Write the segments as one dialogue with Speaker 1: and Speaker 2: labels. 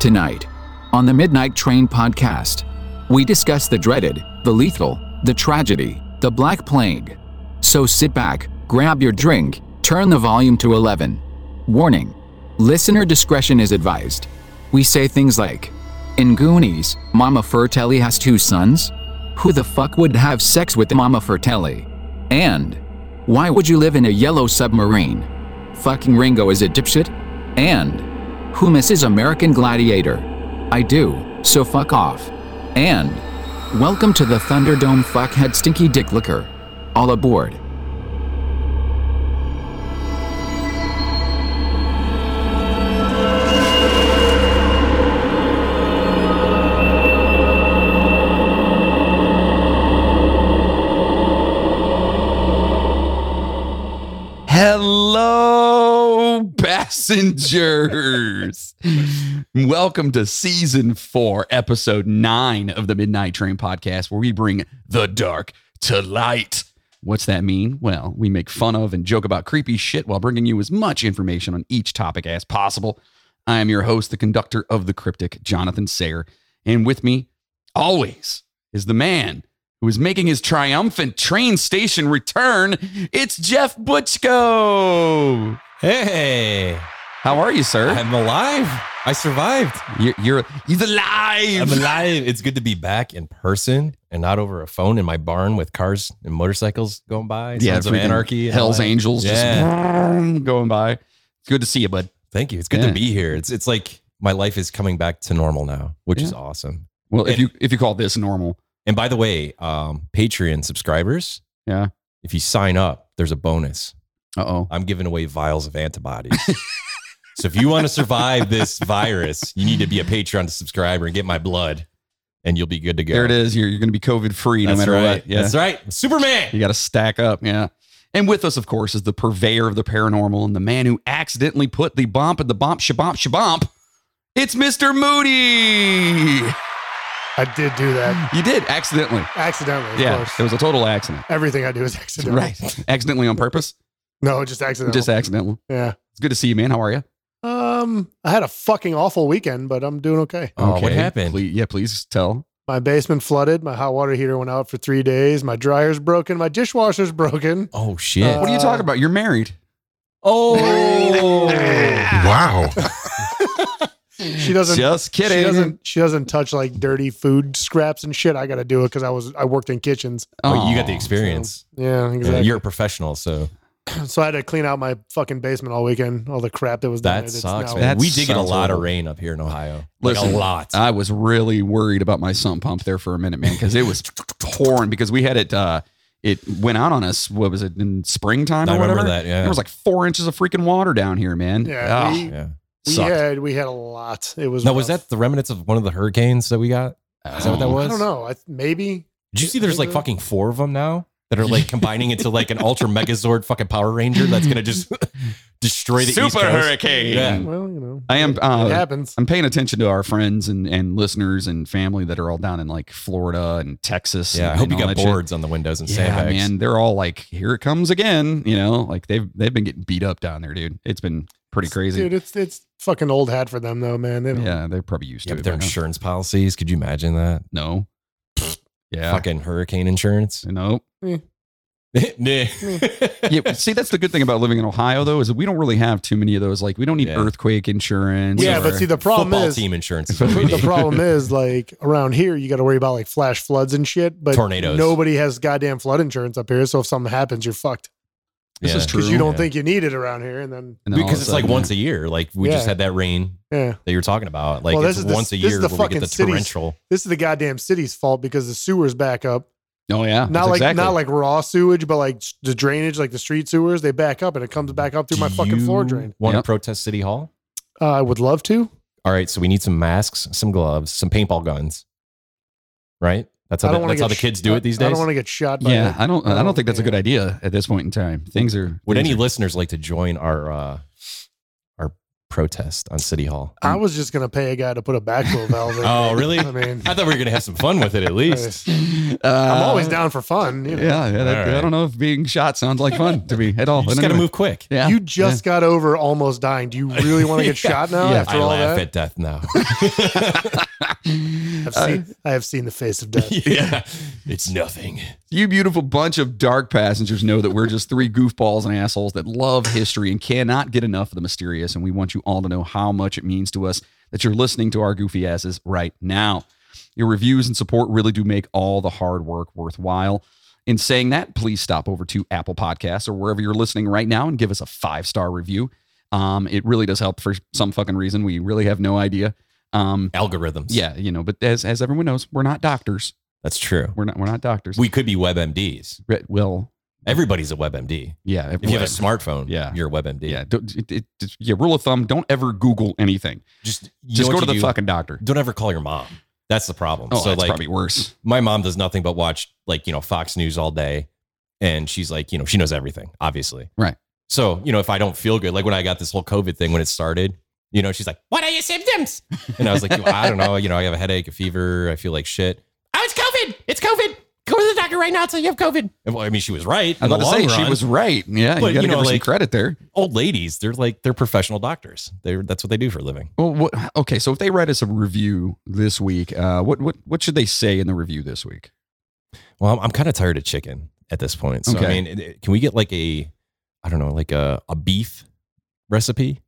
Speaker 1: Tonight, on the Midnight Train podcast, we discuss the dreaded, the lethal, the tragedy, the Black Plague. So sit back, grab your drink, turn the volume to 11. Warning Listener discretion is advised. We say things like In Goonies, Mama Fertelli has two sons? Who the fuck would have sex with Mama Fertelli? And Why would you live in a yellow submarine? Fucking Ringo is a dipshit? And Who misses American Gladiator? I do, so fuck off. And Welcome to the Thunderdome Fuckhead Stinky Dick Liquor. All aboard.
Speaker 2: Hello, passengers. Welcome to season four, episode nine of the Midnight Train podcast, where we bring the dark to light. What's that mean? Well, we make fun of and joke about creepy shit while bringing you as much information on each topic as possible. I am your host, the conductor of the cryptic, Jonathan Sayer. And with me, always, is the man who is making his triumphant train station return. It's Jeff Butchko.
Speaker 3: Hey,
Speaker 2: How are you, sir?
Speaker 3: I'm alive. I survived.
Speaker 2: you're, you're, he's
Speaker 3: I'm
Speaker 2: alive.
Speaker 3: alive. It's good to be back in person and not over a phone in my barn with cars and motorcycles going by. Sons of
Speaker 2: freaking
Speaker 3: anarchy. and all
Speaker 2: Hell's
Speaker 3: that.
Speaker 2: Angels just going by. It's good to see you, bud.
Speaker 3: Thank you. It's good
Speaker 2: Yeah.
Speaker 3: to be here. It's it's like my life is coming back to normal now, which is awesome.
Speaker 2: Well, if
Speaker 3: And-
Speaker 2: you if you call this normal,
Speaker 3: And by the way, um, Patreon subscribers,
Speaker 2: yeah.
Speaker 3: if you sign up, there's a bonus.
Speaker 2: Uh oh.
Speaker 3: I'm giving away vials of antibodies. so if you want to survive this virus, you need to be a Patreon subscriber and get my blood, and you'll be good to go.
Speaker 2: There it is. You're, you're going to be COVID free no
Speaker 3: That's
Speaker 2: matter
Speaker 3: right.
Speaker 2: what. Yeah.
Speaker 3: That's right. Superman.
Speaker 2: You got to stack up. Yeah. And with us, of course, is the purveyor of the paranormal and the man who accidentally put the bomb at the bomb shabomp shabomp. It's Mr. Moody.
Speaker 4: I did do that
Speaker 2: You did accidentally.
Speaker 4: accidentally. Of
Speaker 2: Mm. Yeah.
Speaker 4: course.
Speaker 2: It was a total accident.
Speaker 4: Everything I do is accidental.
Speaker 2: Right. accidentally on purpose.
Speaker 4: No, just accidental.
Speaker 2: Just accidental.
Speaker 4: yeah.
Speaker 2: It's good to see you, man. How are you?
Speaker 4: Um, I had a fucking awful weekend, but I'm doing okay.
Speaker 3: Oh, what happened?
Speaker 2: Please, yeah, please tell.
Speaker 4: My basement flooded. My hot water heater went out for three days. My dryer's broken. My dishwasher's broken.
Speaker 3: Oh shit.
Speaker 4: Uh,
Speaker 2: what are you talking about? You're married.
Speaker 3: oh.
Speaker 5: Wow.
Speaker 4: She doesn't.
Speaker 2: Just
Speaker 4: she
Speaker 2: kidding.
Speaker 4: doesn't. She doesn't touch like dirty food scraps and shit. I got to do it because I was I worked in kitchens.
Speaker 3: Well, Oh, you got the
Speaker 2: Aw.
Speaker 3: experience.
Speaker 4: Yeah,
Speaker 3: Yeah,
Speaker 4: exactly.
Speaker 3: you're a professional, so
Speaker 4: so I had to clean out my fucking basement all weekend. All the crap that was down
Speaker 3: that
Speaker 4: there that's
Speaker 3: sucks,
Speaker 4: now-
Speaker 3: man.
Speaker 2: That
Speaker 3: we did get a
Speaker 2: sounds
Speaker 3: lot
Speaker 2: horrible.
Speaker 3: of rain up here in Ohio. like
Speaker 2: Listen, uh,
Speaker 3: a lot.
Speaker 2: I was really worried about my sump pump there for a minute, man, because it was pouring because we had it uh it went out on us, what was it, in springtime
Speaker 3: I
Speaker 2: or
Speaker 3: remember
Speaker 2: whatever?
Speaker 3: that, yeah.
Speaker 2: There was like four inches of freaking water down here, man.
Speaker 4: Yeah,
Speaker 2: Ah,
Speaker 4: we-
Speaker 3: yeah.
Speaker 4: We
Speaker 2: sucked.
Speaker 4: had we had a lot. It was.
Speaker 3: Now was
Speaker 4: rough.
Speaker 3: that the remnants of one of the hurricanes that we got? Is that what that was?
Speaker 4: I don't know. I, maybe
Speaker 3: Did you see there's like fucking four of them now that are like combining into like an ultra megazord fucking Power Ranger that's gonna just destroy the East
Speaker 2: Super
Speaker 3: Coast?
Speaker 2: hurricane.
Speaker 3: Yeah.
Speaker 4: Well, you know,
Speaker 2: I am,
Speaker 4: It,
Speaker 2: uh,
Speaker 4: it happens.
Speaker 2: I'm paying attention to our friends and, and listeners and family that are all down in like Florida and Texas.
Speaker 3: Yeah, I
Speaker 2: and
Speaker 3: hope you
Speaker 2: all
Speaker 3: got
Speaker 2: that shit.
Speaker 3: boards on the windows and
Speaker 2: Yeah,
Speaker 3: sandbags.
Speaker 2: man, they're all like, here it comes again. You know, like they've they've been getting beat up down there, dude. It's been pretty crazy.
Speaker 4: dude. It's it's fucking old hat for them though, man. They don't,
Speaker 2: Yeah, they're probably used
Speaker 3: Yeah,
Speaker 2: to
Speaker 3: but
Speaker 2: it.
Speaker 3: their
Speaker 2: by now.
Speaker 3: insurance policies. Could you imagine that?
Speaker 2: No. Yeah.
Speaker 3: Fucking hurricane insurance.
Speaker 2: No.
Speaker 3: Nah.
Speaker 2: Yeah. See, that's the good thing about living in Ohio, though, is that we don't really have too many of those. Like, we don't need
Speaker 3: Yeah.
Speaker 2: earthquake insurance.
Speaker 4: Yeah, but
Speaker 2: or-
Speaker 4: see, the problem
Speaker 3: Football
Speaker 4: is
Speaker 3: team insurance. Is what we
Speaker 4: the
Speaker 3: need.
Speaker 4: problem is like around here, you got to worry about like flash floods and shit. But
Speaker 3: Tornadoes.
Speaker 4: Nobody has goddamn flood insurance up here, so if something happens, you're fucked
Speaker 2: this is
Speaker 3: Yeah.
Speaker 2: true.
Speaker 4: because you don't
Speaker 3: Yeah.
Speaker 4: think you need it around here. And then
Speaker 2: And then all of
Speaker 3: because
Speaker 2: a
Speaker 3: it's like
Speaker 2: sudden-
Speaker 3: once a year. Like we just
Speaker 4: Yeah.
Speaker 3: had that rain
Speaker 4: yeah,
Speaker 3: that you're talking about. Like
Speaker 4: Well,
Speaker 3: it's
Speaker 4: this is the-
Speaker 3: once a
Speaker 4: this is
Speaker 3: year where
Speaker 4: the
Speaker 3: we get
Speaker 4: fucking
Speaker 3: the
Speaker 4: cities.
Speaker 3: torrential.
Speaker 4: this is the goddamn city's fault because the sewer's back up.
Speaker 2: Oh yeah.
Speaker 4: Not
Speaker 2: That's
Speaker 4: like
Speaker 2: exactly.
Speaker 4: not like raw sewage, but like s- the drainage, like the street sewers, they back up and it comes back up through my
Speaker 3: Do
Speaker 4: fucking floor
Speaker 3: you
Speaker 4: drain.
Speaker 3: Want to
Speaker 2: Yep.
Speaker 3: protest City Hall?
Speaker 4: Uh, I would love to.
Speaker 3: All right, so we need some masks, some gloves, some paintball guns. Right? That's how
Speaker 4: I
Speaker 3: the,
Speaker 4: don't want
Speaker 3: that's
Speaker 4: to.
Speaker 3: how the kids do it these
Speaker 4: I
Speaker 3: days.
Speaker 4: don't want to get shot. By
Speaker 2: Yeah,
Speaker 4: it.
Speaker 2: I don't. I
Speaker 4: Oh,
Speaker 2: don't think that's a good
Speaker 4: yeah.
Speaker 2: idea at this point in time. Things are.
Speaker 3: Would
Speaker 2: things
Speaker 3: any
Speaker 2: are-
Speaker 3: listeners like to join our uh our protest on City Hall.
Speaker 4: I was just gonna pay a guy to put a backflow valve in.
Speaker 3: Oh, really?
Speaker 4: I mean,
Speaker 3: I thought we were gonna have some fun with it at least. Uh,
Speaker 4: I'm always down for fun. You,
Speaker 2: Uh,
Speaker 4: know?
Speaker 2: Yeah, yeah that,
Speaker 3: All
Speaker 2: I don't know if being shot sounds like fun to me at all.
Speaker 3: You just
Speaker 2: but
Speaker 3: gotta
Speaker 2: Oh, anyway.
Speaker 3: move quick.
Speaker 2: Yeah.
Speaker 4: you just got over almost dying. Do you really want to get
Speaker 3: Yeah.
Speaker 4: shot now
Speaker 2: Yeah.
Speaker 4: after
Speaker 3: I
Speaker 4: all
Speaker 3: laugh
Speaker 4: that?
Speaker 3: at death now.
Speaker 4: I've seen, I have seen the face of death.
Speaker 3: yeah, it's nothing.
Speaker 2: You beautiful bunch of dark passengers know that we're just three goofballs and assholes that love history and cannot get enough of the mysterious. And we want you all to know how much it means to us that you're listening to our goofy asses right now. Your reviews and support really do make all the hard work worthwhile. In saying that, please stop over to Apple Podcasts or wherever you're listening right now and give us a five star review. Um, it really does help for some fucking reason. We really have no idea. Um,
Speaker 3: Algorithms.
Speaker 2: yeah, you know, but as as everyone knows, we're not doctors.
Speaker 3: that's true.
Speaker 2: We're not we're not doctors.
Speaker 3: We could be WebMDs.
Speaker 2: Re- well,
Speaker 3: Everybody's a WebMD.
Speaker 2: yeah.
Speaker 3: If you have a
Speaker 2: well,
Speaker 3: smartphone,
Speaker 2: Yeah.
Speaker 3: you're a WebMD.
Speaker 2: yeah, don't, it, it, it- yeah. Rule of thumb: don't ever Google anything.
Speaker 3: Just you
Speaker 2: Just go
Speaker 3: know what
Speaker 2: to the
Speaker 3: you do?
Speaker 2: fucking doctor.
Speaker 3: Don't ever call your mom. That's the problem.
Speaker 2: Oh,
Speaker 3: so
Speaker 2: that's
Speaker 3: like
Speaker 2: probably worse.
Speaker 3: my mom does nothing but watch like you know Fox News all day, and she's like you know she knows everything obviously.
Speaker 2: Right.
Speaker 3: So you know if I don't feel good, like when I got this whole COVID thing when it started, you know she's like, "What are your symptoms?" And I was like, "I don't know. You know I have a headache, a fever. I feel like shit." Oh, it's COVID. It's COVID. Go to the doctor right now. So you have COVID. And, well, I mean, she was right.
Speaker 2: I
Speaker 3: in the
Speaker 2: was about to say
Speaker 3: long
Speaker 2: she
Speaker 3: run.
Speaker 2: was right. Yeah,
Speaker 3: But,
Speaker 2: you got to
Speaker 3: you know,
Speaker 2: give her some
Speaker 3: like-
Speaker 2: credit there.
Speaker 3: old ladies. They're like they're professional doctors. They that's what they do for a living.
Speaker 2: Well, what, okay. So if they write us a review this week, uh, what what what should they say in the review this week?
Speaker 3: Well, I'm, I'm kind of tired of chicken at this point. So I
Speaker 2: Okay.
Speaker 3: mean, it- it- can we get like a, I don't know, like a, a beef recipe,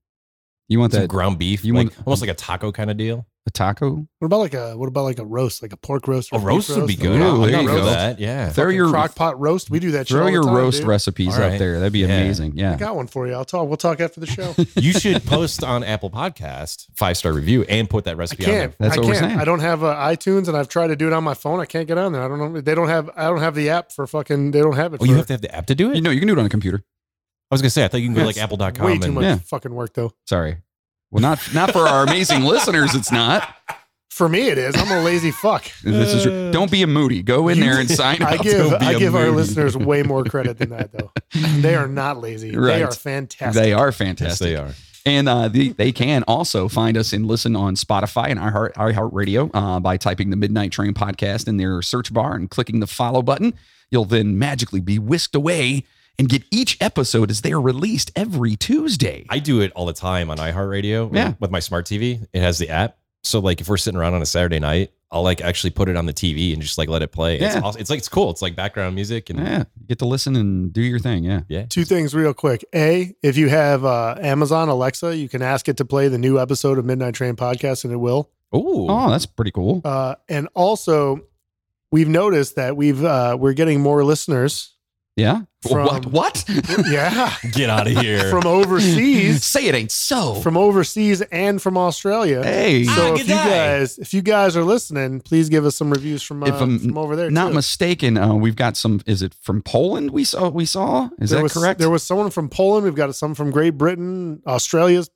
Speaker 2: You want
Speaker 3: some
Speaker 2: that
Speaker 3: ground beef,
Speaker 2: you
Speaker 3: like
Speaker 2: want-
Speaker 3: almost like a taco kind of deal.
Speaker 2: a taco?
Speaker 4: What about like a what about like a roast, like a pork roast?
Speaker 3: A
Speaker 4: beef
Speaker 3: roast would be
Speaker 4: or
Speaker 3: good.
Speaker 2: Ooh,
Speaker 3: I'm
Speaker 2: there
Speaker 3: down
Speaker 2: you
Speaker 3: for
Speaker 2: go.
Speaker 3: that. Yeah.
Speaker 2: Throw
Speaker 4: fucking
Speaker 2: your
Speaker 4: crock pot roast. We do that. shit
Speaker 2: throw
Speaker 4: all the
Speaker 2: your
Speaker 4: time,
Speaker 2: roast
Speaker 4: dude.
Speaker 2: recipes
Speaker 3: All
Speaker 2: up
Speaker 3: right.
Speaker 2: there. That'd be
Speaker 3: Yeah.
Speaker 2: amazing.
Speaker 4: I
Speaker 2: Yeah.
Speaker 4: got one for you. I'll talk. We'll talk after the show.
Speaker 3: you should post on Apple Podcast five star review and put that
Speaker 4: I
Speaker 3: recipe on
Speaker 4: can't.
Speaker 3: there.
Speaker 2: That's
Speaker 4: I
Speaker 2: what we're
Speaker 4: can't.
Speaker 2: saying.
Speaker 4: I don't have uh, iTunes, and I've tried to do it on my phone. I can't get on there. I don't know. They don't have. I don't have the app for fucking. They don't have it.
Speaker 3: Oh,
Speaker 4: for,
Speaker 3: you have to have the app to do it.
Speaker 2: You know, you can do it on a computer.
Speaker 3: I was gonna say I thought you can go like
Speaker 4: That's
Speaker 3: apple.com
Speaker 4: way too
Speaker 3: and
Speaker 4: much
Speaker 2: Yeah.
Speaker 4: fucking work though.
Speaker 2: Sorry. Well, not not for our amazing listeners. It's not.
Speaker 4: For me, it is. I'm a lazy fuck.
Speaker 2: This is your- don't be a moody. Go in there and sign up.
Speaker 4: I give
Speaker 3: go be
Speaker 4: I
Speaker 3: a
Speaker 4: give our
Speaker 3: moody.
Speaker 4: listeners way more credit than that though. They are not lazy.
Speaker 2: Right.
Speaker 4: They are fantastic.
Speaker 2: They are
Speaker 3: yes,
Speaker 2: fantastic.
Speaker 3: they are.
Speaker 2: And uh, the, they can also find us and listen on Spotify and iHeart, iHeartRadio uh, by typing the Midnight Train podcast in their search bar and clicking the follow button. You'll then magically be whisked away and get each episode as they are released every Tuesday.
Speaker 3: I do it all the time on iHeartRadio.
Speaker 2: Yeah.
Speaker 3: With my smart TV, it has the app. So like if we're sitting around on a Saturday night, I'll like actually put it on the TV and just like let it play.
Speaker 2: Yeah.
Speaker 3: It's awesome. It's like it's cool. It's like background music and
Speaker 2: yeah, you get to listen and do your thing. Yeah.
Speaker 3: yeah.
Speaker 4: Two things real quick. A, if you have uh, Amazon Alexa, you can ask it to play the new episode of Midnight Train podcast and it will.
Speaker 3: Ooh.
Speaker 2: Oh, that's pretty cool.
Speaker 4: Uh, and also we've noticed that we've uh, we're getting more listeners.
Speaker 2: Yeah.
Speaker 4: From-
Speaker 2: what? What?
Speaker 4: Yeah.
Speaker 3: Get out of here.
Speaker 4: from overseas.
Speaker 2: Say it ain't so.
Speaker 4: From overseas and from Australia.
Speaker 2: Oh. hey.
Speaker 3: Ah,
Speaker 4: So if
Speaker 3: good
Speaker 4: you
Speaker 3: day.
Speaker 4: guys if you guys are listening, please give us some reviews from uh,
Speaker 2: If I'm
Speaker 4: from over there.
Speaker 2: Not
Speaker 4: too.
Speaker 2: mistaken. Uh, we've got some. Is it from Poland? We saw. We saw. Is
Speaker 4: there
Speaker 2: that
Speaker 4: was,
Speaker 2: correct?
Speaker 4: There was someone from Poland. We've got some from Great Britain, Australia's.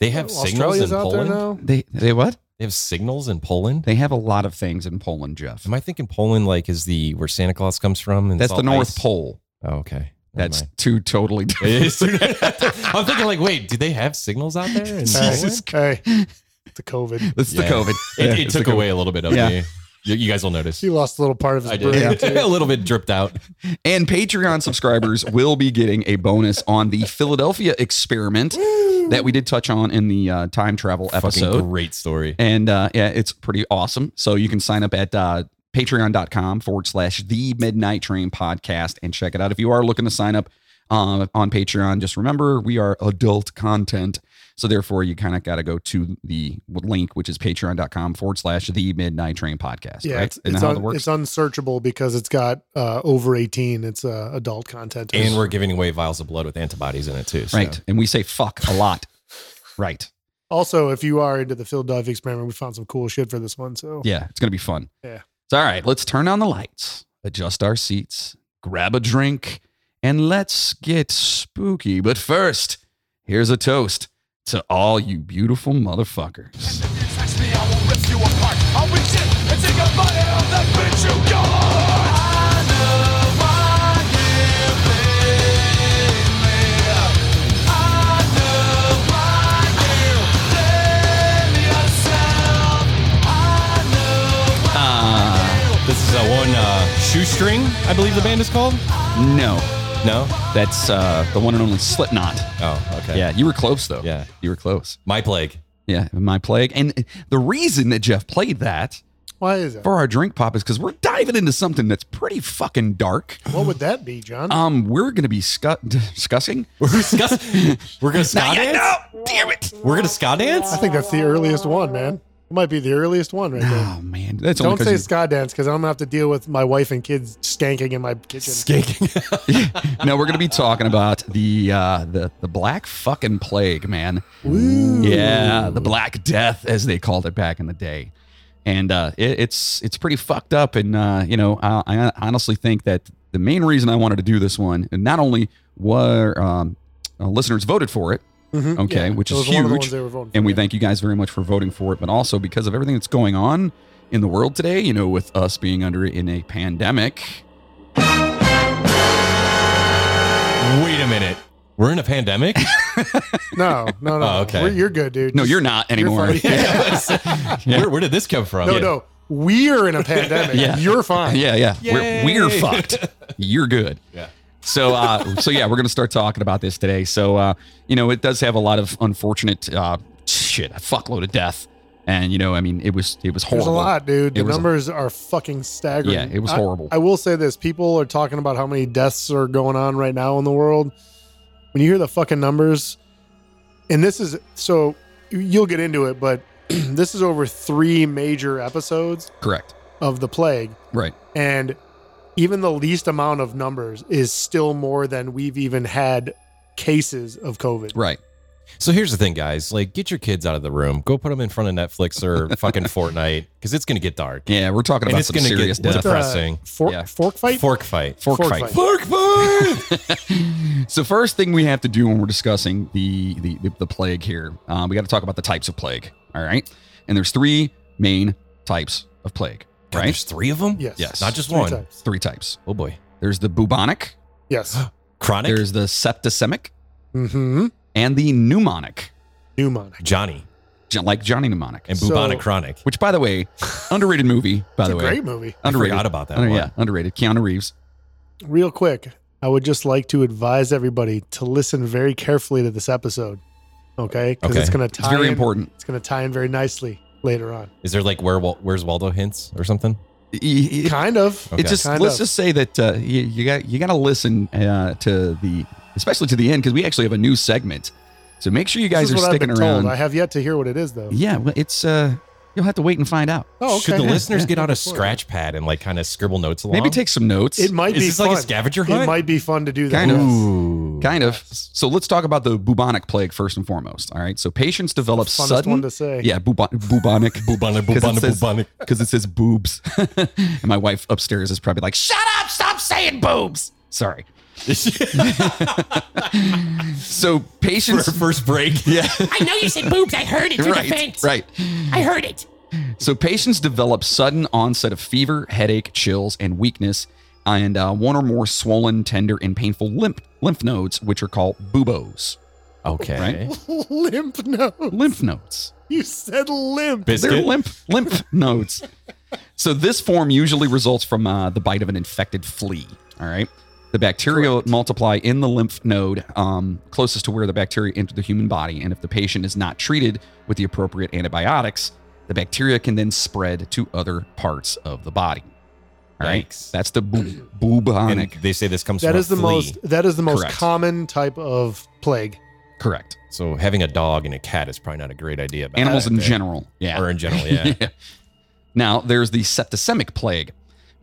Speaker 3: They have signals in
Speaker 4: Australia's out there
Speaker 3: Poland.
Speaker 4: now.
Speaker 2: they they what?
Speaker 3: They have signals in Poland.
Speaker 2: They have a lot of things in Poland, Jeff.
Speaker 3: Am I thinking Poland like is the where Santa Claus comes from? And it's
Speaker 2: That's the
Speaker 3: all
Speaker 2: North
Speaker 3: ice?
Speaker 2: Pole.
Speaker 3: Oh, okay. Never
Speaker 2: That's
Speaker 3: mind.
Speaker 2: two totally different.
Speaker 3: It is- I'm thinking like, wait, do they have signals out there? in
Speaker 2: Jesus
Speaker 3: Poland?
Speaker 4: Hey, it's the COVID.
Speaker 2: It's
Speaker 3: Yeah.
Speaker 2: the COVID. Yeah,
Speaker 3: It, it
Speaker 2: it's
Speaker 3: took
Speaker 2: the COVID.
Speaker 3: away a little bit of
Speaker 2: Yeah.
Speaker 3: me. You, you guys will notice.
Speaker 4: He lost a little part of his
Speaker 3: I
Speaker 4: brain.
Speaker 3: did.
Speaker 4: too.
Speaker 3: a little bit dripped out.
Speaker 2: And Patreon subscribers will be getting a bonus on the Philadelphia experiment that we did touch on in the uh, time travel
Speaker 3: Fucking
Speaker 2: episode.
Speaker 3: great story.
Speaker 2: And uh, yeah, it's pretty awesome. So you can sign up at uh, patreon.com forward slash the midnight train podcast and check it out. If you are looking to sign up uh, on Patreon, just remember we are adult content. So therefore, you kind of got to go to the link, which is patreon.com forward slash the midnight train podcast.
Speaker 4: Yeah,
Speaker 2: right?
Speaker 4: it's,
Speaker 2: Isn't
Speaker 4: it's,
Speaker 2: that how it
Speaker 4: un-
Speaker 2: works?
Speaker 4: it's unsearchable because it's got uh, over 18. It's uh, adult content.
Speaker 3: And we're giving away vials of blood with antibodies in it too. so.
Speaker 2: Right. And we say fuck a lot. right.
Speaker 4: also, if you are into the Philadelphia experiment, we found some cool shit for this one. So
Speaker 2: Yeah. It's going to be fun.
Speaker 4: Yeah.
Speaker 2: So, all right, let's turn on the lights, adjust our seats, grab a drink, and let's get spooky. But first, here's a toast to all you beautiful motherfuckers.
Speaker 5: Touch me, I will rip you apart. I'll reach in and take a bite out of that bitch you got. I know why you leave me. I know why you
Speaker 3: String, uh, I believe the band is called.
Speaker 2: No,
Speaker 3: No.
Speaker 2: that's uh, the one and only Slipknot.
Speaker 3: Oh, okay.
Speaker 2: Yeah, you were close though.
Speaker 3: Yeah.
Speaker 2: you were close.
Speaker 3: My plague.
Speaker 2: Yeah, my plague. And the reason that Jeff played that
Speaker 4: Why is that?
Speaker 2: for our drink pop is because we're diving into something that's pretty fucking dark.
Speaker 4: What would that be, John?
Speaker 2: Um, we're gonna be scu- discussing.
Speaker 3: We're gonna ska, we're gonna ska
Speaker 2: Not yet,
Speaker 3: dance.
Speaker 2: no, damn it.
Speaker 3: We're gonna ska dance.
Speaker 4: I think that's the earliest one, man. It might be the earliest one right there.
Speaker 2: Oh man, that's
Speaker 4: Don't
Speaker 2: only
Speaker 4: say
Speaker 2: because.
Speaker 4: ska dance because I'm gonna have to deal with my wife and kids skanking in my kitchen.
Speaker 3: Skanking.
Speaker 2: no, we're gonna be talking about the uh, the the black fucking plague, man. Yeah, the Black Death, as they called it back in the day, and uh, it, it's it's pretty fucked up. And uh, you know, I, I honestly think that the main reason I wanted to do this one, and not only were um, uh, listeners voted for it,
Speaker 4: Mhm.
Speaker 2: okay,
Speaker 4: Yeah.
Speaker 2: which
Speaker 4: It
Speaker 2: is
Speaker 4: was one of the ones
Speaker 2: huge,
Speaker 4: they were voting for,
Speaker 2: and we
Speaker 4: yeah.
Speaker 2: thank you guys very much for voting for it, but also because of everything that's going on in the world today, you know, with us being under in a pandemic.
Speaker 3: Wait a minute. We're in a pandemic.
Speaker 4: No, no, no.
Speaker 3: Oh, okay.
Speaker 4: We're- you're good, dude.
Speaker 2: No,
Speaker 4: Just-
Speaker 2: you're not anymore.
Speaker 4: fine.
Speaker 3: where, where did this come from?
Speaker 4: No, no. We're in a pandemic.
Speaker 2: Yeah.
Speaker 4: You're fine.
Speaker 2: Yeah, yeah. We're,
Speaker 3: Yay.
Speaker 2: we're fucked. You're good.
Speaker 3: Yeah.
Speaker 2: So, uh, so yeah, we're gonna start talking about this today. So, uh, you know, it does have a lot of unfortunate uh, shit, a fuckload of death, and you know, I mean, it was it was
Speaker 4: There's
Speaker 2: horrible.
Speaker 4: a lot, dude. The
Speaker 2: It was a-
Speaker 4: numbers are fucking staggering.
Speaker 2: Yeah, it was
Speaker 4: I-
Speaker 2: horrible.
Speaker 4: I will say this: people are talking about how many deaths are going on right now in the world. When you hear the fucking numbers, and this is so you- you'll get into it, but this is over three major episodes
Speaker 2: Correct.
Speaker 4: of the plague,
Speaker 2: Right.
Speaker 4: and even the least amount of numbers is still more than we've even had cases of COVID.
Speaker 2: Right.
Speaker 3: So here's the thing, guys. Like, get your kids out of the room. Go put them in front of Netflix or fucking Fortnite because it's gonna get dark.
Speaker 2: Yeah, we're talking
Speaker 3: And
Speaker 2: about
Speaker 3: it's
Speaker 2: some
Speaker 3: gonna
Speaker 2: serious
Speaker 3: get
Speaker 2: death.
Speaker 4: Uh,
Speaker 3: depressing.
Speaker 4: fork,
Speaker 2: Yeah.
Speaker 4: fork fight.
Speaker 3: Fork fight.
Speaker 2: Fork,
Speaker 4: fork
Speaker 2: fight.
Speaker 4: fight.
Speaker 3: Fork fight.
Speaker 2: so first thing we have to do when we're discussing the the, the, the plague here um, we got to talk about the types of plague all right and there's three main types of plague
Speaker 3: God,
Speaker 2: right
Speaker 3: There's three of them.
Speaker 4: Yes.
Speaker 2: Yes.
Speaker 3: Not just
Speaker 4: Three
Speaker 3: one.
Speaker 4: times.
Speaker 2: three types
Speaker 3: Oh boy.
Speaker 2: there's the bubonic
Speaker 4: Yes.
Speaker 3: Chronic.
Speaker 2: there's the septicemic
Speaker 4: mm-hmm.
Speaker 2: and the pneumonic
Speaker 4: Pneumonic.
Speaker 3: Johnny
Speaker 2: j- like johnny mnemonic
Speaker 3: and bubonic
Speaker 4: So-
Speaker 3: chronic.
Speaker 2: which by the way underrated movie by
Speaker 4: It's
Speaker 2: the
Speaker 4: a
Speaker 2: way
Speaker 4: great movie.
Speaker 3: I
Speaker 2: underrated
Speaker 3: forgot about that.
Speaker 2: Under-
Speaker 3: one.
Speaker 2: yeah underrated keanu reeves
Speaker 4: Real quick, I would just like to advise everybody to listen very carefully to this episode. Okay? Because
Speaker 3: Okay.
Speaker 4: it's going to
Speaker 2: it's
Speaker 4: tie
Speaker 2: very
Speaker 4: in,
Speaker 2: important
Speaker 4: It's going to tie in very nicely later on.
Speaker 3: Is there like where Wal- where's Waldo hints or something?
Speaker 2: It- it-
Speaker 4: Kind of.
Speaker 3: Okay.
Speaker 2: It just
Speaker 4: Kind
Speaker 2: let's
Speaker 4: of.
Speaker 2: just say that uh, you, you got you got to listen uh, to the especially to the end because we actually have a new segment. So make sure you guys
Speaker 4: this
Speaker 2: are
Speaker 4: is what I've
Speaker 2: sticking
Speaker 4: been
Speaker 2: around.
Speaker 4: told. I have yet to hear what it is, though.
Speaker 2: yeah, well, it's uh, you'll have to wait and find out.
Speaker 4: Oh, okay.
Speaker 3: Should the
Speaker 4: Yeah.
Speaker 3: listeners
Speaker 4: Yeah.
Speaker 3: get out a
Speaker 4: Sure.
Speaker 3: scratch pad and like kind of scribble notes along?
Speaker 2: Maybe take some notes.
Speaker 4: It might
Speaker 3: Is
Speaker 4: be
Speaker 3: this
Speaker 4: fun.
Speaker 3: like a scavenger hunt?
Speaker 4: it might be fun to do that.
Speaker 2: Kind of.
Speaker 4: yes.
Speaker 3: Ooh.
Speaker 2: kind of. So let's talk about the bubonic plague first and foremost. All right. So patients develop
Speaker 4: Funnest
Speaker 2: sudden.
Speaker 4: one to say.
Speaker 2: Yeah, bubon- bubonic.
Speaker 3: Bubonic,
Speaker 2: 'Cause it
Speaker 3: bubonic,
Speaker 2: says-
Speaker 3: bubonic.
Speaker 2: because it says boobs. and my wife upstairs is probably like, shut up, stop saying boobs. Sorry. so
Speaker 3: For our
Speaker 2: patients.
Speaker 3: first break. Yeah.
Speaker 6: I know you said boobs. I heard it through the
Speaker 2: Right,
Speaker 6: fence.
Speaker 2: right.
Speaker 6: I heard it.
Speaker 2: So patients develop sudden onset of fever, headache, chills, and weakness, and uh, one or more swollen, tender, and painful lymph lymph nodes, which are called buboes.
Speaker 3: Okay.
Speaker 2: Right.
Speaker 4: Limp note.
Speaker 2: Lymph nodes.
Speaker 4: You said limp.
Speaker 3: Biscuit.
Speaker 2: They're lymph lymph nodes. So this form usually results from uh, the bite of an infected flea. All right. The bacteria multiply in the lymph node um, closest to where the bacteria enter the human body, and if the patient is not treated with the appropriate antibiotics, the bacteria can then spread to other parts of the body. All right.
Speaker 3: Yikes.
Speaker 2: That's the bu-
Speaker 3: And
Speaker 2: bubonic.
Speaker 3: they say this comes
Speaker 4: That
Speaker 3: from
Speaker 4: is
Speaker 3: a
Speaker 4: the
Speaker 3: flea.
Speaker 4: most. That is the most
Speaker 2: Correct.
Speaker 4: common type of plague.
Speaker 2: Correct.
Speaker 3: So having a dog and a cat is probably not a great idea. About
Speaker 2: Animals
Speaker 3: that,
Speaker 2: in
Speaker 3: but-
Speaker 2: general. Yeah.
Speaker 3: Or in general, yeah.
Speaker 2: Now, there's the septicemic plague.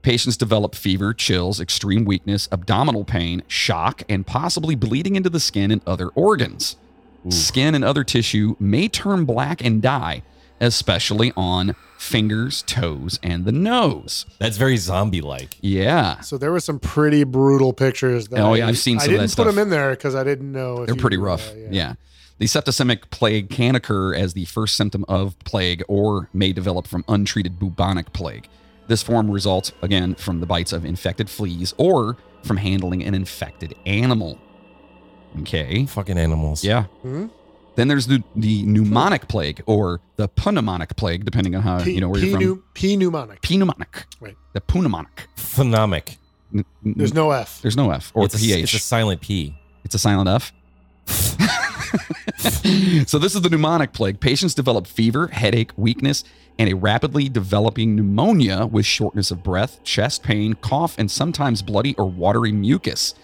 Speaker 2: Patients develop fever, chills, extreme weakness, abdominal pain, shock, and possibly bleeding into the skin and other organs. Skin and other tissue may turn black and die, especially on fingers, toes, and the nose.
Speaker 3: That's very zombie-like.
Speaker 2: Yeah,
Speaker 4: So there were some pretty brutal pictures. That
Speaker 2: Oh,
Speaker 4: I-
Speaker 2: yeah, I've seen
Speaker 4: I
Speaker 2: some of
Speaker 4: didn't
Speaker 2: that
Speaker 4: put them
Speaker 2: stuff.
Speaker 4: in there because I didn't know. If
Speaker 2: they're
Speaker 4: you-
Speaker 2: pretty rough.
Speaker 4: uh,
Speaker 2: yeah. The septicemic plague can occur as the first symptom of plague or may develop from untreated bubonic plague. This form results, again, from the bites of infected fleas or from handling an infected animal. Okay.
Speaker 3: Fucking animals.
Speaker 2: Yeah.
Speaker 4: Hmm?
Speaker 2: Then there's the, the pneumonic plague or the pneumonic plague, depending on how
Speaker 4: P,
Speaker 2: Uh, you know where you're
Speaker 4: P
Speaker 2: from.
Speaker 4: nu- P mnemonic.
Speaker 2: P pneumonic.
Speaker 4: Right.
Speaker 2: The pneumonic.
Speaker 3: Phenomic.
Speaker 2: N- n-
Speaker 4: There's no F.
Speaker 2: there's no F or
Speaker 3: it's
Speaker 2: PH.
Speaker 3: A, it's a silent P.
Speaker 2: It's a silent F. so this is the pneumonic plague. Patients develop fever, headache, weakness, and a rapidly developing pneumonia with shortness of breath, chest pain, cough, and sometimes bloody or watery mucus.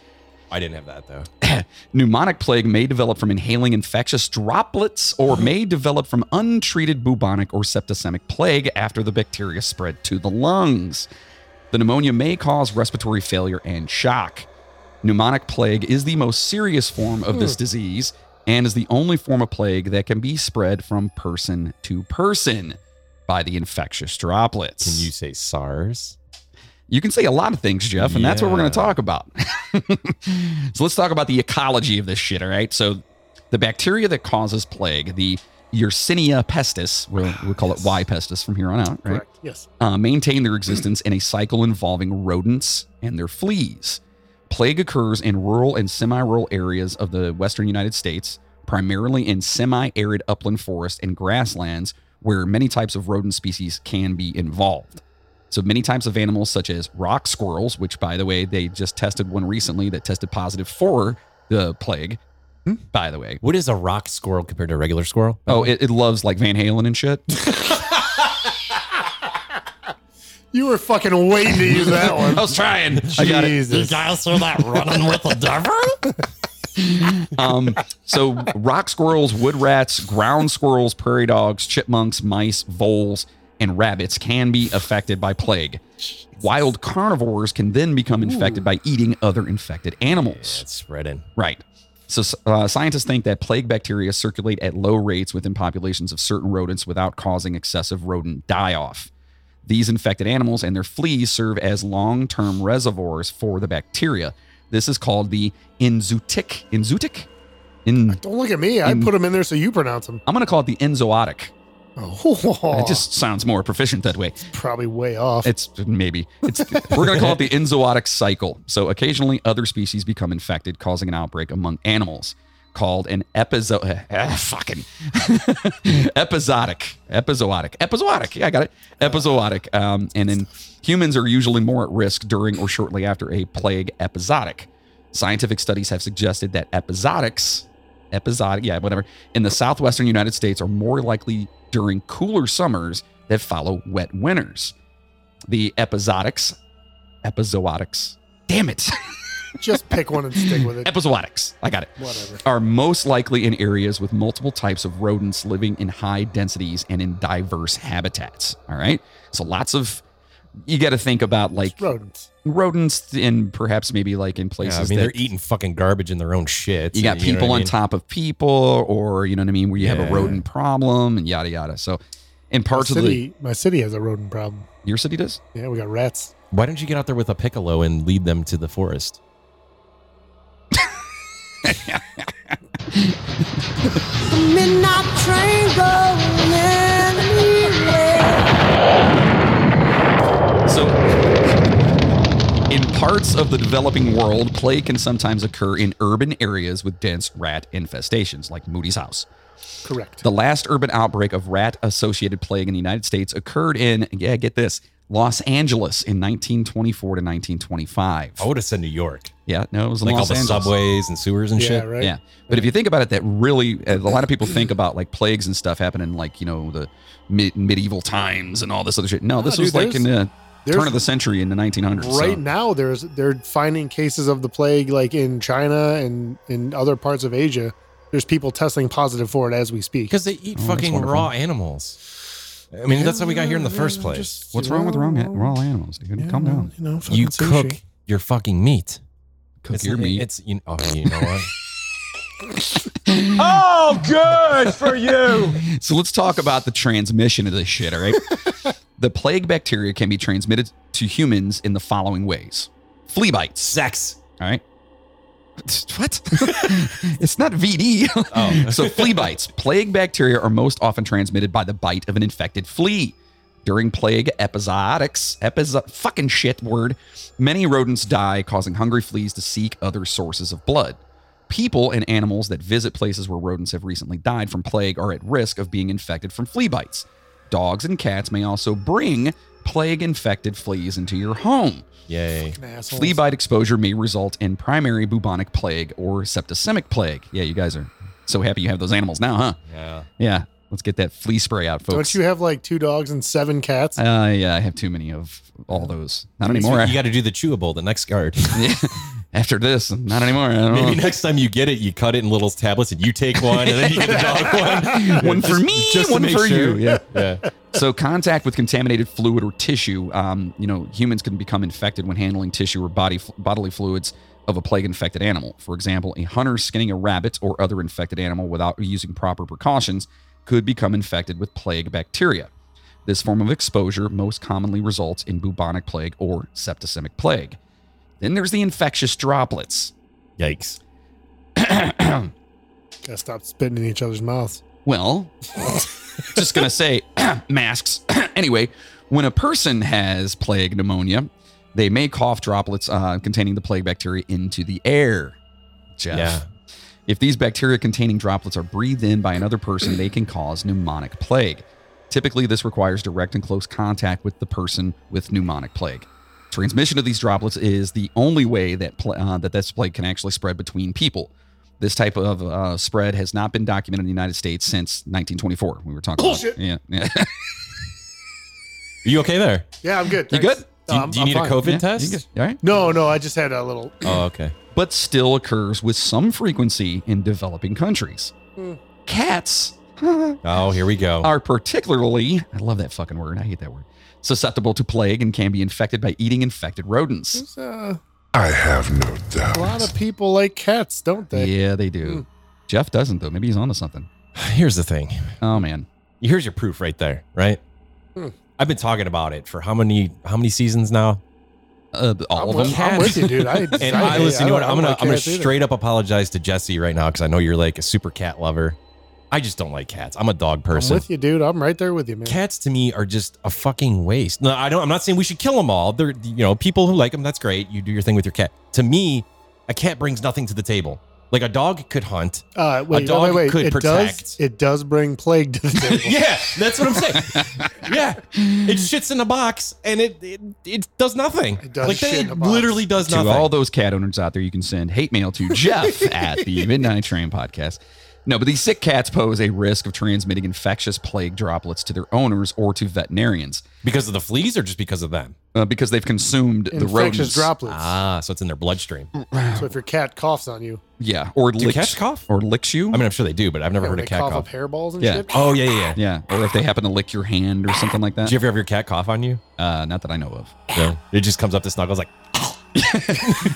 Speaker 3: I didn't have that though.
Speaker 2: Pneumonic plague may develop from inhaling infectious droplets or may develop from untreated bubonic or septicemic plague after the bacteria spread to the lungs. The pneumonia may cause respiratory failure and shock. Pneumonic plague is the most serious form of
Speaker 3: Hmm.
Speaker 2: this disease and is the only form of plague that can be spread from person to person by the infectious droplets.
Speaker 3: Can you say SARS?
Speaker 2: You can say a lot of things, Jeff, and that's what we're going
Speaker 3: Yeah.
Speaker 2: to talk about. so let's talk about the ecology of this shit, all right? So the bacteria that causes plague, the Yersinia pestis, we'll, we'll call it Y pestis from here on out, right?
Speaker 4: Correct. Yes.
Speaker 2: uh, maintain their existence in a cycle involving rodents and their fleas. Plague occurs in rural and semi rural areas of the western United States, primarily in semi arid upland forest and grasslands where many types of rodent species can be involved. So, many types of animals, such as rock squirrels, which, by the way, they just tested one recently that tested positive for the plague, Hmm? by the way.
Speaker 3: What is a rock squirrel compared to a regular squirrel?
Speaker 2: Oh, it, it loves like Van Halen and shit.
Speaker 4: You were fucking waiting to use that
Speaker 2: I
Speaker 4: one.
Speaker 2: was trying. I got it.
Speaker 4: Jesus.
Speaker 3: guys saw that running with the devil?
Speaker 2: Um, so rock squirrels, wood rats, ground squirrels, prairie dogs, chipmunks, mice, voles, and rabbits can be affected by plague. Wild carnivores can then become infected by eating other infected animals.
Speaker 3: It's spreading.
Speaker 2: Right. So uh, scientists think that plague bacteria circulate at low rates within populations of certain rodents without causing excessive rodent die-off. These infected animals and their fleas serve as long-term reservoirs for the bacteria. This is called the enzootic. Enzootic? In,
Speaker 4: Don't look at me. I put them in there so you pronounce them.
Speaker 2: I'm going to call it the enzootic.
Speaker 4: Oh,
Speaker 2: It just sounds more proficient that way.
Speaker 4: probably way off.
Speaker 2: It's maybe. It's, we're going to call it the enzootic cycle. So occasionally other species become infected, causing an outbreak among animals called an epizo ah, fucking episodic episodic episodic yeah i got it episodic um, and then humans are usually more at risk during or shortly after a plague episodic scientific studies have suggested that episodics episodic yeah whatever in the southwestern united states are more likely during cooler summers that follow wet winters the episodics, episodics, damn it,
Speaker 4: just pick one and stick with it.
Speaker 2: episodics, I got it,
Speaker 4: Whatever.
Speaker 2: are most likely in areas with multiple types of rodents living in high densities and in diverse habitats. All right. So lots of, you got to think about like
Speaker 4: Rodents.
Speaker 2: rodents and perhaps maybe like in
Speaker 3: Yeah, I
Speaker 2: places
Speaker 3: mean, they're
Speaker 2: that
Speaker 3: eating fucking garbage in their own shit.
Speaker 2: you got
Speaker 3: know
Speaker 2: people
Speaker 3: what I
Speaker 2: on
Speaker 3: mean?
Speaker 2: top of people or, you know what I mean, where you have a
Speaker 3: Yeah.
Speaker 2: rodent problem and yada, yada. So in parts
Speaker 4: my
Speaker 2: of the,
Speaker 4: city, my city has a rodent problem.
Speaker 2: your city does?
Speaker 4: Yeah, we got rats.
Speaker 3: Why don't you get out there with a piccolo and lead them to the forest?
Speaker 7: Midnight train rolling anyway.
Speaker 2: So, in parts of the developing world, plague can sometimes occur in urban areas with dense rat infestations, like Moody's house.
Speaker 4: Correct.
Speaker 2: The last urban outbreak of rat associated plague in the United States occurred in, yeah, get this, Los Angeles in 1924 to 1925.
Speaker 3: I would have said New York,
Speaker 2: yeah, no, it was in
Speaker 3: like all
Speaker 2: Los
Speaker 3: Oh. the
Speaker 2: Angeles.
Speaker 3: subways and sewers and
Speaker 4: yeah,
Speaker 3: shit.
Speaker 4: right.
Speaker 2: Yeah. But if you think about it, that really, a lot of people think about like plagues and stuff happening, like, you know, the mid- medieval times and all this other shit. No, this
Speaker 4: dude,
Speaker 2: was like in
Speaker 4: there's-
Speaker 2: the
Speaker 4: there's-
Speaker 2: turn of the century in the 1900s. so-
Speaker 4: Right now, there's they're finding cases of the plague like in China and in other parts of Asia. There's people testing positive for it as we speak.
Speaker 3: Because they eat
Speaker 2: Oh, that's
Speaker 3: fucking
Speaker 2: wonderful.
Speaker 3: raw animals. I mean, that's how we got here in the
Speaker 4: Mm,
Speaker 3: first place.
Speaker 2: What's wrong with raw, raw animals, dude? Calm down.
Speaker 4: You know,
Speaker 3: you cook your fucking meat.
Speaker 2: Cook
Speaker 3: it's,
Speaker 2: your meat.
Speaker 3: It's you. Oh, you know what?
Speaker 2: so let's talk about the transmission of this shit, all right? the plague bacteria can be transmitted to humans in the following ways flea bites,
Speaker 3: Sex.
Speaker 2: all right? What? it's not VD.
Speaker 3: Oh.
Speaker 2: so flea bites. Plague bacteria are most often transmitted by the bite of an infected flea. During plague episodics, episo- fucking shit word, many rodents die, causing hungry fleas to seek other sources of blood. People and animals that visit places where rodents have recently died from plague are at risk of being infected from flea bites. Dogs and cats may also bring plague infected fleas into your home.
Speaker 3: Yay.
Speaker 4: Assholes.
Speaker 2: Flea bite exposure may result in primary bubonic plague or septicemic plague. Yeah, you guys are so happy you have those animals now, huh?
Speaker 3: Yeah.
Speaker 2: Yeah, let's get that flea spray out, folks.
Speaker 4: Don't you have like two dogs and seven cats?
Speaker 2: Uh, yeah, I have too many of all those. Not anymore.
Speaker 3: You got to do the chewable, the next card.
Speaker 2: After this, not anymore. I don't
Speaker 3: Maybe
Speaker 2: know.
Speaker 3: next time you get it, you cut it in little tablets and you take one and then you get the dog one.
Speaker 2: One for me,
Speaker 3: just to
Speaker 2: one
Speaker 3: make
Speaker 2: for you.
Speaker 3: sure.
Speaker 2: Yeah.
Speaker 3: Yeah.
Speaker 2: so contact with contaminated fluid or tissue um, you know humans can become infected when handling tissue or body bodily fluids of a plague infected animal for example a hunter skinning a rabbit or other infected animal without using proper precautions could become infected with plague bacteria this form of exposure most commonly results in bubonic plague or septicemic plague then there's the infectious droplets
Speaker 3: Yikes.
Speaker 4: Gotta stop spitting in each other's mouths.
Speaker 2: Well, just going to say masks. anyway, when a person has plague pneumonia, they may cough droplets uh, containing the plague bacteria into the air. Jeff.
Speaker 3: Yeah.
Speaker 2: If these bacteria containing droplets are breathed in by another person, they can cause pneumonic plague. Typically, this requires direct and close contact with the person with pneumonic plague. Transmission of these droplets is the only way that pl- uh, that this plague can actually spread between people. This type of uh, spread has not been documented in the United States since 1924. We were talking
Speaker 4: Bullshit.
Speaker 2: about yeah, yeah.
Speaker 3: Are you okay there?
Speaker 4: Yeah, I'm good.
Speaker 2: You
Speaker 4: thanks.
Speaker 2: good?
Speaker 3: Do you,
Speaker 4: No, I'm-
Speaker 3: do you
Speaker 4: I'm
Speaker 3: need
Speaker 4: fine.
Speaker 3: a COVID
Speaker 2: Yeah,
Speaker 3: test?
Speaker 2: you good? All right.
Speaker 4: No, no, I just had a little.
Speaker 3: Oh, okay.
Speaker 2: but still occurs with some frequency in developing countries. Cats
Speaker 3: Oh, here we go.
Speaker 2: are particularly, I love that fucking word. I hate that word. Susceptible to plague and can be infected by eating infected
Speaker 3: Hmm.
Speaker 2: rodents.
Speaker 4: There's, uh,
Speaker 5: I have no doubt.
Speaker 4: a lot of people like cats, don't they?
Speaker 2: Yeah, they
Speaker 3: Hmm.
Speaker 2: do. Jeff doesn't though. Maybe he's onto something.
Speaker 3: Here's the thing.
Speaker 2: Oh man.
Speaker 3: Here's your proof right there, right?
Speaker 4: Hmm.
Speaker 3: I've been talking about it for how many how many seasons now?
Speaker 2: Uh,
Speaker 4: I'm,
Speaker 2: all of
Speaker 4: with,
Speaker 2: them.
Speaker 4: I'm with you, dude. I,
Speaker 3: And
Speaker 4: I,
Speaker 3: I, listen, you know what?
Speaker 4: don't-
Speaker 3: I'm
Speaker 4: I don't
Speaker 3: gonna
Speaker 4: like
Speaker 3: I'm gonna
Speaker 4: cats either.
Speaker 3: straight up apologize to Jesse right now because I know you're like a super cat lover. I just don't like cats. I'm a dog
Speaker 4: I'm
Speaker 3: person.
Speaker 4: with you, dude. I'm right there with you, man.
Speaker 3: Cats to me are just a fucking waste. No, I don't. I'm not saying we should kill them all. They're you know people who like them. That's great. You do your thing with your cat. To me, a cat brings nothing to the table. Like a dog could hunt.
Speaker 4: Uh, wait,
Speaker 3: dog
Speaker 4: wait, wait.
Speaker 3: could
Speaker 4: it
Speaker 3: protect.
Speaker 4: does. It does bring plague to the table.
Speaker 3: yeah, that's what I'm saying. yeah, it shits in a box and it it, it does nothing.
Speaker 4: It does
Speaker 3: like
Speaker 4: shit
Speaker 3: it
Speaker 4: in a box.
Speaker 3: literally does
Speaker 2: to
Speaker 3: nothing.
Speaker 2: all those cat owners out there, you can send hate mail to Jeff at the Midnight Train Podcast. No, but these sick cats pose a risk of transmitting infectious plague droplets to their owners or to veterinarians
Speaker 3: Because of the fleas or just because of them?
Speaker 2: uh, because they've consumed the rodents.
Speaker 4: Infectious droplets.
Speaker 3: Ah, so it's in their bloodstream. I
Speaker 4: So if your cat coughs on you,
Speaker 2: Yeah, or
Speaker 3: Do
Speaker 2: licks,
Speaker 3: cats cough?
Speaker 2: or licks you.
Speaker 3: mean, I'm sure they do, but I've never
Speaker 4: when
Speaker 3: heard a
Speaker 4: they
Speaker 3: cat
Speaker 4: cough,
Speaker 3: cough.
Speaker 4: up hairballs and
Speaker 2: Yeah.
Speaker 4: shit.
Speaker 3: Oh yeah, yeah. yeah.
Speaker 2: yeah, or if they happen to lick your hand or something like that.
Speaker 3: Did you ever have your cat cough on you?
Speaker 2: Uh, not that I know of.
Speaker 3: No. It just comes up to snuggles like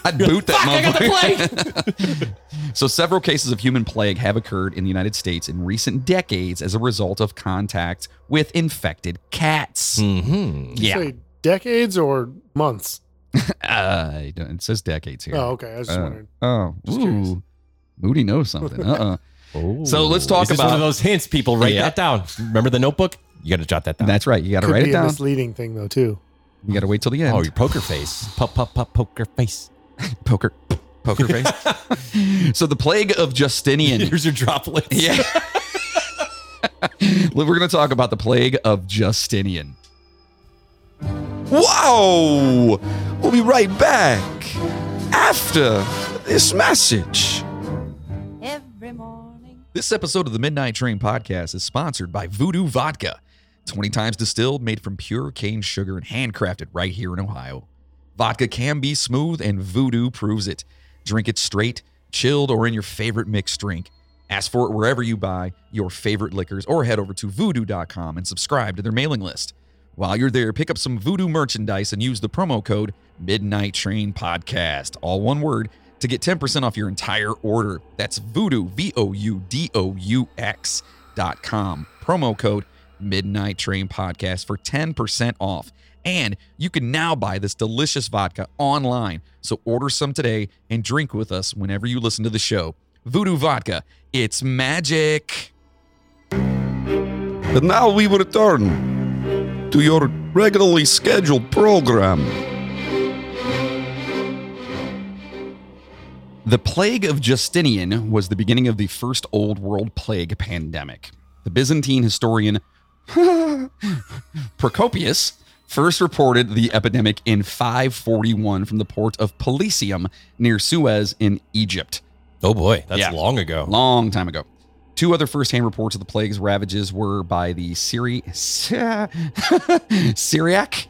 Speaker 2: I'd boot that motherfucker. so several cases of human plague have occurred in the United States in recent decades as a result of contact with infected cats.
Speaker 3: mm-hmm.
Speaker 4: You
Speaker 2: Yeah,
Speaker 4: say decades or months?
Speaker 2: uh, I don't- it says decades here.
Speaker 4: Oh, okay. I was just
Speaker 2: Uh,
Speaker 4: wondering.
Speaker 2: oh,
Speaker 4: Just curious.
Speaker 2: ooh, Moody knows something. Uh, So let's talk
Speaker 3: Is this
Speaker 2: about-
Speaker 3: one of those hints. People write
Speaker 2: Yeah.
Speaker 3: that down. Remember the notebook? You got to jot that
Speaker 2: uh
Speaker 3: down.
Speaker 2: that's right. You got to
Speaker 4: Could
Speaker 2: write it
Speaker 4: be a
Speaker 2: down.
Speaker 4: misleading thing though too.
Speaker 2: You got to wait till the end.
Speaker 3: oh, your poker face. Pop, pop, pop, poker face.
Speaker 2: poker, poker face. so the plague of Justinian.
Speaker 3: Here's your droplets.
Speaker 2: Yeah. Well, We're going to talk about the plague of Justinian. Wow! We'll be right back after this message.
Speaker 7: Every morning.
Speaker 2: This episode of the Midnight Train podcast is sponsored by Voodoo Vodka, 20 times distilled, made from pure cane sugar and handcrafted right here in Ohio. Vodka can be smooth, and Voodoo proves it. Drink it straight, chilled, or in your favorite mixed drink. Ask for it wherever you buy your favorite liquors or head over to voodoo.com and subscribe to their mailing list. While you're there, pick up some Voodoo merchandise and use the promo code Midnight Train Podcast, all one word, to get 10% off your entire order. That's Voodoo, V O U D O U X dot com. Promo code Midnight Train Podcast for 10% off. And you can now buy this delicious vodka online. So order some today and drink with us whenever you listen to the show. Voodoo Vodka, it's magic.
Speaker 8: And now we return to your regularly scheduled program.
Speaker 2: The plague of Justinian was the beginning of the first Old World plague pandemic. The Byzantine historian Procopius first reported the epidemic in 541 from the port of Pelusium near Suez in Egypt.
Speaker 3: Oh boy, that's
Speaker 2: Yeah.
Speaker 3: long ago.
Speaker 2: Long time ago. Two other first-hand reports of the plague's ravages were by the Syri- Syriac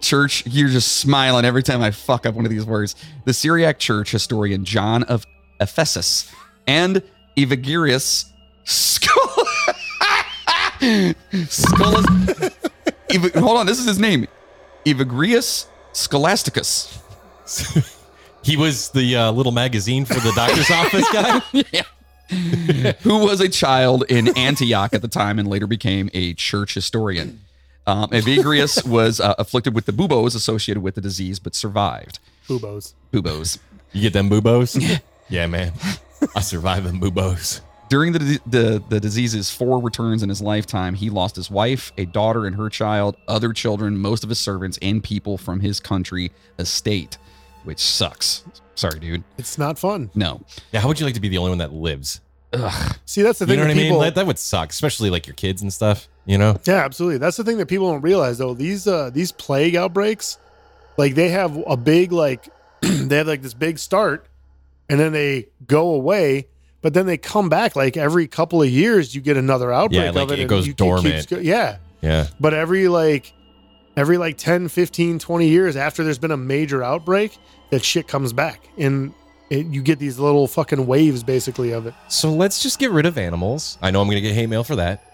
Speaker 2: church. You're just smiling every time I fuck up one of these words. The Syriac church historian John of Ephesus and Evagrius Skol- Skolas- Eva- Hold on, this is his name. Evagrius Scholasticus.
Speaker 3: He was the uh, little magazine for the doctor's office guy.
Speaker 2: who was a child in Antioch at the time and later became a church historian. Um, Evagrius was uh, afflicted with the buboes associated with the disease, but survived.
Speaker 4: Boobos.
Speaker 2: Buboes.
Speaker 3: You get them boobos? yeah, man. I survived them boobos.
Speaker 2: During the, the the disease's four returns in his lifetime, he lost his wife, a daughter and her child, other children, most of his servants, and people from his country estate, which sucks. Sorry, dude.
Speaker 4: It's not fun.
Speaker 2: No.
Speaker 3: Yeah, how would you like to be the only one that lives?
Speaker 4: See, that's the
Speaker 3: You
Speaker 4: thing.
Speaker 3: know what I
Speaker 4: that
Speaker 3: mean?
Speaker 4: people,
Speaker 3: That, that would suck, especially like your kids and stuff. You know?
Speaker 4: Yeah, absolutely. That's the thing that people don't realize though. These uh these plague outbreaks, like they have a big like they have like this big start and then they go away, but then they come back like every couple of years you get another outbreak
Speaker 3: like,
Speaker 4: of it.
Speaker 3: it
Speaker 4: and
Speaker 3: goes
Speaker 4: you- keeps
Speaker 3: dormant.
Speaker 4: go- yeah.
Speaker 3: Yeah.
Speaker 4: But every like every like 10, 15, 20 years after there's been a major outbreak, that shit comes back and it, you get these little fucking waves basically of it.
Speaker 3: So let's just get rid of animals. I know I'm going to get hate mail for that.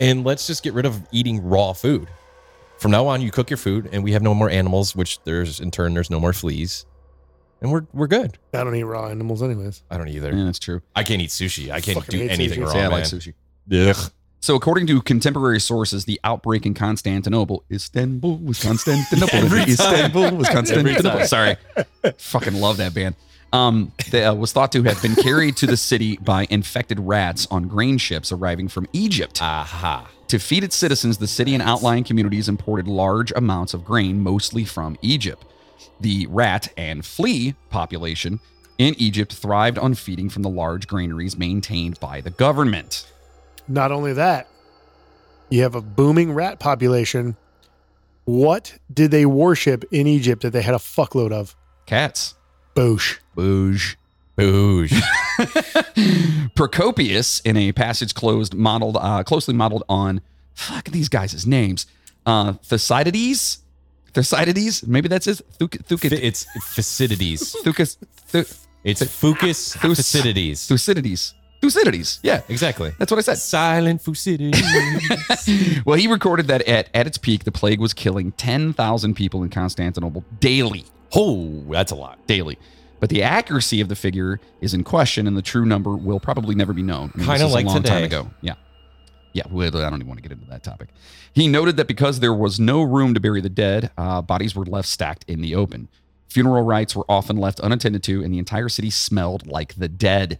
Speaker 3: And let's just get rid of eating raw food. From now on, you cook your food, and we have no more animals, which there's in turn, there's no more fleas. And we're, we're good.
Speaker 4: I don't eat raw animals anyways.
Speaker 3: I don't either.
Speaker 2: Yeah, that's true.
Speaker 3: I can't eat sushi. I can't do
Speaker 4: Fucking hate
Speaker 3: anything
Speaker 4: sushi.
Speaker 3: raw,
Speaker 2: Say I
Speaker 3: man.
Speaker 2: like sushi.
Speaker 3: Ugh.
Speaker 2: So, according to contemporary sources, the outbreak in Constantinople, Istanbul was Constantinople, Istanbul was Constantinople. Sorry, fucking love that band. Um, they, uh, was thought to have been carried to the city by infected rats on grain ships arriving from Egypt.
Speaker 3: Aha.
Speaker 2: To feed its citizens, the city and outlying communities imported large amounts of grain, mostly from Egypt. The rat and flea population in Egypt thrived on feeding from the large granaries maintained by the government.
Speaker 4: Not only that, you have a booming rat population. What did they worship in Egypt that they had a fuckload of?
Speaker 2: Cats.
Speaker 4: Boosh.
Speaker 2: Booge.
Speaker 3: Boosh.
Speaker 2: Procopius, in a passage closed modeled uh, closely modeled on fuck these guys' names, uh, Thucydides, Thucydides, maybe that's his Thuc- Thuc-
Speaker 3: Fi- it's Thucydides.
Speaker 2: Thucus- Thu-
Speaker 3: It's Fucus
Speaker 2: Thus-
Speaker 3: Thucydides.
Speaker 2: Thucydides, Thucydides, yeah,
Speaker 3: Exactly.
Speaker 2: that's what I said.
Speaker 3: Silent Thucydides.
Speaker 2: Well, he recorded that at at its peak, the plague was killing ten thousand people in Constantinople daily.
Speaker 3: oh, that's a lot.
Speaker 2: daily. But the accuracy of the figure is in question, and the true number will probably never be known. I mean, this
Speaker 3: Kinda
Speaker 2: is
Speaker 3: like
Speaker 2: a long time
Speaker 3: today.
Speaker 2: ago. Yeah, yeah. Well, I don't even want to get into that topic. He noted that because there was no room to bury the dead, uh, bodies were left stacked in the open. Funeral rites were often left unattended to, and the entire city smelled like the dead.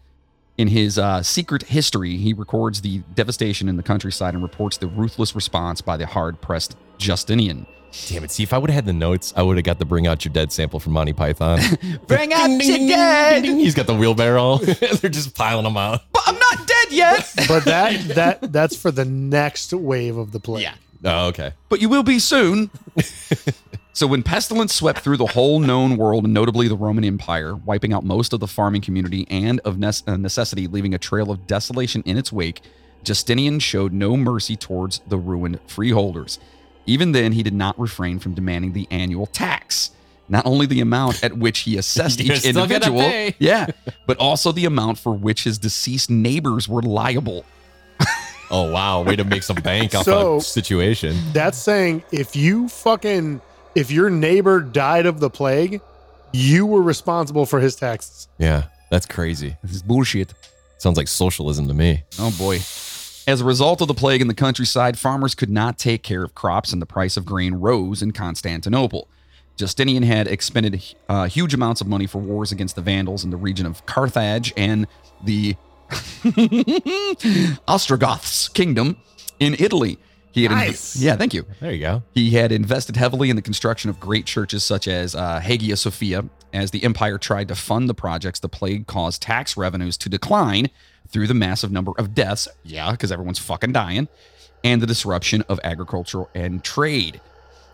Speaker 2: In his uh, secret history, he records the devastation in the countryside and reports the ruthless response by the hard-pressed Justinian.
Speaker 3: Damn it. See, if I would have had the notes, I would have got the Bring Out Your Dead sample from Monty Python. Bring out your dead. He's got the wheelbarrow. They're just piling them out.
Speaker 2: But I'm not dead yet.
Speaker 4: But that that that's for the next wave of the plague.
Speaker 2: Yeah.
Speaker 3: Oh, okay.
Speaker 2: but you will be soon. so, when pestilence swept through the whole known world, and notably the Roman Empire, wiping out most of the farming community and of nes- uh, necessity leaving a trail of desolation in its wake, Justinian showed no mercy towards the ruined freeholders. Even then, he did not refrain from demanding the annual tax. Not only the amount at which he assessed
Speaker 3: You're
Speaker 2: each
Speaker 3: still gonna
Speaker 2: individual,
Speaker 3: pay.
Speaker 2: yeah, but also the amount for which his deceased neighbors were liable.
Speaker 3: Oh, wow. Way to make some bank off
Speaker 4: So-
Speaker 3: a situation.
Speaker 4: That's saying if you fucking if your neighbor died of the plague, you were responsible for his taxes.
Speaker 3: Yeah. That's crazy.
Speaker 2: This is bullshit.
Speaker 3: Sounds like socialism to me.
Speaker 2: Oh boy. As a result of the plague in the countryside, farmers could not take care of crops and the price of grain rose in Constantinople. Justinian had expended uh, huge amounts of money for wars against the Vandals in the region of Carthage and the Ostrogoths kingdom in Italy. He had inv-
Speaker 4: Nice.
Speaker 2: yeah, thank you.
Speaker 3: There you go.
Speaker 2: He had invested heavily in the construction of great churches such as uh, Hagia Sophia. As the empire tried to fund the projects, the plague caused tax revenues to decline through the massive number of deaths. Yeah, because everyone's fucking dying, and the disruption of agriculture and trade.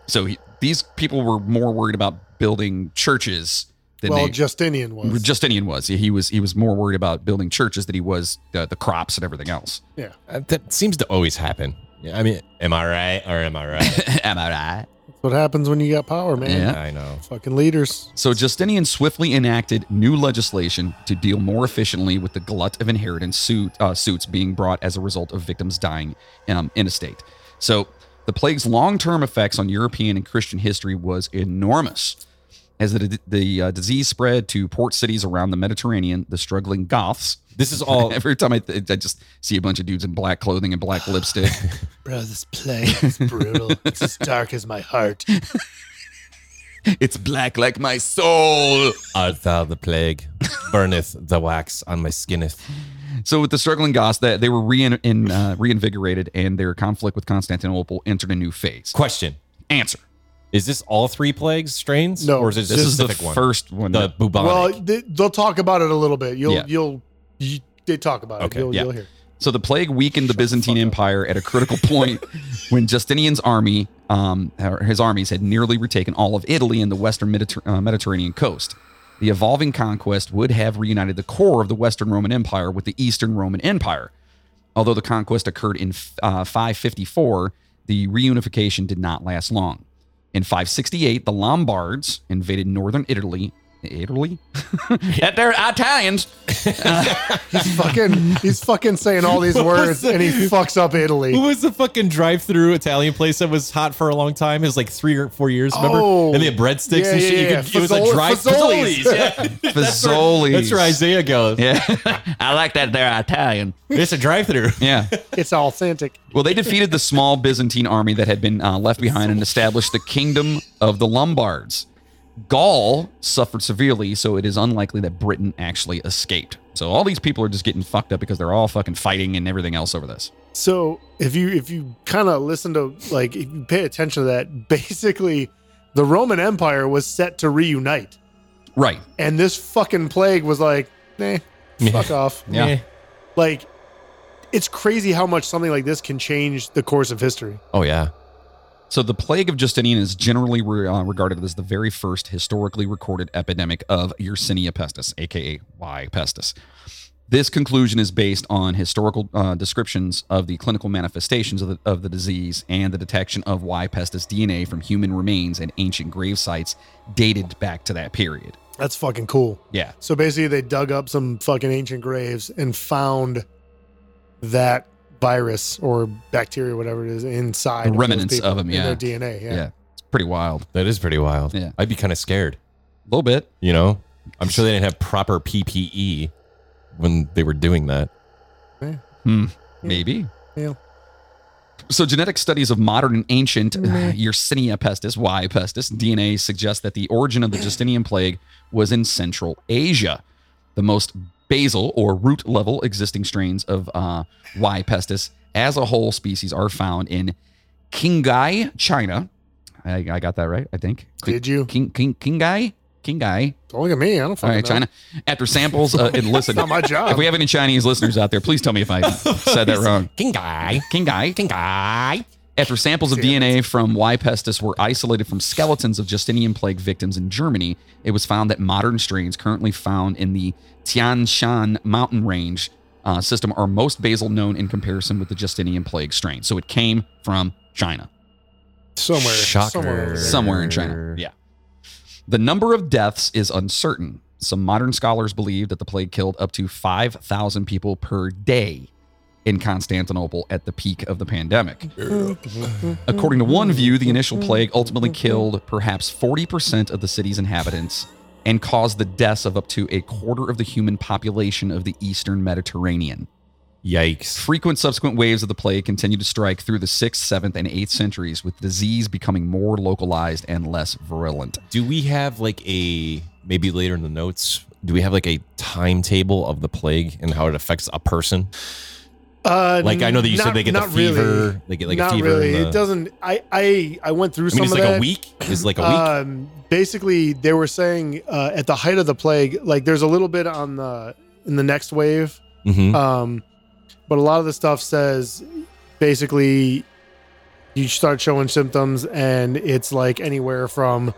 Speaker 2: So he, these people were more worried about building churches than
Speaker 4: well,
Speaker 2: they,
Speaker 4: Justinian was.
Speaker 2: Justinian was. He was he was more worried about building churches than he was the, the crops and everything else.
Speaker 3: Uh, that seems to always happen. Yeah, I mean, am I right or am I right?
Speaker 2: Am I right?
Speaker 4: That's what happens when you got power, man.
Speaker 2: Yeah.
Speaker 3: I know.
Speaker 4: Fucking leaders.
Speaker 2: So Justinian swiftly enacted new legislation to deal more efficiently with the glut of inheritance suit, uh, suits being brought as a result of victims dying um, in a state. So the plague's long-term effects on European and Christian history was enormous. As the, the uh, disease spread to port cities around the Mediterranean, the struggling Goths.
Speaker 3: This is all.
Speaker 2: Every time I, th- I just see a bunch of dudes in black clothing and black lipstick.
Speaker 4: Bro, this plague is brutal. it's as dark as my heart.
Speaker 2: it's black like my soul.
Speaker 3: Art thou the plague? Burneth the wax on my skinneth.
Speaker 2: So with the struggling Goths, that they were rein, in, uh, reinvigorated, and their conflict with Constantinople entered a new phase.
Speaker 3: Question:
Speaker 2: Answer:
Speaker 3: Is this all three plagues strains?
Speaker 4: No,
Speaker 3: or is it
Speaker 2: This is the
Speaker 3: specific one?
Speaker 2: first one.
Speaker 3: the
Speaker 2: that-
Speaker 3: bubonic.
Speaker 4: Well, they, they'll talk about it a little bit. You'll
Speaker 2: Yeah.
Speaker 4: you'll you, they talk about
Speaker 3: Okay,
Speaker 4: it. You'll,
Speaker 2: yeah.
Speaker 4: you'll hear.
Speaker 2: so the plague weakened the Byzantine Empire at a critical point when Justinian's army, um, or his armies, had nearly retaken all of Italy and the western Mediter- uh, Mediterranean coast. The evolving conquest would have reunited the core of the Western Roman Empire with the Eastern Roman Empire. Although the conquest occurred in uh, 554, the reunification did not last long. In 568, the Lombards invaded northern Italy. Italy? At their Italians.
Speaker 4: He's fucking he's fucking saying all these words and he fucks up
Speaker 3: Who
Speaker 4: Italy.
Speaker 3: was the fucking drive-through Italian place that was hot for a long time? It was like three or four years, remember?
Speaker 4: Oh.
Speaker 3: and they had breadsticks
Speaker 4: Yeah,
Speaker 3: and shit.
Speaker 4: yeah,
Speaker 3: you
Speaker 4: yeah.
Speaker 3: could, it was like
Speaker 4: Fazoli-
Speaker 3: drive Fazoli's.
Speaker 4: Fazoli's.
Speaker 3: Yeah. that's, where,
Speaker 2: Fazoli's.
Speaker 3: that's where Isaiah goes.
Speaker 2: Yeah. I like that they're Italian.
Speaker 3: It's a drive-through.
Speaker 2: Yeah.
Speaker 4: It's authentic.
Speaker 2: Well, they defeated the small Byzantine army that had been uh, left behind and established the kingdom of the Lombards. Gaul suffered severely, so it is unlikely that Britain actually escaped. So all these people are just getting fucked up because they're all fucking fighting and everything else over this.
Speaker 4: So if you if you kind of listen to like if you pay attention to that, basically the Roman Empire was set to reunite,
Speaker 2: Right.
Speaker 4: and this fucking plague was like, nah, fuck off.
Speaker 2: Yeah.
Speaker 3: Eh.
Speaker 4: Like, it's crazy how much something like this can change the course of history.
Speaker 3: Oh yeah.
Speaker 2: So the plague of Justinian is generally re- uh, regarded as the very first historically recorded epidemic of Yersinia pestis, aka Y pestis. This conclusion is based on historical uh, descriptions of the clinical manifestations of the, of the disease and the detection of Y pestis DNA from human remains and ancient grave sites dated back to that period.
Speaker 4: That's fucking cool.
Speaker 2: Yeah.
Speaker 4: So basically, they dug up some fucking ancient graves and found that virus or bacteria, whatever it is, inside
Speaker 2: The
Speaker 4: of those
Speaker 2: remnants
Speaker 4: people
Speaker 2: of 'em,
Speaker 4: in
Speaker 2: yeah.
Speaker 4: their DNA. Yeah.
Speaker 2: Yeah. It's pretty wild.
Speaker 3: That is pretty wild.
Speaker 2: Yeah.
Speaker 3: I'd be kind of scared.
Speaker 2: A little bit.
Speaker 3: You know, I'm sure they didn't have proper PPE when they were doing that.
Speaker 2: Hmm. Maybe.
Speaker 4: Yeah.
Speaker 2: So, genetic studies of modern and ancient uh, Yersinia pestis, Y pestis, DNA suggest that the origin of the Justinian plague was in Central Asia. The most basal or root level existing strains of uh, Y pestis as a whole species are found in Qinghai, China. I, I got that right, I think.
Speaker 4: Did you?
Speaker 2: King, King, Qinghai? Qinghai.
Speaker 4: Don't look at me. I don't fucking
Speaker 2: All right,
Speaker 4: know.
Speaker 2: China. After samples, uh, and listen,
Speaker 4: Not my job.
Speaker 2: if we have any Chinese listeners out there, please tell me if I said that wrong.
Speaker 3: King guy.
Speaker 2: Qinghai.
Speaker 3: King guy.
Speaker 2: After samples of DNA from Y. pestis were isolated from skeletons of Justinian plague victims in Germany, it was found that modern strains currently found in the Tian Shan mountain range uh, system are most basal known in comparison with the Justinian plague strain. So it came from China,
Speaker 4: somewhere.
Speaker 3: Shocker.
Speaker 4: Somewhere. over there.
Speaker 2: somewhere in China. Yeah. The number of deaths is uncertain. Some modern scholars believe that the plague killed up to 5,000 people per day in Constantinople at the peak of the pandemic. According to one view, the initial plague ultimately killed perhaps 40% of the city's inhabitants and caused the deaths of up to a quarter of the human population of the eastern Mediterranean.
Speaker 3: Yikes.
Speaker 2: Frequent subsequent waves of the plague continued to strike through the 6th, 7th, and 8th centuries, with disease becoming more localized and less virulent.
Speaker 3: Do we have like a maybe later in the notes? Do we have like a timetable of the plague and how it affects a person?
Speaker 4: Uh,
Speaker 3: Like I know that you said
Speaker 4: not-
Speaker 3: they get the
Speaker 4: not really.
Speaker 3: fever, they get like
Speaker 4: not
Speaker 3: a fever.
Speaker 4: really.
Speaker 3: and the-
Speaker 4: It doesn't. I I I went through
Speaker 3: I mean,
Speaker 4: some
Speaker 3: it's
Speaker 4: of
Speaker 3: like
Speaker 4: that.
Speaker 3: a week. It's like a week.
Speaker 4: Um, basically, they were saying uh, at the height of the plague, like there's a little bit on the in the next wave,
Speaker 3: Mhm.
Speaker 4: um, but a lot of the stuff says basically you start showing symptoms, and it's like anywhere from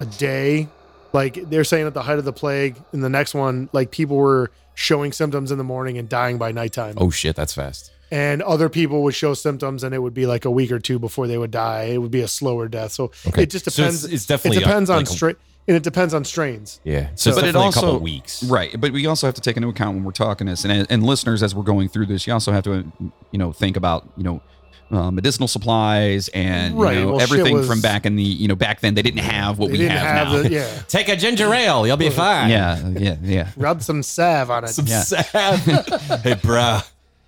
Speaker 4: a day. Like they're saying at the height of the plague, in the next one, like people were showing symptoms in the morning and dying by nighttime
Speaker 3: oh shit, that's fast.
Speaker 4: and other people would show symptoms and it would be like a week or two before they would die it would be a slower death so
Speaker 3: Okay.
Speaker 4: it just
Speaker 3: So it's-
Speaker 4: depends
Speaker 3: it's definitely a-
Speaker 4: it depends on
Speaker 3: like a-
Speaker 4: strain and it depends on strains
Speaker 3: Yeah. So, it's
Speaker 2: But it
Speaker 3: definitely a couple
Speaker 2: also-
Speaker 3: of weeks.
Speaker 2: Right, but we also have to take into account when we're talking this, and and listeners as we're going through this, you also have to you know think about you know. Uh, medicinal supplies and you
Speaker 4: Right,
Speaker 2: know,
Speaker 4: well, shit
Speaker 2: everything
Speaker 4: was-
Speaker 2: from back in the you know back then they didn't have what
Speaker 4: they
Speaker 2: we
Speaker 4: didn't
Speaker 2: have, now.
Speaker 4: the yeah
Speaker 3: Take a ginger ale, you'll be fine.
Speaker 2: yeah, yeah, yeah.
Speaker 4: rub some salve on it
Speaker 3: Some
Speaker 2: Yeah.
Speaker 3: salve. hey, bruh.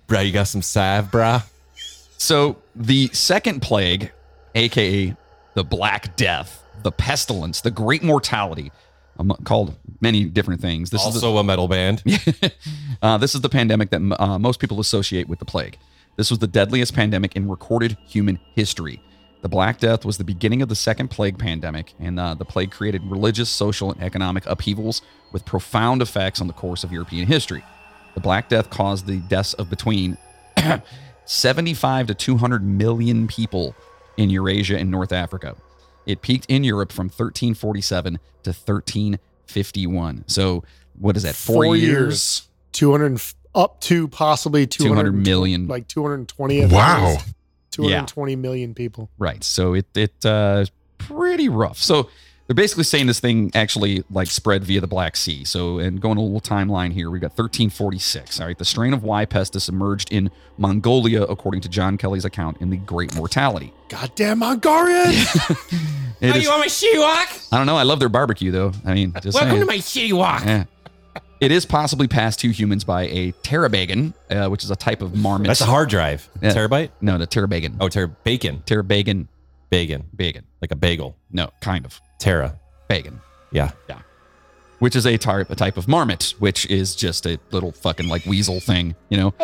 Speaker 3: Bruh, you got some salve, bruh?
Speaker 2: So the second plague, aka the Black Death, the pestilence, the great mortality, um, called many different things. This is the-
Speaker 3: also a metal band.
Speaker 2: uh, this is the pandemic that uh, most people associate with the plague. This was the deadliest pandemic in recorded human history. The Black Death was the beginning of the second plague pandemic, and uh, the plague created religious, social, and economic upheavals with profound effects on the course of European history. The Black Death caused the deaths of between 75 to 200 million people in Eurasia and North Africa. It peaked in Europe from 1347 to 1351. So, what is that? Four,
Speaker 4: Four
Speaker 2: years.
Speaker 4: years. 200 and f- up to possibly 200,
Speaker 2: 200 million.
Speaker 4: like 220 at
Speaker 8: Wow.
Speaker 4: least. 220 million people
Speaker 2: Right. So it it uh, is pretty rough. So they're basically saying this thing actually like spread via the Black Sea. So and going a little timeline here, we've got 1346. All right, the strain of Y. pestis emerged in Mongolia, according to John Kelly's account in the Great Mortality.
Speaker 4: goddamn mongolians
Speaker 2: It is-
Speaker 6: Are Oh, you on my shitty walk?
Speaker 2: I don't know. I love their barbecue though. I mean, just
Speaker 6: Welcome
Speaker 2: saying.
Speaker 6: to my shitty walk.
Speaker 2: Yeah. It is possibly passed to humans by a terabagan, uh, which is a type of marmot.
Speaker 3: That's a hard drive.
Speaker 2: Yeah.
Speaker 3: Terabyte?
Speaker 2: no, the terabagan.
Speaker 3: Oh, ter- bacon.
Speaker 2: Terabagan,
Speaker 3: Bacon.
Speaker 2: bagan.
Speaker 3: Like a bagel.
Speaker 2: No, kind of
Speaker 3: Terra.
Speaker 2: bagan.
Speaker 3: Yeah.
Speaker 2: which is a type a type of marmot, which is just a little fucking like weasel thing, you know.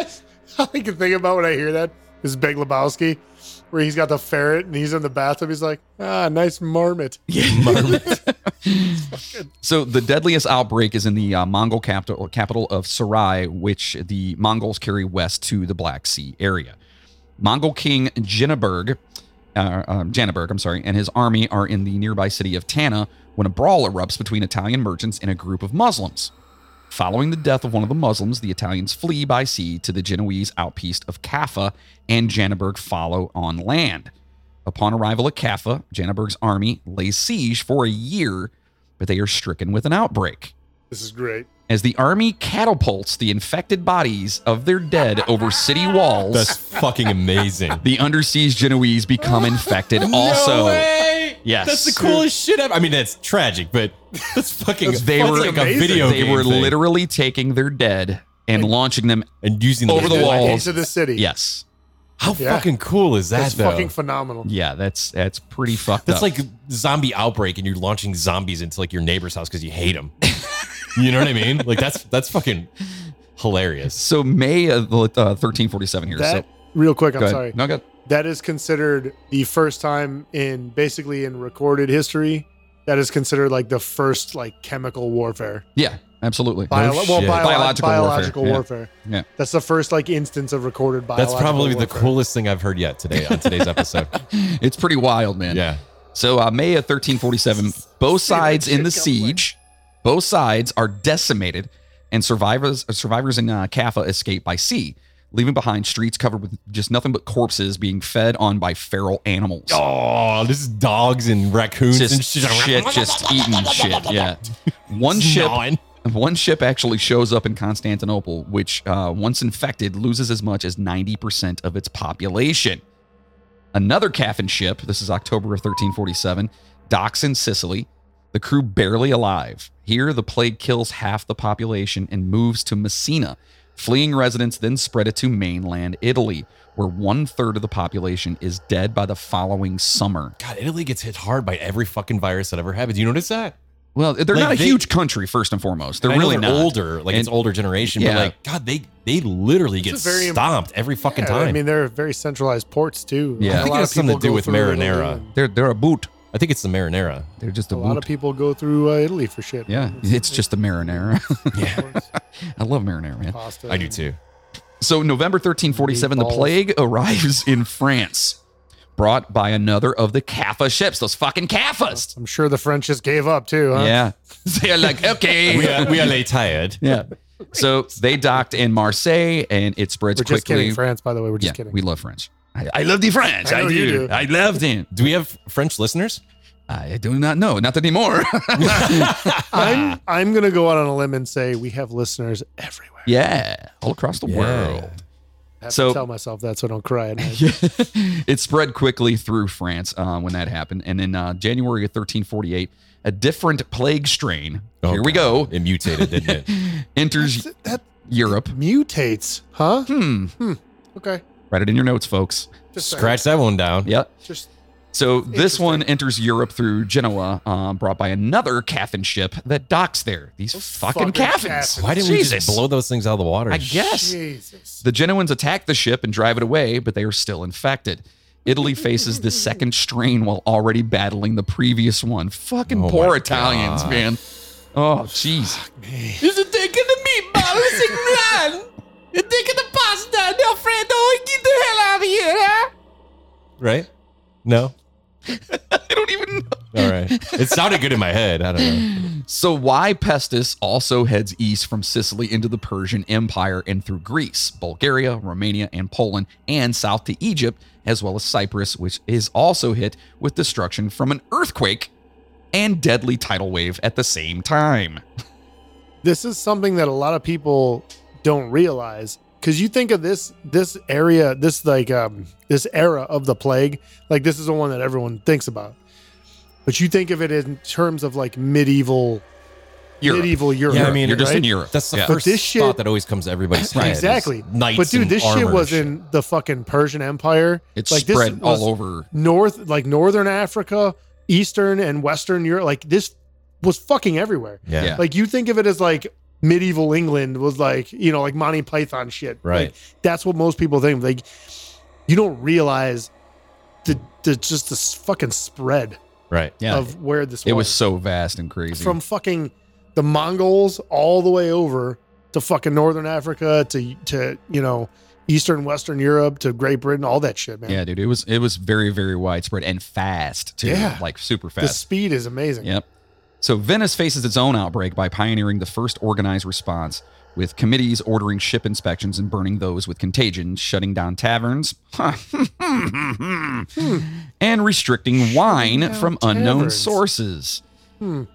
Speaker 4: all i can think about when i hear that is big lebowski where he's got the ferret and he's in the bathtub he's like ah nice marmot
Speaker 2: So the deadliest outbreak is in the uh, Mongol capital capital of Sarai, which the Mongols carry west to the Black Sea area. Mongol King Jinaberg, uh, um, Janaberg, I'm sorry, and his army are in the nearby city of Tana when a brawl erupts between Italian merchants and a group of Muslims. Following the death of one of the Muslims, the Italians flee by sea to the Genoese outpost of Kaffa, and Janaberg follow on land. Upon arrival at Kaffa, Janaberg's army lays siege for a year, but they are stricken with an outbreak.
Speaker 4: this is great
Speaker 2: As the army catapults the infected bodies of their dead over city walls,
Speaker 3: That's fucking amazing.
Speaker 2: the underseas Genoese become infected also.
Speaker 3: No way!
Speaker 2: Yes.
Speaker 3: That's the coolest shit ever. I mean, that's tragic, but that's fucking.
Speaker 2: They
Speaker 3: that's
Speaker 2: were-
Speaker 3: like a
Speaker 4: amazing.
Speaker 3: video
Speaker 2: They
Speaker 3: game
Speaker 2: were
Speaker 3: thing.
Speaker 2: literally taking their dead and launching them.
Speaker 3: and using
Speaker 2: over the
Speaker 4: Into-
Speaker 2: wall. walls.
Speaker 4: into the city
Speaker 2: Yes.
Speaker 3: How
Speaker 4: Yeah.
Speaker 3: fucking cool is that
Speaker 4: that's
Speaker 3: though?
Speaker 4: fucking phenomenal
Speaker 2: Yeah, that's that's pretty fucked
Speaker 3: that's
Speaker 2: up.
Speaker 3: like zombie outbreak, and you're launching zombies into like your neighbor's house because you hate them. you know what I mean? Like that's that's fucking hilarious.
Speaker 2: so May of the, uh, 1347 here.
Speaker 4: That
Speaker 2: so
Speaker 4: real quick, I'm
Speaker 2: go ahead.
Speaker 4: sorry.
Speaker 2: No, go ahead.
Speaker 4: That is considered the first time in basically in recorded history that is considered like the first like chemical warfare.
Speaker 2: Yeah, absolutely.
Speaker 4: Bio-
Speaker 3: shit.
Speaker 4: well, biolo-
Speaker 2: Biological
Speaker 4: biological,
Speaker 2: warfare, yeah.
Speaker 4: warfare.
Speaker 2: Yeah.
Speaker 4: That's the first like instance of recorded biological
Speaker 3: That's probably the
Speaker 4: warfare.
Speaker 3: coolest thing I've heard yet today on today's episode.
Speaker 2: It's pretty wild, man.
Speaker 3: yeah.
Speaker 2: So uh, May of 1347, both sides in the siege, both sides are decimated, and survivors survivors in uh, Kaffa escape by sea, leaving behind streets covered with just nothing but corpses being fed on by feral animals.
Speaker 3: Oh, this is dogs and raccoons and
Speaker 2: just
Speaker 3: shit.
Speaker 2: shit, just eating shit. Yeah, one ship,
Speaker 3: Gnawing.
Speaker 2: one ship actually shows up in Constantinople, which uh, once infected loses as much as ninety percent of its population. Another Caffin ship, this is October of 1347, docks in Sicily. The crew barely alive. Here, the plague kills half the population and moves to Messina. Fleeing residents then spread it to mainland Italy, where one third of the population is dead by the following summer.
Speaker 3: God, Italy gets hit hard by every fucking virus that ever happened. Do you notice that?
Speaker 2: Well, they're
Speaker 3: Like,
Speaker 2: not a
Speaker 3: they-
Speaker 2: huge country, first and foremost. They're
Speaker 3: And I know
Speaker 2: really not.
Speaker 3: older, like it's
Speaker 2: And-
Speaker 3: older generation,
Speaker 2: Yeah.
Speaker 3: but like God, they they literally get
Speaker 4: a very-
Speaker 3: stomped every fucking
Speaker 4: Yeah,
Speaker 3: time.
Speaker 4: I mean, they're very centralized ports too.
Speaker 2: Yeah. I
Speaker 3: think it has something to
Speaker 4: people
Speaker 3: do
Speaker 4: go
Speaker 3: with
Speaker 4: through Italy
Speaker 3: marinara.
Speaker 4: and
Speaker 2: They're they're a boot.
Speaker 3: I think it's the marinara.
Speaker 2: They're just a,
Speaker 4: A
Speaker 2: boot.
Speaker 3: Mm.
Speaker 4: lot of people go through uh, Italy for shit.
Speaker 2: yeah, it's just the marinara.
Speaker 4: yeah.
Speaker 2: I love marinara, man.
Speaker 4: Pasta.
Speaker 3: I do too.
Speaker 2: So November 1347, the
Speaker 4: Meatballs.
Speaker 2: plague arrives in France, brought by another of the Kaffa ships. Those fucking Kaffas.
Speaker 4: I'm sure the French just gave up too. Huh?
Speaker 2: Yeah, they're like okay.
Speaker 3: We are, we are late tired.
Speaker 2: yeah. So they docked in Marseille, and it spreads
Speaker 4: We're just
Speaker 2: quickly.
Speaker 4: kidding, France. By the way, we're just
Speaker 2: yeah,
Speaker 4: kidding.
Speaker 2: we love French. I, I love the French.
Speaker 4: I
Speaker 2: I,
Speaker 4: know
Speaker 2: do.
Speaker 4: you do.
Speaker 2: I love them.
Speaker 3: Do we have French listeners?
Speaker 2: I do not know. Not anymore.
Speaker 3: Ah.
Speaker 4: I'm I'm gonna go out on a limb and say we have listeners everywhere.
Speaker 2: yeah, all across the
Speaker 3: Yeah.
Speaker 2: world.
Speaker 4: I have
Speaker 2: So-
Speaker 4: to tell myself that so I don't cry. At night.
Speaker 2: it spread quickly through France uh, when that happened. And in uh, January of 1348, a different plague strain,
Speaker 3: Oh,
Speaker 2: here we go,
Speaker 3: God. It mutated, didn't it?
Speaker 2: enters
Speaker 4: that
Speaker 2: Europe.
Speaker 4: mutates, huh?
Speaker 2: Hmm.
Speaker 4: Okay.
Speaker 2: Write it in your notes, folks.
Speaker 4: Just saying.
Speaker 3: Scratch that one down.
Speaker 2: Yep.
Speaker 4: Just
Speaker 2: So this
Speaker 4: Interesting.
Speaker 2: one enters Europe through Genoa, um, brought by another Caffin ship that docks there. These fucking,
Speaker 4: fucking
Speaker 2: Caffins.
Speaker 4: Caffins.
Speaker 3: Why didn't we
Speaker 2: Jesus.
Speaker 3: just blow those things out of the water?
Speaker 2: I guess.
Speaker 4: Jesus.
Speaker 2: The Genoans attack the ship and drive it away, but they are still infected. Italy faces the second strain while already battling the previous one. Fucking
Speaker 3: Oh
Speaker 2: poor
Speaker 3: my
Speaker 2: Italians,
Speaker 3: God.
Speaker 2: man. Oh, jeez.
Speaker 6: Is it taking the meatballs and run? You're taking the pasta and Alfredo and get the hell out of here, huh?
Speaker 3: Right? No?
Speaker 2: I don't even know.
Speaker 3: All right. It sounded good in my head. I don't know.
Speaker 2: So why Pestis also heads east from Sicily into the Persian Empire and through Greece, Bulgaria, Romania, and Poland, and south to Egypt, as well as Cyprus, which is also hit with destruction from an earthquake and deadly tidal wave at the same time.
Speaker 4: This is something that a lot of people don't realize because you think of this this area, this like um this era of the plague, like this is the one that everyone thinks about. But you think of it in terms of like medieval
Speaker 2: Europe.
Speaker 4: medieval Europe.
Speaker 3: Yeah, I mean,
Speaker 2: You're just
Speaker 4: right?
Speaker 2: in Europe.
Speaker 3: That's the
Speaker 2: Yeah.
Speaker 4: But
Speaker 3: first
Speaker 4: this shit-
Speaker 3: thought that always comes to everybody's head. is
Speaker 4: Exactly.
Speaker 3: Knights
Speaker 4: But dude,
Speaker 3: in
Speaker 4: this shit
Speaker 3: armor
Speaker 4: was
Speaker 3: and
Speaker 4: in the fucking Persian Empire.
Speaker 2: It's
Speaker 4: like this
Speaker 2: spread
Speaker 4: was
Speaker 2: all over.
Speaker 4: north, like northern Africa, eastern and western Europe. Like this was fucking everywhere.
Speaker 3: shit. Yeah.
Speaker 2: Yeah.
Speaker 4: Like you think of it as like medieval England was like you know like Monty Python shit.
Speaker 3: Right.
Speaker 4: Like, that's what most people think. Like you don't realize the, the just this fucking spread
Speaker 3: Right.
Speaker 2: Yeah.
Speaker 4: of where this
Speaker 2: It was so vast and crazy.
Speaker 4: from fucking the Mongols all the way over to fucking northern Africa to to you know eastern western Europe to Great Britain, all that shit, man.
Speaker 2: yeah, dude. It was it was very very widespread and fast too.
Speaker 4: Yeah.
Speaker 2: like super
Speaker 4: the
Speaker 2: fast.
Speaker 4: speed is amazing.
Speaker 2: Yep. So Venice faces its own outbreak by pioneering the first organized response with committees ordering ship inspections and burning those with contagion, shutting down taverns, and restricting wine
Speaker 4: down
Speaker 2: from unknown
Speaker 4: taverns. Hmm.
Speaker 2: sources.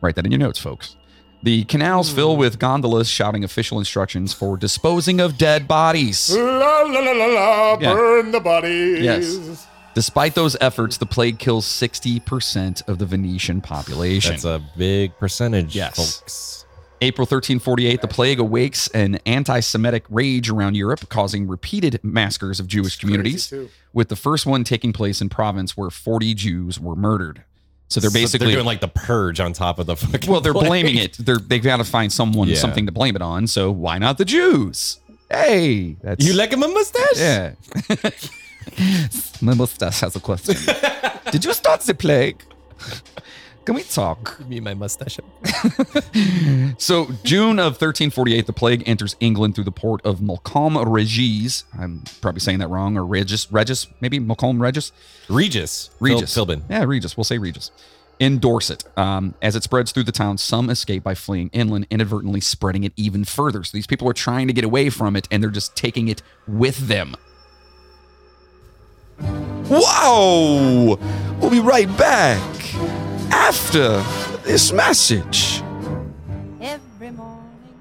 Speaker 2: Write that in your notes, folks. The canals fill with gondolas shouting official instructions for disposing of dead bodies.
Speaker 4: La la la la la,
Speaker 2: Yeah.
Speaker 4: burn the bodies.
Speaker 2: Yes. Despite those efforts, the plague kills 60% of the Venetian population.
Speaker 3: That's a big percentage.
Speaker 2: Yes.
Speaker 3: Folks.
Speaker 2: April 1348, the plague awakes an anti Semitic rage around Europe, causing repeated massacres of Jewish communities,
Speaker 4: too.
Speaker 2: with the first one taking place in Provence where 40 Jews were murdered. So they're
Speaker 3: So
Speaker 2: basically.
Speaker 3: they're doing like the purge on top of the fucking.
Speaker 2: well, they're
Speaker 3: plague.
Speaker 2: blaming it. They're, they've got to find someone,
Speaker 3: Yeah.
Speaker 2: something to blame it on. So why not the Jews? Hey, that's.
Speaker 3: You like him a mustache?
Speaker 2: Yeah. My mustache has a question. Did you start the plague? Can we talk?
Speaker 3: Give Me and my mustache.
Speaker 2: So, June of 1348, the plague enters England through the port of Malcolm Regis. I'm probably saying that wrong, or Regis, Regis, maybe Malcolm Regis.
Speaker 3: Regis.
Speaker 2: Regis.
Speaker 3: Phil, Philbin.
Speaker 2: Yeah, Regis. We'll say Regis. In Dorset. Um, as it spreads through the town, some escape by fleeing inland, inadvertently spreading it even further. So, these people are trying to get away from it, and they're just taking it with them.
Speaker 8: Wow! We'll be right back after this message.
Speaker 7: Every morning.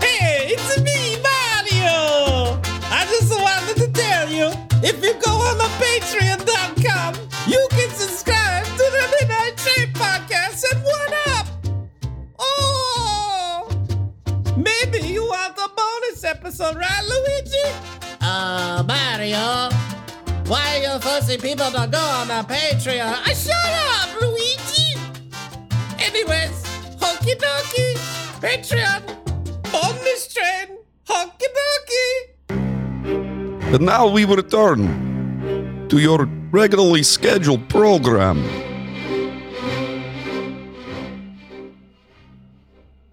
Speaker 6: Hey, it's me, Mario! I just wanted to tell you, if you go on the Patreon.com, you can subscribe to the Midnight Train Podcast and One Up! Oh! Maybe you want a bonus episode, right, Luigi? Uh, Mario, why are you forcing people to go on the Patreon? Uh, shut up, Luigi! Anyway, Anyways, hunky donkey, Patreon, on this train, hunky donkey.
Speaker 8: And now we return to your regularly scheduled program.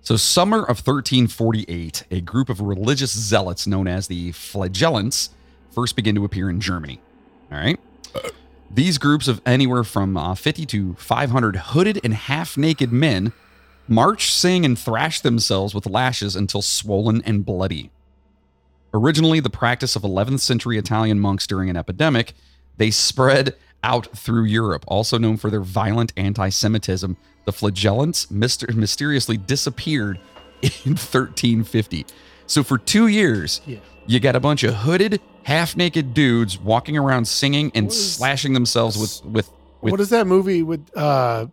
Speaker 2: So, summer of 1348, a group of religious zealots known as the Flagellants first begin to appear in Germany. All right. These groups of anywhere from uh, 50 to 500 hooded and half naked men march, sing, and thrash themselves with lashes until swollen and bloody. Originally, the practice of 11th century Italian monks during an epidemic, they spread out through Europe. Also known for their violent anti Semitism, the flagellants myster- mysteriously disappeared in 1350. So, for two years, you got a bunch of hooded, half naked dudes walking around singing and
Speaker 4: What is-
Speaker 2: slashing themselves with, with, with
Speaker 4: what is that movie with? uh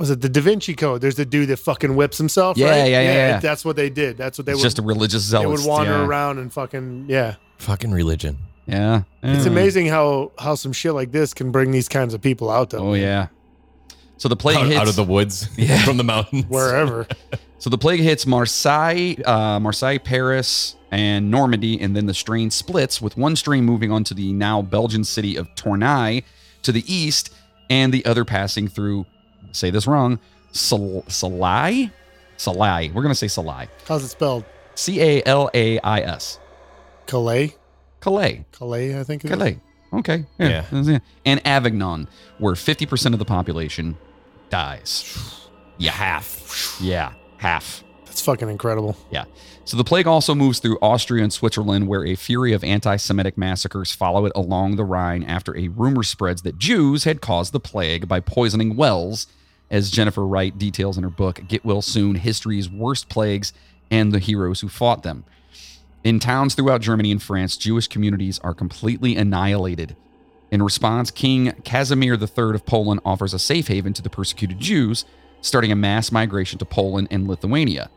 Speaker 4: Was it the Da Vinci Code? There's the dude that fucking whips himself.
Speaker 2: Yeah,
Speaker 4: right?
Speaker 2: yeah, yeah, yeah.
Speaker 4: That's what they did. That's what they
Speaker 2: it's
Speaker 4: would.
Speaker 2: just a religious
Speaker 4: they
Speaker 2: zealot.
Speaker 4: would wander
Speaker 2: yeah.
Speaker 4: around and fucking yeah.
Speaker 3: Fucking religion.
Speaker 2: Yeah.
Speaker 4: It's
Speaker 2: Yeah.
Speaker 4: amazing how how some shit like this can bring these kinds of people out though.
Speaker 2: Oh, yeah. So the plague
Speaker 3: Out,
Speaker 2: hits.
Speaker 3: out of the woods, yeah. from the mountains.
Speaker 4: Wherever.
Speaker 2: So the plague hits Marseille, uh, Marseille, Paris, and Normandy, and then the strain splits, with one strain moving on to the now Belgian city of Tournai to the east, and the other passing through, say this wrong, Sal- Salai? Salai. We're going to say Salai.
Speaker 4: How's it spelled?
Speaker 2: C A L A I S.
Speaker 4: Calais.
Speaker 2: Calais.
Speaker 4: Calais, I think. it is.
Speaker 2: Calais. Okay.
Speaker 3: Yeah.
Speaker 2: And Avignon, where 50% of the population dies. Yeah, half. Yeah, half.
Speaker 4: That's fucking incredible.
Speaker 2: So the plague also moves through Austria and Switzerland, where a fury of anti Semitic massacres follow it along the Rhine after a rumor spreads that Jews had caused the plague by poisoning wells, as Jennifer Wright details in her book, Get Well Soon History's Worst Plagues and the Heroes Who Fought Them. In towns throughout Germany and France, Jewish communities are completely annihilated. In response, King Casimir III of Poland offers a safe haven to the persecuted Jews, starting a mass migration to Poland and Lithuania.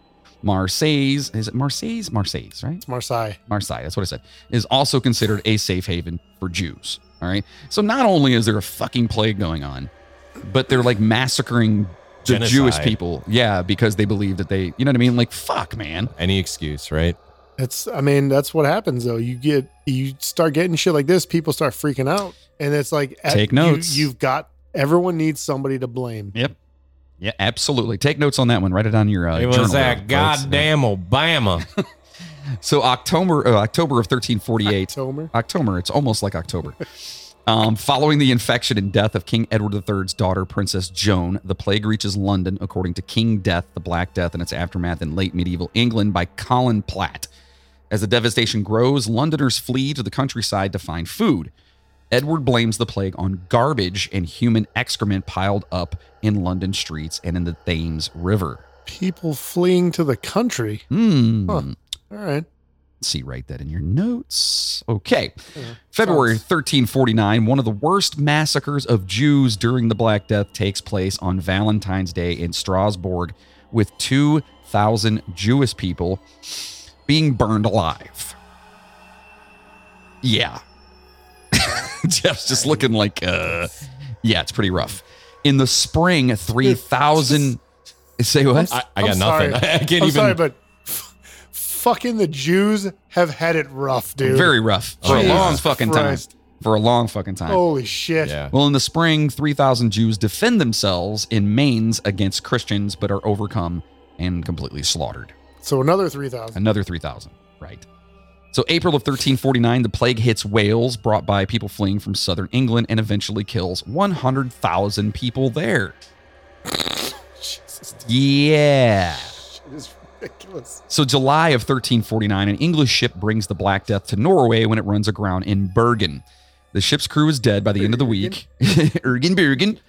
Speaker 2: Marseilles, is it Marseilles? Marseilles, right?
Speaker 4: It's Marseille.
Speaker 2: Marseille, that's what I said, is also considered a safe haven for Jews. All right. So not only is there a fucking plague going on, but they're like massacring the
Speaker 3: Genocide.
Speaker 2: Jewish people. Yeah, because they believe that they, you know what I mean? Like, fuck, man.
Speaker 3: Any excuse, right?
Speaker 4: It's I mean, that's what happens though. You get you start getting shit like this, people start freaking out. And it's like at-
Speaker 2: Take
Speaker 4: you-
Speaker 2: notes.
Speaker 4: you've got everyone needs somebody to blame.
Speaker 2: Yep. Yeah, absolutely. Take notes on that one. Write it on your uh,
Speaker 3: it
Speaker 2: journal
Speaker 3: was that
Speaker 2: there, folks.
Speaker 3: goddamn Obama.
Speaker 2: So October, uh, October of 1348.
Speaker 4: Tomer.
Speaker 2: October. It's almost like October. Um, following the infection and death of King Edward III's daughter, Princess Joan, the plague reaches London, according to King Death, the Black Death, and its aftermath in late medieval England by Colin Platt. As the devastation grows, Londoners flee to the countryside to find food. Edward blames the plague on garbage and human excrement piled up in London streets and in the Thames River.
Speaker 4: People fleeing to the country.
Speaker 2: Hmm.
Speaker 4: Huh. All right.
Speaker 2: see write that in your notes. Okay.
Speaker 4: Yeah.
Speaker 2: February
Speaker 4: Sounds-
Speaker 2: 1349, one of the worst massacres of Jews during the Black Death takes place on Valentine's Day in Strasbourg with 2,000 Jewish people being burned alive. Yeah. Jeff's just looking like uh yeah, it's pretty rough. In the spring, 3,000 say what?
Speaker 3: I, I got
Speaker 4: I'm sorry.
Speaker 3: nothing. I can't
Speaker 4: I'm
Speaker 3: even.
Speaker 4: sorry, but f- fucking the Jews have had it rough, dude.
Speaker 2: Very rough for a
Speaker 3: Jesus
Speaker 2: long fucking
Speaker 4: Christ. Oh,
Speaker 2: time. For a long fucking time.
Speaker 4: Holy shit.
Speaker 3: yeah.
Speaker 2: Well, in the spring, 3,000 Jews defend themselves in Mainz against Christians, but are overcome and completely slaughtered.
Speaker 4: So another 3,000.
Speaker 2: Another 3,000, right? So, April of 1349, the plague hits Wales, brought by people fleeing from southern England, and eventually kills 100,000 people there. Yeah.
Speaker 4: It's ridiculous.
Speaker 2: So, July of 1349, an English ship brings the Black Death to Norway when it runs aground in Bergen. The ship's crew is dead by the end of the week. Ergen Bergen.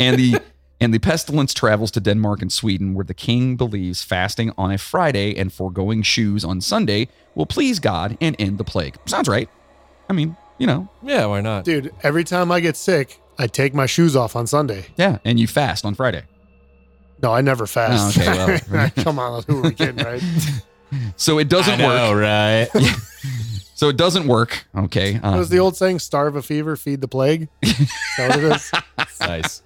Speaker 2: and the and the pestilence travels to Denmark and Sweden, where the king believes fasting on a Friday and foregoing shoes on Sunday will please God and end the plague. Sounds right. I mean, you know,
Speaker 3: Yeah, why not?
Speaker 4: Dude, every time I get sick, I take my shoes off on Sunday.
Speaker 2: yeah. And you fast on Friday.
Speaker 4: No, I never fast.
Speaker 2: Oh, okay, well.
Speaker 4: Come on, who are we kidding, right?
Speaker 2: So it doesn't
Speaker 3: I know,
Speaker 2: work.
Speaker 3: right?
Speaker 2: So it doesn't work. Okay.
Speaker 4: What
Speaker 2: Uh,
Speaker 4: was the old saying? Starve a fever, feed the plague. Is that what it is?
Speaker 3: Nice.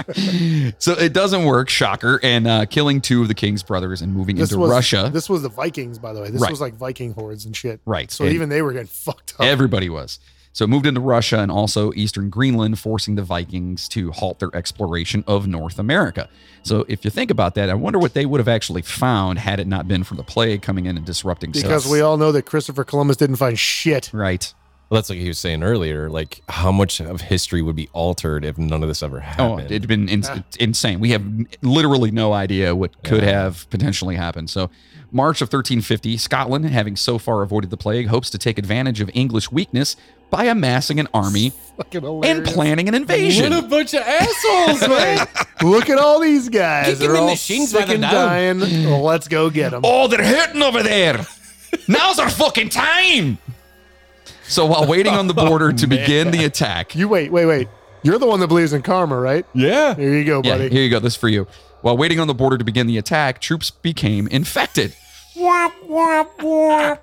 Speaker 2: so it doesn't work. Shocker. And uh, killing two of the king's brothers and moving into
Speaker 4: was
Speaker 2: Russia.
Speaker 4: This was the Vikings, by the way. This
Speaker 2: Right.
Speaker 4: was like Viking hordes and shit.
Speaker 2: Right.
Speaker 4: So
Speaker 2: And-
Speaker 4: even they were getting fucked up.
Speaker 2: Everybody was. So it moved into Russia and also eastern Greenland, forcing the Vikings to halt their exploration of North America. So if you think about that, I wonder what they would have actually found had it not been for the plague coming in and disrupting
Speaker 4: because
Speaker 2: stuff.
Speaker 4: we all know that Christopher Columbus didn't find shit.
Speaker 2: Right.
Speaker 3: Well, that's like he was saying earlier. Like, how much of history would be altered if none of this ever
Speaker 2: Oh,
Speaker 3: happened?
Speaker 2: it'd been ins- insane. We have literally no idea what could
Speaker 3: Yeah.
Speaker 2: have potentially happened. So, March of 1350, Scotland, having so far avoided the plague, hopes to take advantage of English weakness by amassing an army
Speaker 4: Fucking
Speaker 2: and
Speaker 4: hilarious.
Speaker 2: planning an invasion.
Speaker 3: bunch of assholes, man!
Speaker 4: Look at all these guys.
Speaker 3: Kicking
Speaker 4: They're
Speaker 3: in
Speaker 4: all
Speaker 3: the shins by
Speaker 4: sick
Speaker 3: the
Speaker 4: and
Speaker 3: dome.
Speaker 4: dying. Well, let's go get them.
Speaker 2: Oh, they're hurting over there. Now's our fucking time. So while waiting on the border to begin the attack,
Speaker 4: You wait, wait, wait. You're the one that believes in karma, right?
Speaker 3: yeah.
Speaker 4: Here you go,
Speaker 2: yeah,
Speaker 4: buddy.
Speaker 2: here you go. This is for you. While waiting on the border to begin the attack, troops became infected,
Speaker 6: Ah,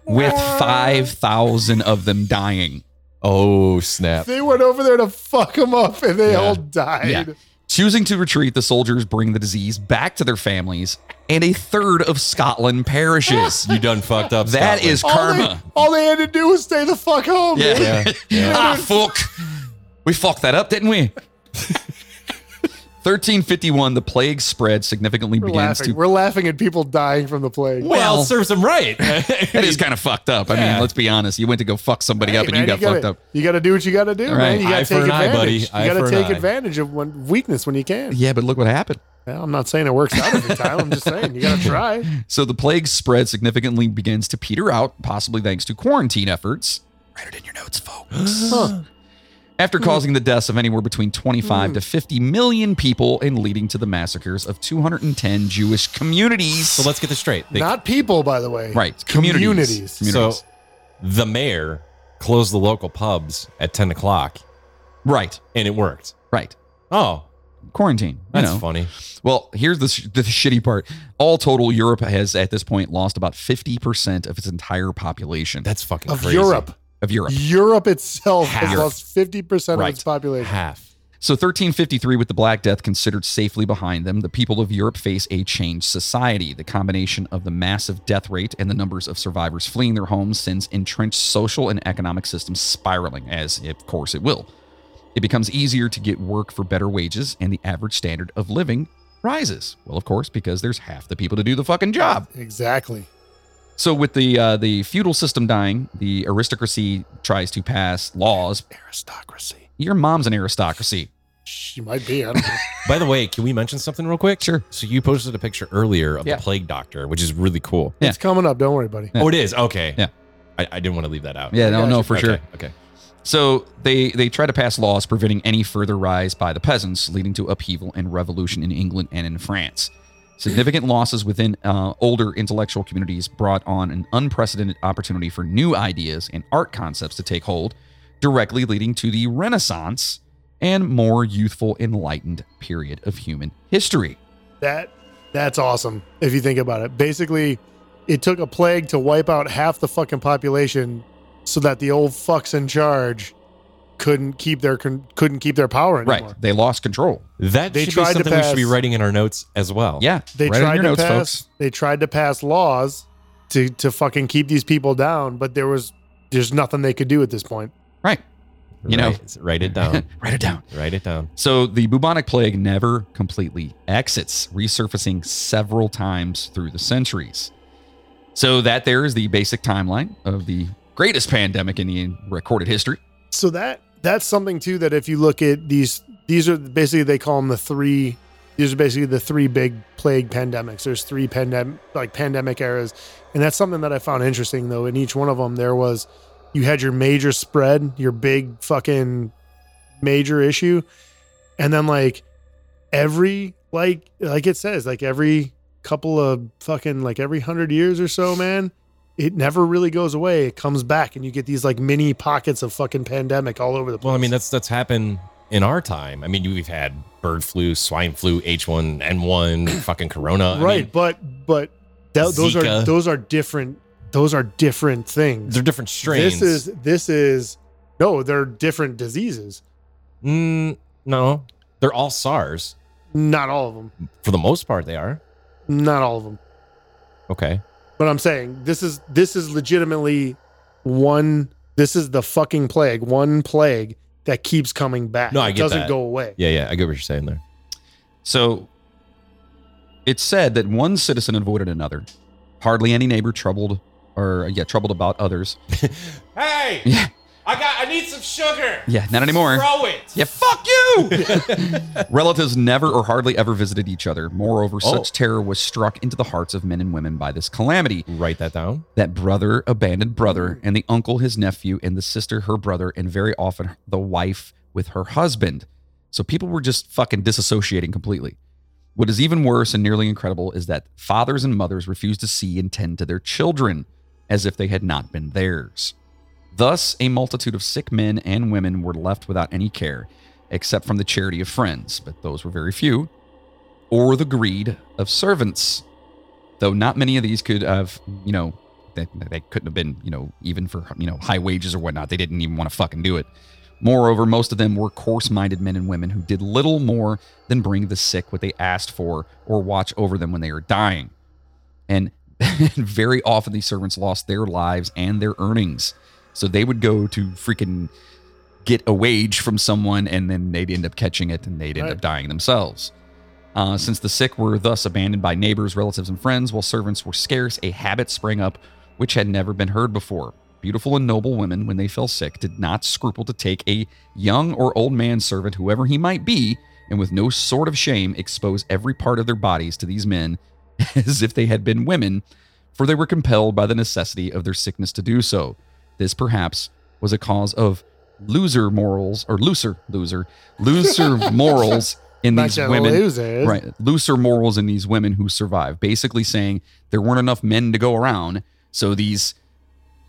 Speaker 2: with five thousand of them dying.
Speaker 3: Oh snap!
Speaker 4: they went over there to fuck them up, and they
Speaker 3: Yeah.
Speaker 4: all died.
Speaker 2: Yeah. Choosing to retreat, the soldiers bring the disease back to their families, and a third of Scotland perishes.
Speaker 3: You done fucked up. Oh,
Speaker 2: that is
Speaker 4: All
Speaker 2: karma.
Speaker 4: They, all they had to do was stay the fuck home.
Speaker 2: Yeah.
Speaker 4: dude.
Speaker 3: Yeah.
Speaker 2: ah, fuck. We fucked that up, didn't we? 1351, the plague spread significantly
Speaker 4: We're
Speaker 2: begins
Speaker 4: laughing.
Speaker 2: to.
Speaker 4: We're laughing at people dying from the plague.
Speaker 3: Well,
Speaker 2: Well,
Speaker 3: serves him right.
Speaker 2: That is kind of fucked up. I mean,
Speaker 3: Yeah.
Speaker 2: let's be honest. You went to go fuck somebody up and you got
Speaker 4: gotta,
Speaker 2: fucked up.
Speaker 4: You got to do what you got to do,
Speaker 2: All right.
Speaker 4: man. You got
Speaker 3: Eye
Speaker 4: to
Speaker 3: for
Speaker 4: take
Speaker 3: an eye,
Speaker 4: advantage.
Speaker 3: buddy. Eye
Speaker 4: You got
Speaker 3: for
Speaker 4: to
Speaker 3: an
Speaker 4: take
Speaker 3: eye.
Speaker 4: advantage of one weakness when you can.
Speaker 2: Yeah, but look what happened.
Speaker 4: Well, I'm not saying it works out every time. I'm just saying you got to try.
Speaker 2: So the plague spread significantly begins to peter out, possibly thanks to quarantine efforts. Write it in your notes, folks. After causing the deaths of anywhere between 25 to 50 million people and leading to the massacres of 210 Jewish communities.
Speaker 3: So let's get this straight. They-
Speaker 4: Not people, by the way.
Speaker 2: right, communities.
Speaker 4: Communities.
Speaker 2: Communities.
Speaker 3: So the mayor closed the local pubs at ten o'clock,
Speaker 2: right,
Speaker 3: and it worked.
Speaker 2: right.
Speaker 3: Oh,
Speaker 2: Quarantine.
Speaker 3: that's
Speaker 2: you know.
Speaker 3: funny.
Speaker 2: Well, here's the, sh- the shitty part. All total, Europe has at this point lost about 50% of its entire population
Speaker 3: That's fucking
Speaker 4: Of
Speaker 3: crazy.
Speaker 4: Europe.
Speaker 2: of Europe.
Speaker 4: Europe itself has
Speaker 3: Half.
Speaker 4: lost 50%
Speaker 3: Right.
Speaker 4: of its population.
Speaker 3: half.
Speaker 2: So 1353, with the Black Death considered safely behind them, the people of Europe face a changed society. The combination of the massive death rate and the numbers of survivors fleeing their homes sends entrenched social and economic systems spiraling, as of course it will. It becomes easier to get work for better wages, and the average standard of living rises. Well, of course, because there's half the people to do the fucking job.
Speaker 4: Exactly.
Speaker 2: So with the uh, the feudal system dying, the aristocracy tries to pass laws.
Speaker 4: Aristocracy.
Speaker 2: Your mom's an aristocracy.
Speaker 4: She might be. I don't know.
Speaker 3: By the way, can we mention something real quick?
Speaker 2: Sure.
Speaker 3: So you posted a picture earlier of
Speaker 2: Yeah.
Speaker 3: the plague doctor, which is really cool.
Speaker 2: Yeah.
Speaker 4: It's coming up. Don't worry, buddy.
Speaker 3: Oh, it is. Okay.
Speaker 2: Yeah.
Speaker 3: I, I didn't want to leave that out.
Speaker 2: Yeah, I don't know for
Speaker 3: Okay,
Speaker 2: sure.
Speaker 3: Okay.
Speaker 2: So they they try to pass laws preventing any further rise by the peasants, leading to upheaval and revolution in England and in France. Significant losses within uh, older intellectual communities brought on an unprecedented opportunity for new ideas and art concepts to take hold, directly leading to the Renaissance and more youthful, enlightened period of human history.
Speaker 4: That that's awesome if you think about it. Basically, it took a plague to wipe out half the fucking population so that the old fucks in charge couldn't keep their con- couldn't keep their power anymore.
Speaker 2: Right, they lost control.
Speaker 3: That
Speaker 4: They
Speaker 3: should
Speaker 4: tried
Speaker 3: be
Speaker 4: to
Speaker 3: something we should be
Speaker 4: pass-
Speaker 3: writing in our notes as well.
Speaker 2: Yeah,
Speaker 4: They
Speaker 2: write it in
Speaker 4: tried
Speaker 2: your
Speaker 4: to
Speaker 2: notes,
Speaker 4: pass
Speaker 2: folks.
Speaker 4: they tried to pass laws to to fucking keep these people down, but there was there's nothing they could do at this point.
Speaker 2: Right, You know.
Speaker 3: Write- write it down.
Speaker 2: write it down.
Speaker 3: write it down.
Speaker 2: So the bubonic plague never completely exits, resurfacing several times through the centuries. So that there is the basic timeline of the greatest pandemic in the recorded history.
Speaker 4: So that that's something too that if you look at these these are basically they call them the three these are basically the three big plague pandemics. There's three pandemic like pandemic eras, and that's something that I found interesting though. In each one of them, there was you had your major spread, your big fucking major issue, and then like every like like it says like every couple of fucking like every hundred years or so, man. It never really goes away. It comes back, and you get these like mini pockets of fucking pandemic all over the place.
Speaker 3: Well, I mean, that's that's happened in our time. I mean, we've had bird flu, swine flu, H1N1, fucking corona. I
Speaker 4: right
Speaker 3: mean,
Speaker 4: but but that, those are
Speaker 3: Zika.
Speaker 4: those are different those are different things.
Speaker 3: They're different strains.
Speaker 4: This is this is no, they're different diseases.
Speaker 3: Mm, no, they're all SARS
Speaker 4: Not all of them.
Speaker 3: for the most part. They are
Speaker 4: Not all of them.
Speaker 3: okay.
Speaker 4: But I'm saying this is this is legitimately one. This is the fucking plague. One plague that keeps coming back.
Speaker 3: No, I
Speaker 4: it
Speaker 3: get
Speaker 4: doesn't
Speaker 3: that.
Speaker 4: go away.
Speaker 3: Yeah, yeah, I get what you're saying there.
Speaker 2: So it's said that one citizen avoided another. Hardly any neighbor troubled or yeah, troubled about others.
Speaker 6: Hey! I got. I need some sugar.
Speaker 2: Yeah, not anymore.
Speaker 6: Throw it.
Speaker 2: Yeah, fuck you! Relatives never or hardly ever visited each other. Moreover, such terror was struck into the hearts of men and women by this calamity
Speaker 3: Write that down.
Speaker 2: that brother abandoned brother, and the uncle his nephew, and the sister her brother, and very often the wife with her husband. So people were just fucking disassociating completely. What is even worse and nearly incredible is that fathers and mothers refuse to see and tend to their children as if they had not been theirs. Thus, a multitude of sick men and women were left without any care, except from the charity of friends, but those were very few, or the greed of servants. Though not many of these could have, you know, they, they couldn't have been, you know, even for, you know, high wages or whatnot. They didn't even want to fucking do it. Moreover, most of them were coarse minded men and women who did little more than bring the sick what they asked for or watch over them when they are dying. And very often these servants lost their lives and their earnings. So they would go to freaking get a wage from someone and then they'd end up catching it and they'd end
Speaker 4: Right.
Speaker 2: up dying themselves. Uh, since the sick were thus abandoned by neighbors, relatives, and friends, while servants were scarce, a habit sprang up which had never been heard before. Beautiful and noble women, when they fell sick, did not scruple to take a young or old man servant, whoever he might be, and with no sort of shame expose every part of their bodies to these men as if they had been women, for they were compelled by the necessity of their sickness to do so. This perhaps was a cause of loser morals or looser, loser, looser morals in
Speaker 4: Back
Speaker 2: these
Speaker 4: to
Speaker 2: women
Speaker 4: losers.
Speaker 2: right looser morals in these women who survive basically saying there weren't enough men to go around so these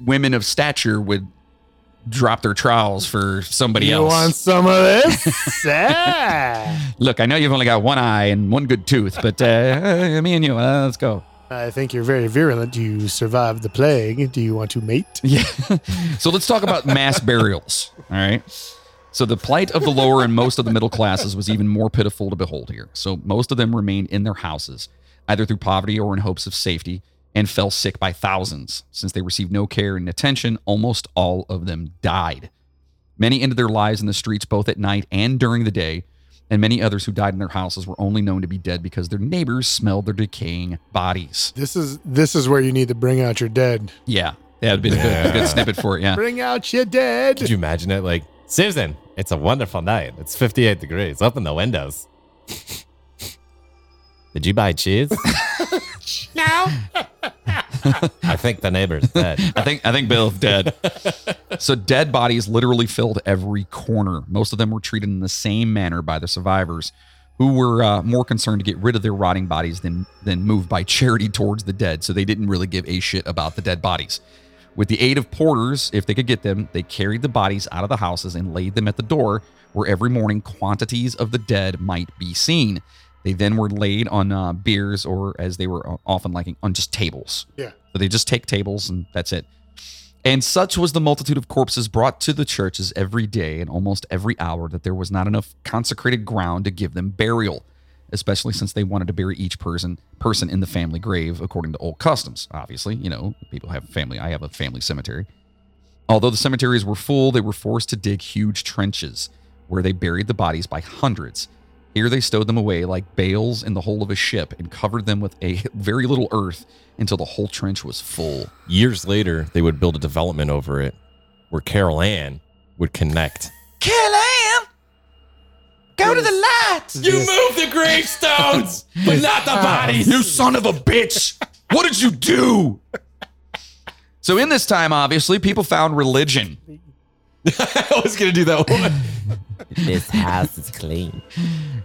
Speaker 2: women of stature would drop their trowels for somebody
Speaker 4: You
Speaker 2: else
Speaker 4: want some of this? Ah.
Speaker 2: look i know you've only got one eye and one good tooth but uh, me and you uh, let's go
Speaker 4: I think you're very virulent. You survived the plague. Do you want to mate?
Speaker 2: Yeah. so let's talk about mass burials. All right. So the plight of the lower and most of the middle classes was even more pitiful to behold here. So most of them remained in their houses, either through poverty or in hopes of safety, and fell sick by thousands. Since they received no care and attention, almost all of them died. Many ended their lives in the streets both at night and during the day, and many others who died in their houses were only known to be dead because their neighbors smelled their decaying bodies.
Speaker 4: This is this is where you need to bring out your dead.
Speaker 2: Yeah. That'd been a good, good snippet for it. Yeah.
Speaker 4: Bring out your
Speaker 3: Could
Speaker 4: dead.
Speaker 3: you imagine it? Like Susan, it's a wonderful night. It's 58 degrees. Open the windows. Did you buy cheese?
Speaker 6: No.
Speaker 3: I think the neighbor's dead.
Speaker 2: I think I think Bill's dead. so dead bodies literally filled every corner. Most of them were treated in the same manner by the survivors, who were uh, more concerned to get rid of their rotting bodies than than moved by charity towards the dead. So they didn't really give a shit about the dead bodies. With the aid of porters, if they could get them, they carried the bodies out of the houses and laid them at the door, where every morning quantities of the dead might be seen. They then were laid on uh, beers, or as they were uh, often liking, on just tables.
Speaker 4: Yeah.
Speaker 2: So they just take tables and that's it. And such was the multitude of corpses brought to the churches every day and almost every hour that there was not enough consecrated ground to give them burial, especially since they wanted to bury each person person in the family grave according to old customs. Obviously, you know, people have family. I have a family cemetery. Although the cemeteries were full, they were forced to dig huge trenches where they buried the bodies by hundreds. Here they stowed them away like bales in the hull of a ship and covered them with a very little earth until the whole trench was full.
Speaker 3: Years later, they would build a development over it where Carol Ann would connect.
Speaker 6: Go to the light.
Speaker 3: You moved the gravestones, but not
Speaker 2: Ah.
Speaker 3: the bodies. You son of a bitch. What did you do?
Speaker 2: So in this time, obviously, people found religion.
Speaker 3: I was going to do that one.
Speaker 9: This house is clean.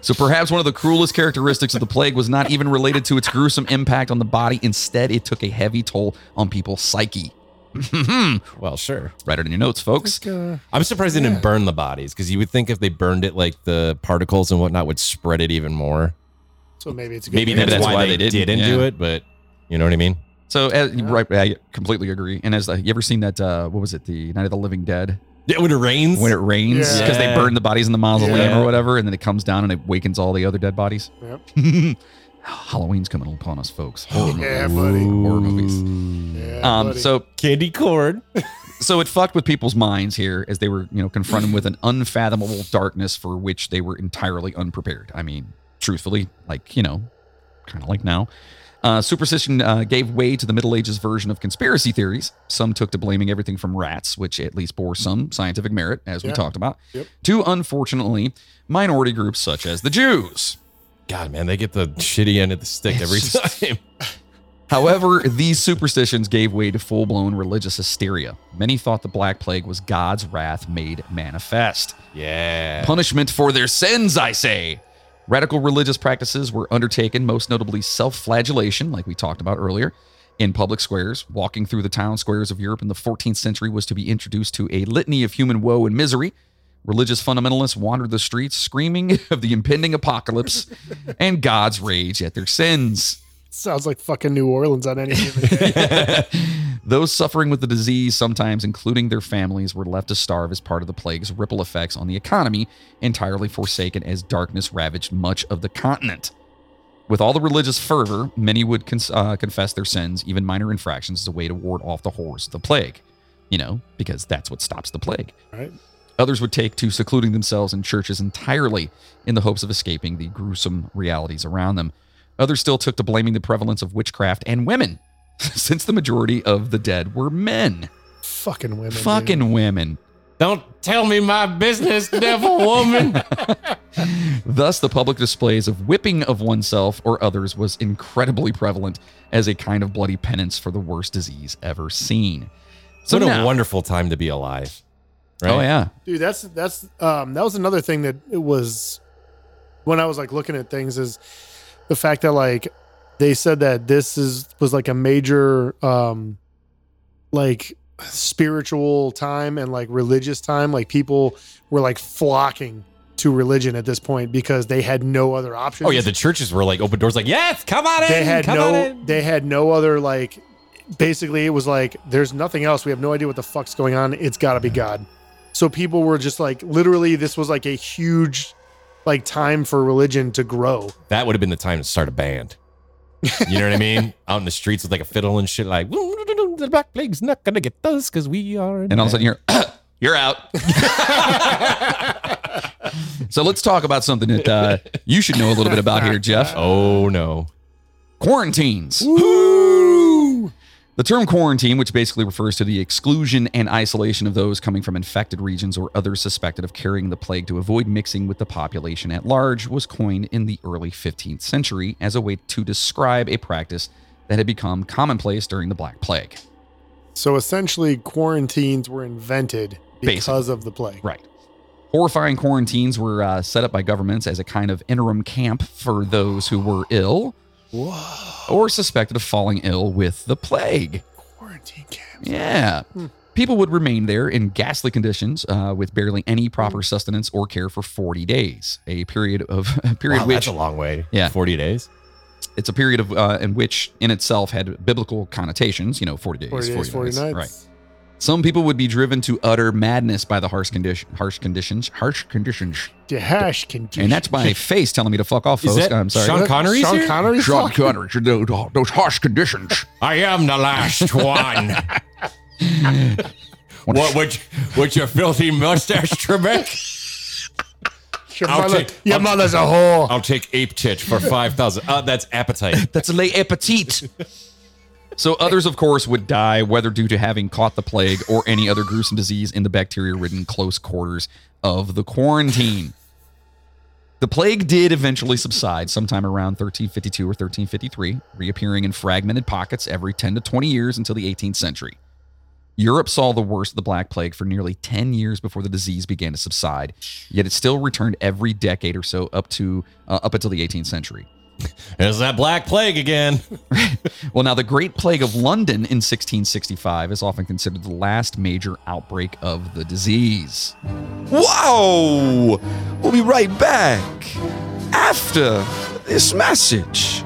Speaker 2: So perhaps one of the cruelest characteristics of the plague was not even related to its gruesome impact on the body. Instead, it took a heavy toll on people's psyche. Hmm.
Speaker 3: Well, sure.
Speaker 2: Write it in your notes, folks.
Speaker 4: uh,
Speaker 3: I'm surprised they didn't burn the bodies because you would think if they burned it, like the particles and whatnot would spread it even more.
Speaker 4: So maybe it's a good
Speaker 3: Maybe
Speaker 4: thing.
Speaker 3: that's, why, they, didn't,
Speaker 2: yeah.
Speaker 3: do it, but you know what I mean?
Speaker 2: So as, right, I completely agree. And as the, you ever seen that? Uh, what was it? The Night of the Living Dead
Speaker 3: Yeah, when it rains.
Speaker 2: when it rains
Speaker 4: Yeah.
Speaker 2: because they burn the bodies in the mausoleum
Speaker 3: Yeah.
Speaker 2: or whatever, and then it comes down and it wakens all the other dead bodies.
Speaker 4: Yep.
Speaker 2: Halloween's coming upon us, folks. Horror
Speaker 3: Oh,
Speaker 4: Yeah,
Speaker 2: movies.
Speaker 4: buddy.
Speaker 2: Horror movies.
Speaker 4: Yeah,
Speaker 2: Um,
Speaker 4: buddy.
Speaker 2: so
Speaker 3: candy corn.
Speaker 2: so it fucked with people's minds here as they were, you know, confronted with an unfathomable darkness for which they were entirely unprepared. I mean, truthfully, like, you know, kind of like now. Uh, superstition uh, gave way to the Middle Ages version of conspiracy theories. Some took to blaming everything from rats, which at least bore some scientific merit, as we
Speaker 4: Yeah.
Speaker 2: talked about,
Speaker 4: Yep.
Speaker 2: to unfortunately minority groups such as the Jews.
Speaker 3: God, man, they get the shitty end of the stick every time.
Speaker 2: However, these superstitions gave way to full blown religious hysteria. Many thought the Black Plague was God's wrath made manifest.
Speaker 3: Yeah.
Speaker 2: punishment for their sins, I say. Radical religious practices were undertaken, most notably self flagellation, like we talked about earlier, in public squares. Walking through the town squares of Europe in the 14th century was to be introduced to a litany of human woe and misery. Religious fundamentalists wandered the streets screaming of the impending apocalypse and God's rage at their sins.
Speaker 4: sounds like fucking New Orleans on any given day.
Speaker 2: Those suffering with the disease, sometimes including their families, were left to starve as part of the plague's ripple effects on the economy, entirely forsaken as darkness ravaged much of the continent. With all the religious fervor, many would cons- uh, confess their sins, even minor infractions, as a way to ward off the horrors of the plague. You know, because that's what stops the plague.
Speaker 4: Right.
Speaker 2: Others would take to secluding themselves in churches entirely in the hopes of escaping the gruesome realities around them. Others still took to blaming the prevalence of witchcraft and women, since the majority of the dead were men.
Speaker 4: fucking women. dude.
Speaker 2: Fucking women.
Speaker 3: Don't tell me my business, devil woman.
Speaker 2: Thus, the public displays of whipping of oneself or others was incredibly prevalent as a kind of bloody penance for the worst disease ever seen. So
Speaker 3: what a
Speaker 2: now-
Speaker 3: wonderful time to be alive. Right?
Speaker 2: Oh yeah,
Speaker 4: dude that's that's um that was another thing that it was when i was like looking at things is the fact that like they said that this is was like a major um like spiritual time and like religious time like people were like flocking to religion at this point because they had no other options
Speaker 3: Oh yeah, the churches were like open doors, like yes, come on in.
Speaker 4: they had
Speaker 3: come on
Speaker 4: no
Speaker 3: in.
Speaker 4: they had no other like basically it was like there's nothing else we have no idea what the fuck's going on it's got to be god so people were just like literally this was like a huge like time for religion to grow
Speaker 3: That would have been the time to start a band. You know what I mean? Out in the streets with like a fiddle and shit, like the black plague's not gonna get us because we are.
Speaker 2: and all of a sudden you're you're out. so let's talk about something that uh, you should know a little bit about here, Jeff.
Speaker 3: oh no,
Speaker 2: quarantines. The term quarantine, which basically refers to the exclusion and isolation of those coming from infected regions or others suspected of carrying the plague to avoid mixing with the population at large, was coined in the early 15th century as a way to describe a practice that had become commonplace during the Black Plague.
Speaker 4: so essentially quarantines were invented because of the plague
Speaker 2: Right. Horrifying quarantines were uh, set up by governments as a kind of interim camp for those who were ill or suspected of falling ill with the plague.
Speaker 4: quarantine camps
Speaker 2: Yeah.
Speaker 3: hmm.
Speaker 2: People would remain there in ghastly conditions uh, with barely any
Speaker 3: Hmm.
Speaker 2: proper sustenance or care for 40 days, a period of a period
Speaker 3: wow,
Speaker 2: which
Speaker 3: that's a long way.
Speaker 2: Yeah.
Speaker 3: forty days.
Speaker 2: it's a period of uh, in which in itself had biblical connotations, you know, 40 days,
Speaker 4: 40 days 40 nights
Speaker 2: Right. Some people would be driven to utter madness by the harsh condition harsh conditions, harsh conditions.
Speaker 4: Dahash can
Speaker 2: And that's my face telling me to fuck off,
Speaker 3: Is
Speaker 2: folks.
Speaker 3: that
Speaker 2: I'm sorry.
Speaker 3: Sean Connery's
Speaker 4: Sean
Speaker 3: here?
Speaker 4: Connery
Speaker 8: John Connor, you know, those harsh conditions.
Speaker 3: I am the last one. what would what your filthy mustache, Trebek?
Speaker 4: your,
Speaker 3: I'll
Speaker 4: mother,
Speaker 3: take-
Speaker 4: your
Speaker 3: I'll-
Speaker 4: mother's a whore
Speaker 3: I'll take ape tit for five thousand. Uh, that's appetite.
Speaker 2: That's a lay appetite. so others, of course, would die, whether due to having caught the plague or any other gruesome disease in the bacteria-ridden close quarters of the quarantine. The plague did eventually subside sometime around 1352 or 1353, reappearing in fragmented pockets every 10 to 20 years until the 18th century. Europe saw the worst of the Black Plague for nearly 10 years before the disease began to subside, yet it still returned every decade or so up to uh, up until the 18th century.
Speaker 3: It's that black plague again.
Speaker 2: Well, now the Great Plague of London in 1665 is often considered the last major outbreak of the disease.
Speaker 8: Wow! We'll be right back after this message.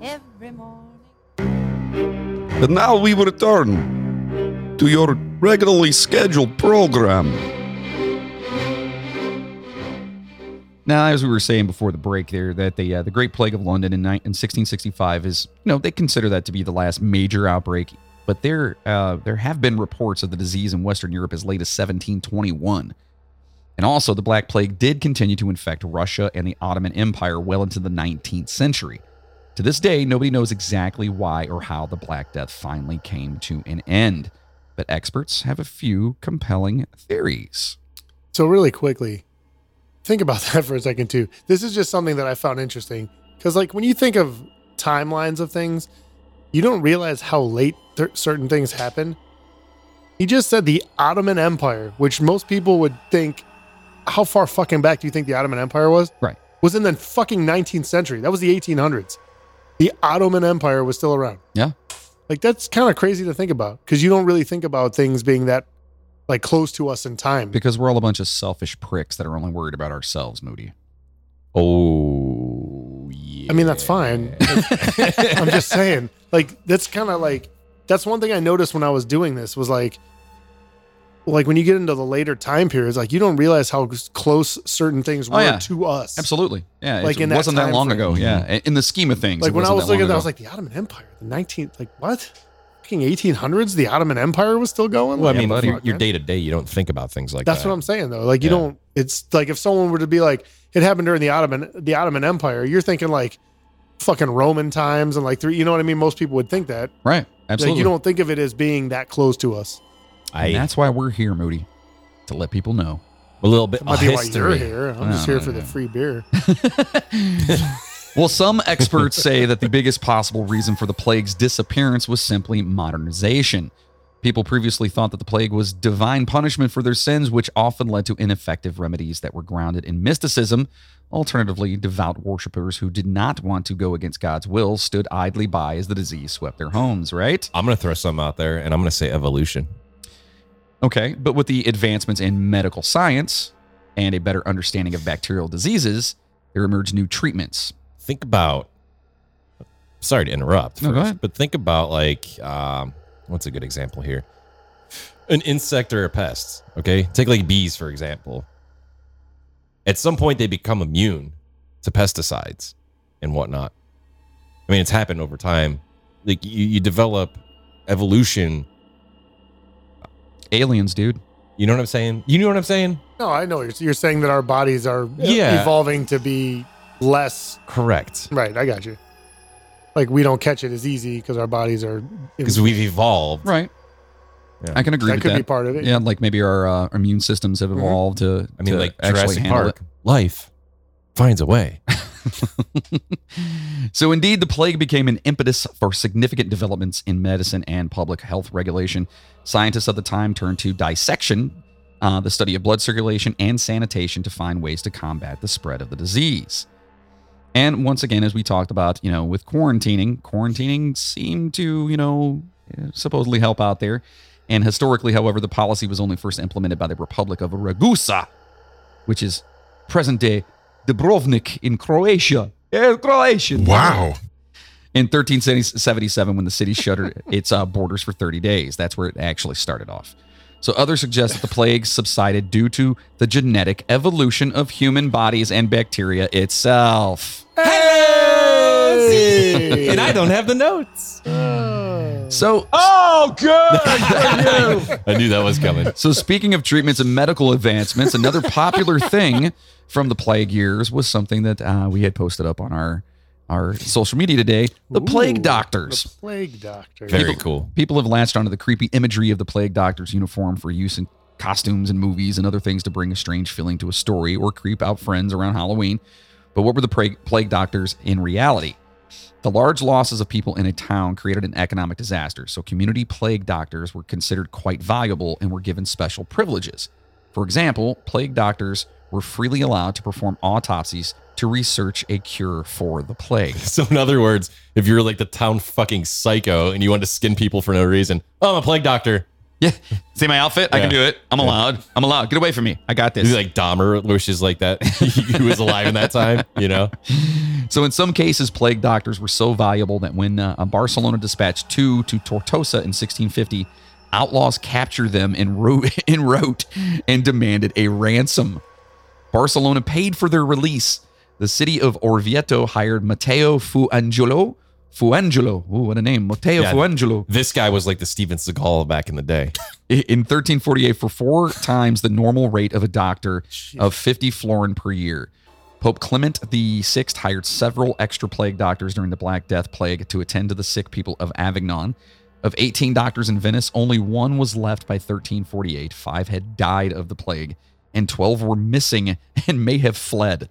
Speaker 7: Every morning.
Speaker 8: And now we return to your regularly scheduled program.
Speaker 2: Now, as we were saying before the break, there that the uh, the Great Plague of London in, ni- in 1665 is you know they consider that to be the last major outbreak, but there uh, there have been reports of the disease in Western Europe as late as 1721, and also the Black Plague did continue to infect Russia and the Ottoman Empire well into the 19th century. To this day, nobody knows exactly why or how the Black Death finally came to an end, but experts have a few compelling theories.
Speaker 4: So really quickly, think about that for a second too. This is just something that I found interesting because, like, when you think of timelines of things, you don't realize how late th- certain things happen. He just said the Ottoman Empire, which most people would think, how far fucking back do you think the Ottoman Empire was?
Speaker 2: Right.
Speaker 4: Was in the fucking 19th century. That was the 1800s. The Ottoman Empire was still around.
Speaker 2: Yeah.
Speaker 4: Like that's kind of crazy to think about because you don't really think about things being that like close to us in time.
Speaker 2: Because we're all a bunch of selfish pricks that are only worried about ourselves, Moody.
Speaker 3: Oh, yeah.
Speaker 4: I mean, that's fine. I'm just saying, like, that's kind of like that's one thing I noticed when I was doing this was like, like when you get into the later time periods, like you don't realize how close certain things
Speaker 2: Oh,
Speaker 4: were
Speaker 2: yeah.
Speaker 4: to us.
Speaker 2: Absolutely. Yeah.
Speaker 4: Like
Speaker 2: it
Speaker 4: in that
Speaker 2: wasn't that
Speaker 4: time
Speaker 2: long
Speaker 4: frame.
Speaker 2: ago. Yeah. In- In the scheme of things.
Speaker 4: Like
Speaker 2: it
Speaker 4: when I
Speaker 2: wasn't
Speaker 4: was
Speaker 2: that long
Speaker 4: looking, at that, I
Speaker 2: ago.
Speaker 4: was like, the Ottoman Empire, the 19th, like what? Fucking 1800s, the Ottoman Empire was still going.
Speaker 3: Well, I mean,
Speaker 4: Like, fuck,
Speaker 3: your- your
Speaker 4: man.
Speaker 3: day to day, you don't think about things like
Speaker 4: That's
Speaker 3: that.
Speaker 4: what I'm saying though. Like you
Speaker 3: Yeah.
Speaker 4: don't. It's like if someone were to be like, it happened during the Ottoman the Ottoman Empire. You're thinking like, fucking Roman times and like three. You know what I mean? Most people would think that.
Speaker 2: right.
Speaker 4: Like,
Speaker 2: Absolutely.
Speaker 4: you don't think of it as being that close to us.
Speaker 3: I
Speaker 2: and that's why we're here, Moody, to let people know.
Speaker 3: a little bit
Speaker 4: That
Speaker 3: of
Speaker 4: might be why you're
Speaker 3: history.
Speaker 4: here. I'm
Speaker 2: No,
Speaker 4: just here
Speaker 2: no,
Speaker 4: for the
Speaker 2: no.
Speaker 4: free beer.
Speaker 2: Well, some experts say that the biggest possible reason for the plague's disappearance was simply modernization. People previously thought that the plague was divine punishment for their sins, which often led to ineffective remedies that were grounded in mysticism. Alternatively, devout worshippers who did not want to go against God's will stood idly by as the disease swept their homes, right?
Speaker 3: I'm going to throw some out there and I'm going to say evolution.
Speaker 2: Okay, but with the advancements in medical science and a better understanding of bacterial diseases, there emerged new treatments.
Speaker 3: Think about, sorry to interrupt,
Speaker 2: No, go
Speaker 3: first,
Speaker 2: ahead.
Speaker 3: but think about like, um, what's a good example here? An insect or a pest. Okay. Take like bees, for example. At some point, they become immune to pesticides and whatnot. I mean, it's happened over time. Like you, you develop evolution.
Speaker 2: Aliens, dude.
Speaker 3: You know what I'm saying? You know what I'm saying?
Speaker 4: No, I know you're, you're saying that our bodies are
Speaker 3: Yeah.
Speaker 4: evolving to be less.
Speaker 3: Correct.
Speaker 4: Right, I got you. Like we don't catch it as easy because our bodies are.
Speaker 3: Because we've evolved.
Speaker 2: Right.
Speaker 3: Yeah.
Speaker 2: I can agree
Speaker 4: that
Speaker 2: with
Speaker 4: could
Speaker 2: that.
Speaker 4: be part of it.
Speaker 2: Yeah, like maybe our uh, immune systems have
Speaker 4: Mhm.
Speaker 2: evolved to.
Speaker 3: I mean,
Speaker 2: to
Speaker 3: like
Speaker 2: actually
Speaker 3: Jurassic
Speaker 2: handle
Speaker 3: Park, life finds a way.
Speaker 2: it. so indeed, the plague became an impetus for significant developments in medicine and public health regulation. Scientists at the time turned to dissection, uh, the study of blood circulation and sanitation, to find ways to combat the spread of the disease. And once again, as we talked about, you know, with quarantining, quarantining seemed to, you know, supposedly help out there. And historically, however, the policy was only first implemented by the Republic of Ragusa, which is present day Dubrovnik in Croatia. Yeah, Croatia.
Speaker 8: Wow.
Speaker 2: In 1377, when the city shuttered its uh, borders for 30 days, that's where it actually started off. So others suggest that the plague subsided due to the genetic evolution of human bodies and bacteria itself.
Speaker 4: Hey!
Speaker 3: and I don't have the notes.
Speaker 2: So
Speaker 3: I knew that was coming.
Speaker 2: So, speaking of treatments and medical advancements, another popular thing from the plague years was something that uh, we had posted up on our our social media today: the
Speaker 4: Ooh,
Speaker 2: plague doctors.
Speaker 4: The plague doctor.
Speaker 3: Very cool.
Speaker 2: People have latched onto the creepy imagery of the plague doctor's uniform for use in costumes and movies and other things to bring a strange feeling to a story or creep out friends around Halloween. But what were the plague, plague doctors in reality? The large losses of people in a town created an economic disaster, so community plague doctors were considered quite valuable and were given special privileges. For example, plague doctors were freely allowed to perform autopsies to research a cure for the plague.
Speaker 3: So, in other words, if you're like the town fucking psycho and you want to skin people for no reason, oh, I'm a plague doctor.
Speaker 2: Yeah. See my outfit? I can
Speaker 3: Yeah.
Speaker 2: do it. I'm allowed. I'm allowed. Get away from me. I got this.
Speaker 3: He's like Dahmer, which is like that. he was alive in that time, you know?
Speaker 2: So, in some cases, plague doctors were so valuable that when uh, Barcelona dispatched two to Tortosa in 1650, outlaws captured them en route, en route and demanded a ransom. Barcelona paid for their release. The city of Orvieto hired Matteo Fuangelo. Fuangelo, ooh, what a name. Matteo
Speaker 3: Yeah.
Speaker 2: Fuangelo
Speaker 3: This guy was like the Steven Seagal back in the day.
Speaker 2: in 1348 for four times the normal rate of a doctor of 50 florin per year. Pope Clement VI hired several extra plague doctors during the Black Death plague to attend to the sick people of Avignon. Of 18 doctors in Venice, only one was left by 1348. Five had died of the plague, and 12 were missing and may have fled.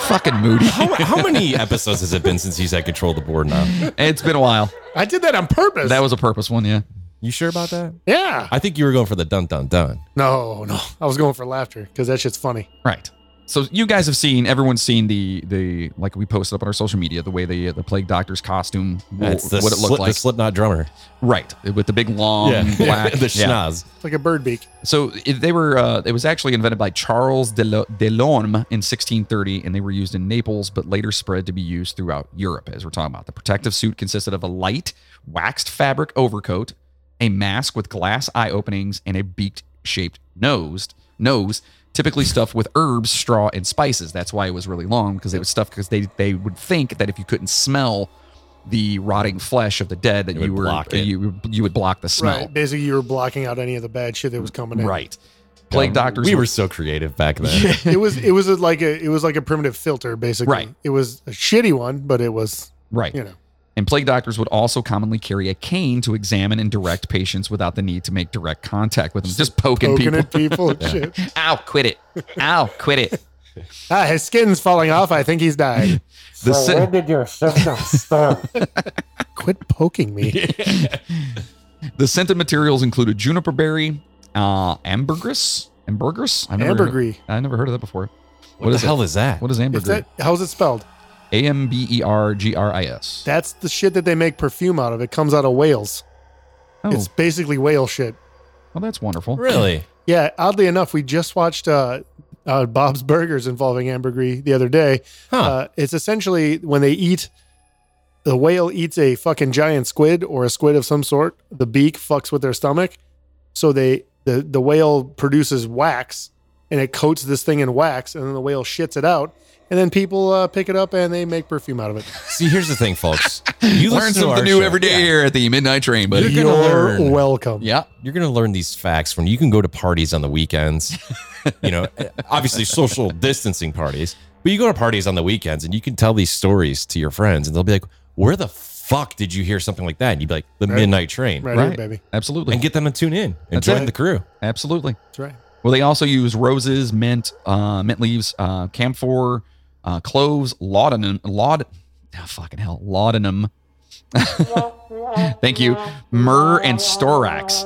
Speaker 2: Fucking moody.
Speaker 3: How, how many episodes has it been since he's had control of the board now?
Speaker 2: It's been a while.
Speaker 4: I did that on purpose.
Speaker 2: That was a purpose one, yeah.
Speaker 3: You sure about that?
Speaker 4: yeah.
Speaker 3: I think you were going for the dun dun dun.
Speaker 4: No, no. I was going for laughter because that shit's funny.
Speaker 2: Right. So you guys have seen, everyone's seen the the like we posted up on our social media the way the the plague doctor's costume, wh-
Speaker 3: That's the,
Speaker 2: what it looked
Speaker 3: Sli- the
Speaker 2: like,
Speaker 3: Slipknot drummer.
Speaker 2: right? With the big long black
Speaker 3: the
Speaker 2: yeah.
Speaker 3: schnoz.
Speaker 4: It's like a bird beak.
Speaker 2: So it, they were. Uh, it was actually invented by Charles de, Lo- de Lorme in 1630, and they were used in Naples, but later spread to be used throughout Europe. As we're talking about, the protective suit consisted of a light waxed fabric overcoat, a mask with glass eye openings, and a beaked-shaped nose. Nose, typically stuffed with herbs, straw, and spices. That's why it was really long because it was stuffed because they they would think that if you couldn't smell the rotting flesh of the dead, that
Speaker 3: It would
Speaker 2: you were
Speaker 3: block it.
Speaker 2: you you would block the smell.
Speaker 4: Right. Basically, you were blocking out any of the bad shit that was coming in.
Speaker 2: Right. Plague doctors.
Speaker 3: Um, We
Speaker 2: were-
Speaker 3: were so creative back then.
Speaker 4: It was it was a, like a it was like a primitive filter basically.
Speaker 2: Right.
Speaker 4: It was a shitty one, but it was
Speaker 2: Right.
Speaker 4: you know
Speaker 2: And plague doctors would also commonly carry a cane to examine and direct patients without the need to make direct contact with them, just poking,
Speaker 4: poking
Speaker 2: people.
Speaker 4: at people and shit.
Speaker 2: Ow, quit it. Ow, quit it.
Speaker 4: Ah, his skin's falling off. I think he's died.
Speaker 2: The si-
Speaker 9: did your symptoms start?
Speaker 4: Quit poking me.
Speaker 2: the scented materials included juniper berry, uh, ambergris. Ambergris? I've never
Speaker 4: Ambergris.
Speaker 2: Heard of, I never heard of that before.
Speaker 3: What, the
Speaker 2: is it?
Speaker 3: hell is that?
Speaker 2: What is
Speaker 4: If
Speaker 2: ambergris?
Speaker 4: that, how's it spelled?
Speaker 2: A M B E R G R I S.
Speaker 4: That's the shit that they make perfume out of. It comes out of whales.
Speaker 2: Oh,
Speaker 4: It's basically whale shit.
Speaker 2: well, that's wonderful.
Speaker 3: really?
Speaker 4: Yeah, oddly enough, we just watched uh, uh, Bob's Burgers involving ambergris the other day.
Speaker 3: Huh.
Speaker 4: Uh, it's essentially when they eat, the whale eats a fucking giant squid or a squid of some sort. The beak fucks with their stomach, so they the the whale produces wax and it coats this thing in wax, and then the whale shits it out, and then people uh, pick it up and they make perfume out of it.
Speaker 3: See, here's the thing, folks. You
Speaker 2: Learn
Speaker 3: listen to
Speaker 2: something
Speaker 3: our
Speaker 2: new
Speaker 3: show.
Speaker 2: every day
Speaker 3: Yeah.
Speaker 2: here at the Midnight Train, buddy.
Speaker 3: You're gonna learn.
Speaker 4: welcome.
Speaker 2: Yeah.
Speaker 3: You're going to learn these facts when you can go to parties on the weekends. you know, obviously social distancing parties, but you go to parties on the weekends and you can tell these stories to your friends and they'll be like, where the fuck did you hear something like that? And you'd be like, the midnight train.
Speaker 4: Right,
Speaker 2: Right.
Speaker 4: here, baby.
Speaker 2: Absolutely.
Speaker 3: And get them to tune in and
Speaker 2: That's
Speaker 3: join
Speaker 2: it.
Speaker 3: the crew.
Speaker 2: Absolutely.
Speaker 4: That's right.
Speaker 2: Well, they also use roses, mint, uh, mint leaves, uh, camphor, uh, cloves, laudanum, laud, oh, fucking hell, laudanum. Thank you, myrrh and storax.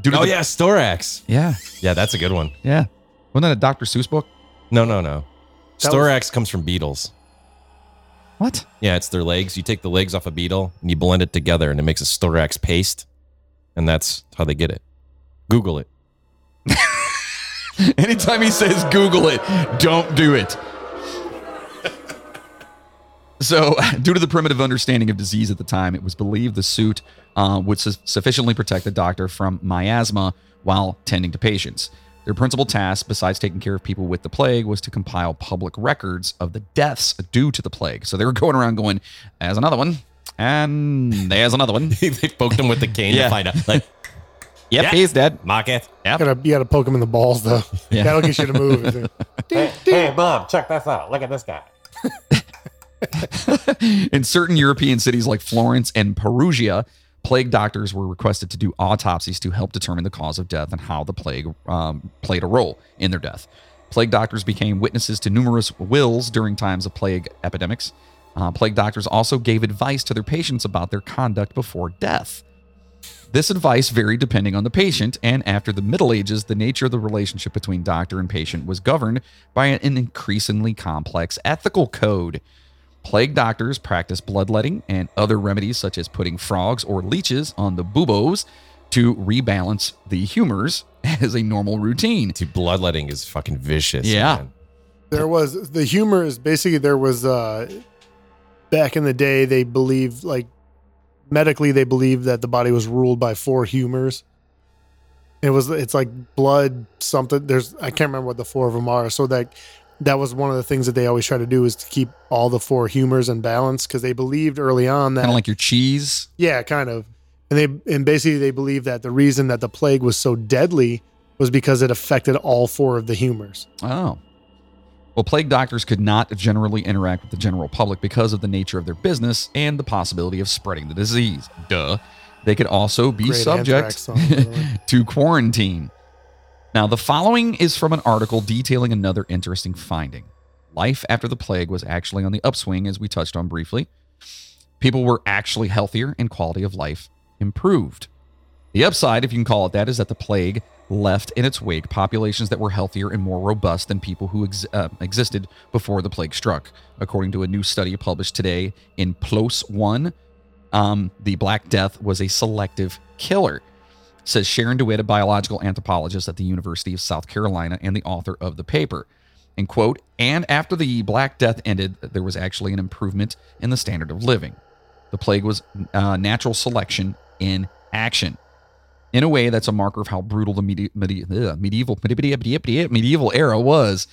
Speaker 2: Due to
Speaker 3: Oh,
Speaker 2: the-
Speaker 3: yeah, Storax.
Speaker 2: yeah,
Speaker 3: Yeah, that's a good one.
Speaker 2: yeah. Wasn't that a Dr. Seuss book?
Speaker 3: No, no, no.
Speaker 4: That was-
Speaker 3: Storax comes from beetles.
Speaker 2: What?
Speaker 3: Yeah, it's their legs. You take the legs off a beetle and you blend it together and it makes a Storax paste. And that's how they get it. Google it.
Speaker 2: Anytime he says Google it, don't do it. So, due to the primitive understanding of disease at the time, it was believed the suit uh, would su- sufficiently protect the doctor from miasma while tending to patients. Their principal task, besides taking care of people with the plague, was to compile public records of the deaths due to the plague. So they were going around going, "There's another one, and there's another one."
Speaker 3: they poked him with the cane
Speaker 2: Yeah.
Speaker 3: to find out. Like,
Speaker 2: Yep,
Speaker 3: Yeah.
Speaker 2: he's dead.
Speaker 3: mock it.
Speaker 4: Gotta, you gotta poke him in the balls though. That'll get you to move.
Speaker 9: hey, Bob, check this out. Look at this guy.
Speaker 2: In certain European cities like Florence and Perugia, plague doctors were requested to do autopsies to help determine the cause of death and how the plague um, played a role in their death. Plague doctors became witnesses to numerous wills during times of plague epidemics. Uh, plague doctors also gave advice to their patients about their conduct before death. This advice varied depending on the patient, and after the Middle Ages, the nature of the relationship between doctor and patient was governed by an increasingly complex ethical code. Plague doctors practiced bloodletting and other remedies such as putting frogs or leeches on the buboes to rebalance the humors as a normal routine.
Speaker 3: Dude, bloodletting is fucking vicious.
Speaker 2: Yeah.
Speaker 3: man.
Speaker 4: There was the humor is basically there was uh back in the day they believed like medically they believed that the body was ruled by four humors. It was it's like blood something there's I can't remember what the four of them are so that that was one of the things that they always try to do is to keep all the four humors in balance because they believed early on that
Speaker 2: Kind of like your cheese.
Speaker 4: Yeah, kind of. And they and basically they believe that the reason that the plague was so deadly was because it affected all four of the humors.
Speaker 2: Oh. Well, plague doctors could not generally interact with the general public because of the nature of their business and the possibility of spreading the disease. Duh. They could also be
Speaker 4: Great Anthrax
Speaker 2: subject
Speaker 4: song, by the way.
Speaker 2: to quarantine. Now, the following is from an article detailing another interesting finding. Life after the plague was actually on the upswing, as we touched on briefly. People were actually healthier and quality of life improved. The upside, if you can call it that, is that the plague left in its wake populations that were healthier and more robust than people who ex- uh, existed before the plague struck, according to a new study published today in PLOS One. Um, the Black Death was a selective killer, says Sharon DeWitt, a biological anthropologist at the University of South Carolina and the author of the paper. And quote, and after the Black Death ended, there was actually an improvement in the standard of living. The plague was uh, natural selection in action in a way that's a marker of how brutal the medi- medi- ugh, medieval medieval era was.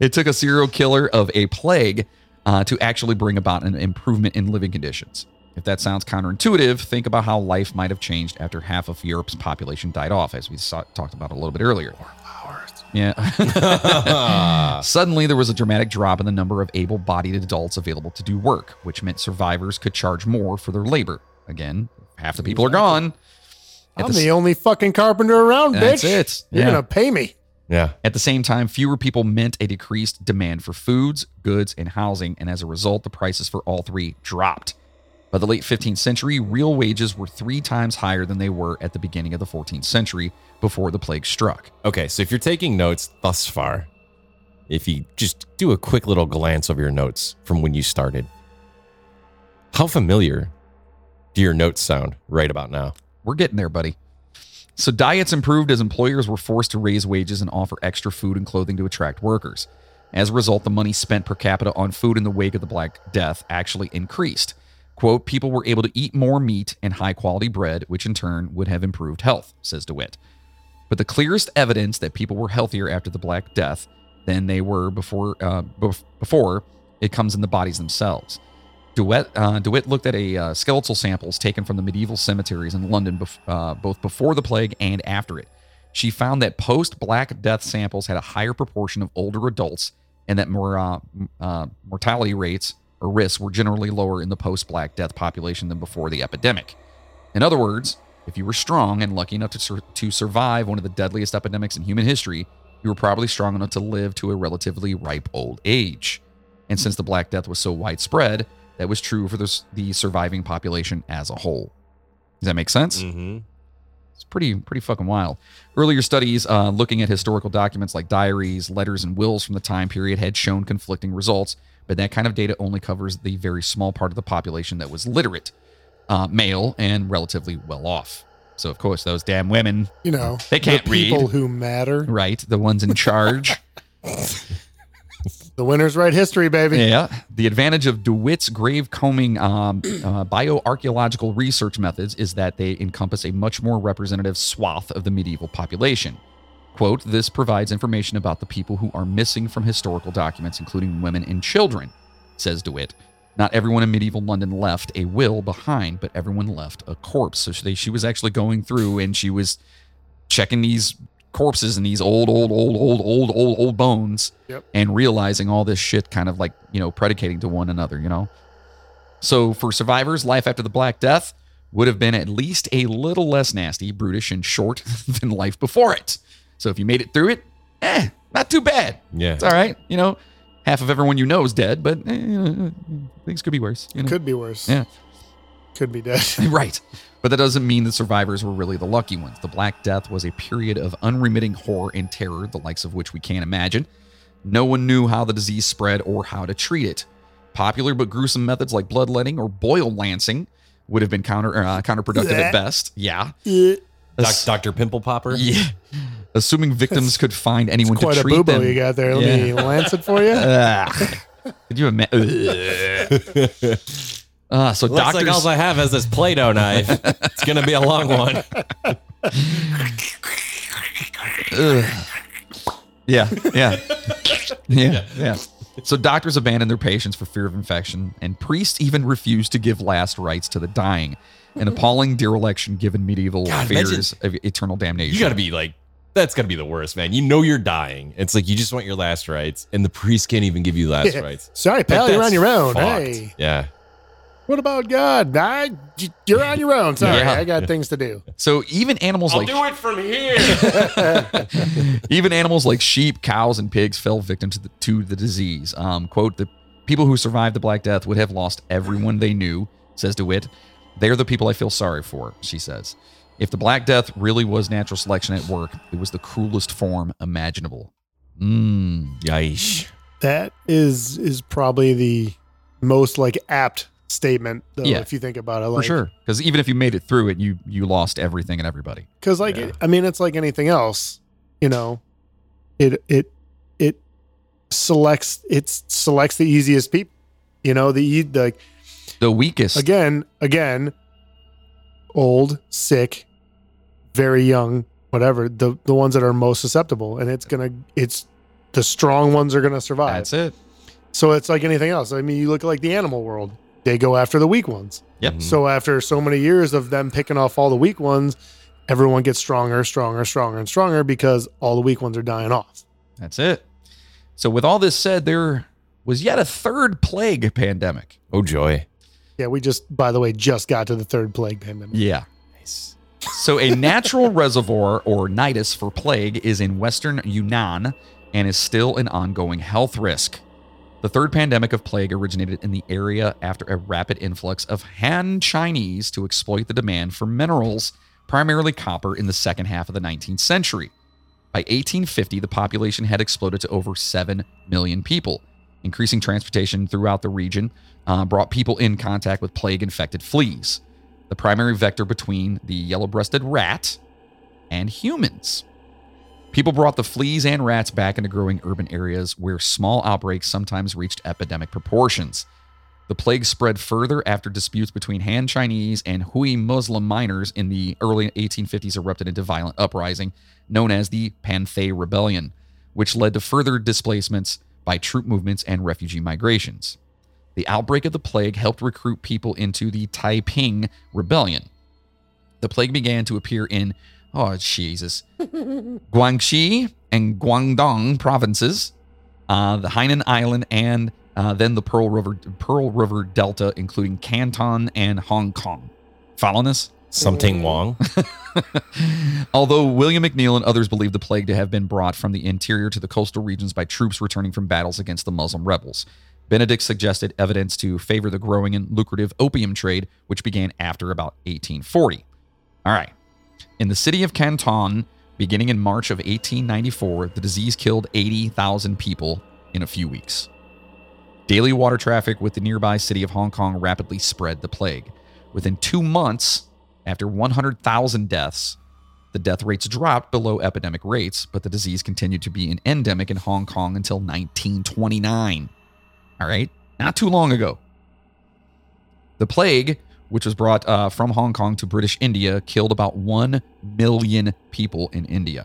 Speaker 2: It took a serial killer of a plague uh, to actually bring about an improvement in living conditions. If that sounds counterintuitive, think about how life might have changed after half of Europe's population died off, as we saw, talked about a little bit earlier. Yeah. Suddenly, there was a dramatic drop in the number of able bodied adults available to do work, which meant survivors could charge more for their labor. Again, half the people are gone. At
Speaker 4: I'm
Speaker 2: the
Speaker 4: the, only fucking carpenter around,
Speaker 2: That's
Speaker 4: bitch.
Speaker 2: it.
Speaker 4: You're
Speaker 2: Yeah.
Speaker 4: gonna pay me.
Speaker 3: Yeah.
Speaker 2: At the same time, fewer people meant a decreased demand for foods, goods, and housing, and as a result, the prices for all three dropped. By the late 15th century, real wages were three times higher than they were at the beginning of the 14th century before the plague struck.
Speaker 3: Okay. So if you're taking notes thus far, if you just do a quick little glance over your notes from when you started, how familiar do your notes sound right about now?
Speaker 2: We're getting there, buddy. So, diets improved as employers were forced to raise wages and offer extra food and clothing to attract workers. As a result, the money spent per capita on food in the wake of the Black Death actually increased. Quote, people were able to eat more meat and high quality bread, which in turn would have improved health, says DeWitt. But the clearest evidence that people were healthier after the Black Death than they were before, uh, bef- before it comes in the bodies themselves. DeWitt, uh, DeWitt looked at a uh, skeletal samples taken from the medieval cemeteries in London, bef- uh, both before the plague and after it. She found that post Black Death samples had a higher proportion of older adults, and that more, uh, m- uh, mortality rates or risks were generally lower in the post Black Death population than before the epidemic. In other words, if you were strong and lucky enough to, sur- to survive one of the deadliest epidemics in human history, you were probably strong enough to live to a relatively ripe old age. And since the Black Death was so widespread, that was true for the, s- the surviving population as a whole. Does that make sense?
Speaker 3: Mm-hmm.
Speaker 2: It's pretty pretty fucking wild. Earlier studies uh, looking at historical documents like diaries, letters, and wills from the time period had shown conflicting results, but that kind of data only covers the very small part of the population that was literate, uh, male, and relatively well off. So of course those damn women,
Speaker 4: You know,
Speaker 2: They can't
Speaker 4: the people
Speaker 2: read.
Speaker 4: who matter.
Speaker 2: right? The ones in charge.
Speaker 4: The winners write history, baby.
Speaker 2: Yeah. The advantage of DeWitt's grave combing um, uh, bioarchaeological research methods is that they encompass a much more representative swath of the medieval population. Quote, this provides information about the people who are missing from historical documents, including women and children, says DeWitt. Not everyone in medieval London left a will behind, but everyone left a corpse. So she, she was actually going through and she was checking these corpses and these old, old, old, old, old, old, old bones and realizing all this shit kind of like, you know, predicating to one another, you know? So for survivors, life after the Black Death would have been at least a little less nasty, brutish, and short than life before it. So if you made it through it, eh, not too bad.
Speaker 3: Yeah.
Speaker 2: It's all right. You know, half of everyone you know is dead, but eh, you know, things could be worse. You know?
Speaker 4: Could be worse.
Speaker 2: Yeah.
Speaker 4: Could be dead.
Speaker 2: right. But that doesn't mean the survivors were really the lucky ones. The Black Death was a period of unremitting horror and terror, the likes of which we can't imagine. No one knew how the disease spread or how to treat it. Popular but gruesome methods like bloodletting or boil lancing would have been counter uh, counterproductive at best. Yeah.
Speaker 3: Doc,
Speaker 2: That's-
Speaker 3: Dr. Pimple Popper.
Speaker 2: Yeah. Assuming victims could find anyone
Speaker 4: Quite
Speaker 2: to
Speaker 4: a
Speaker 2: treat
Speaker 4: boobo
Speaker 2: them.
Speaker 4: you got there. Let me lance it for you.
Speaker 2: Ugh. Could you imagine? Ah, so
Speaker 3: Looks
Speaker 2: doctors.
Speaker 3: like all I have is this Play-Doh knife. it's gonna be a long one.
Speaker 2: yeah, yeah, yeah, yeah. So doctors abandoned their patients for fear of infection, and priests even refused to give last rites to the dying. An appalling dereliction given medieval
Speaker 3: God, imagine-
Speaker 2: fears of eternal damnation.
Speaker 3: You gotta be like, that's gotta be the worst, man. You know you're dying. It's like you just want your last rights, and the priest can't even give you last rights.
Speaker 4: Sorry,
Speaker 3: Like,
Speaker 4: pal, you're
Speaker 3: that's
Speaker 4: on your own.
Speaker 3: fucked.
Speaker 4: Hey,
Speaker 3: Yeah.
Speaker 4: what about God? I, you're on your own. Sorry,
Speaker 2: Yeah.
Speaker 4: I got things to do.
Speaker 2: So even animals like
Speaker 9: it from here.
Speaker 2: Even animals like sheep, cows, and pigs fell victim to the, to the disease. Um, quote, the people who survived the Black Death would have lost everyone they knew, says DeWitt. They're the people I feel sorry for, she says. If the Black Death really was natural selection at work, it was the cruelest form imaginable. Mmm.
Speaker 3: Yeesh.
Speaker 4: That is is probably the most like apt statement, though,
Speaker 2: Yeah.
Speaker 4: if you think about it.
Speaker 2: For
Speaker 4: Like,
Speaker 2: sure. Because even if you made it through it, you you lost everything and everybody.
Speaker 4: because like
Speaker 3: Yeah.
Speaker 4: i mean it's like anything else you know it it it selects it selects the easiest people you know the e- the
Speaker 2: The weakest.
Speaker 4: again again old sick very young whatever the the ones that are most susceptible and it's gonna it's the strong ones are gonna survive
Speaker 2: That's it.
Speaker 4: so it's like anything else i mean you look at, like the animal world they go after the weak ones
Speaker 2: Yep.
Speaker 3: Mhm.
Speaker 4: so after so many years of them picking off all the weak ones, everyone gets stronger, stronger, stronger, and stronger because all the weak ones are dying off.
Speaker 2: That's it. So with all this said, there was yet a third plague pandemic.
Speaker 3: Oh joy.
Speaker 4: Yeah, we just, by the way, just got to the third plague pandemic.
Speaker 2: Yeah. So a natural reservoir or nidus for plague is in western Yunnan and is still an ongoing health risk. The third pandemic of plague originated in the area after a rapid influx of Han Chinese to exploit the demand for minerals, primarily copper, in the second half of the 19th century. By 1850, the population had exploded to over 7 million people. Increasing transportation throughout the region uh, brought people in contact with plague infected fleas the primary vector between the yellow breasted rat and humans. People brought the fleas and rats back into growing urban areas where small outbreaks sometimes reached epidemic proportions. The plague spread further after disputes between Han Chinese and Hui Muslim miners in the early 1850s erupted into violent uprising known as the Panthay Rebellion, which led to further displacements by troop movements and refugee migrations. The outbreak of the plague helped recruit people into the Taiping Rebellion. The plague began to appear in, oh Jesus, Guangxi and Guangdong provinces, uh, the Hainan Island, and uh, then the Pearl River Pearl River Delta, including Canton and Hong Kong. Following this?
Speaker 4: Mm.
Speaker 3: Something wrong.
Speaker 2: Although William McNeill and others believe the plague to have been brought from the interior to the coastal regions by troops returning from battles against the Muslim rebels, Benedict suggested evidence to favor the growing and lucrative opium trade, which began after about 1840. All right. In the city of Canton, beginning in March of 1894, the disease killed 80,000 people in a few weeks. Daily water traffic with the nearby city of Hong Kong rapidly spread the plague. Within two months, after 100,000 deaths, the death rates dropped below epidemic rates, but the disease continued to be an endemic in Hong Kong until 1929. All right, not too long ago. The plague, which was brought uh, from Hong Kong to British India, killed about 1 million people in India.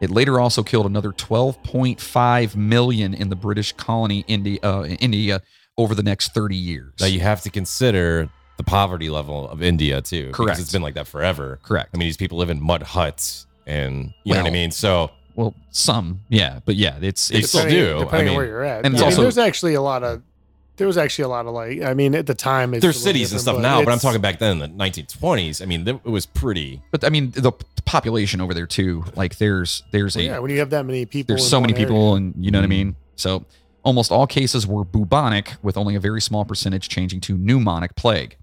Speaker 2: It later also killed another 12.5 million in the British colony India, uh, India over the next 30 years.
Speaker 3: now you have to consider the poverty level of India too. because
Speaker 2: Correct.
Speaker 3: It's been like that forever.
Speaker 2: Correct.
Speaker 3: I mean, these people live in mud huts and you know what I
Speaker 2: Well,
Speaker 3: mean? So
Speaker 2: well, some, yeah, but yeah, it's
Speaker 3: They
Speaker 2: it's
Speaker 3: still
Speaker 4: Depending-
Speaker 3: do. I
Speaker 4: Depending
Speaker 3: mean-
Speaker 4: on where you're at.
Speaker 2: and it's
Speaker 4: I mean,
Speaker 2: also-
Speaker 4: there's actually a lot of, there was actually a lot of like, I mean, at the time, it's
Speaker 3: there's
Speaker 4: a little
Speaker 3: cities and stuff
Speaker 4: different,
Speaker 3: now, but I'm
Speaker 4: it's-
Speaker 3: talking back then in the 1920s. I mean, th- it was pretty.
Speaker 2: But I mean, the p- population over there too. Like, there's there's a
Speaker 4: Yeah, when you have that many people.
Speaker 2: there's
Speaker 4: in
Speaker 2: so many
Speaker 4: one area.
Speaker 2: people, and you know what I mean. So almost all cases were bubonic, with only a very small percentage changing to pneumonic plague.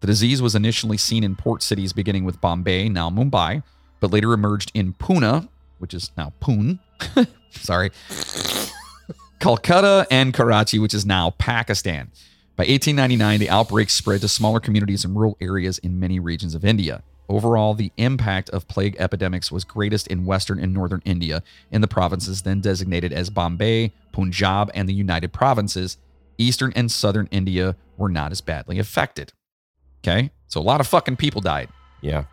Speaker 2: The disease was initially seen in port cities, beginning with Bombay, now Mumbai, but later emerged in Pune, which is now Pune. Sorry. Calcutta and Karachi, which is now Pakistan. By 1899, the outbreak spread to smaller communities and rural areas in many regions of India. Overall, the impact of plague epidemics was greatest in western and northern India, in the provinces then designated as Bombay, Punjab, and the United Provinces. Eastern and southern India were not as badly affected. Okay, so a lot of fucking people died,
Speaker 3: Yeah.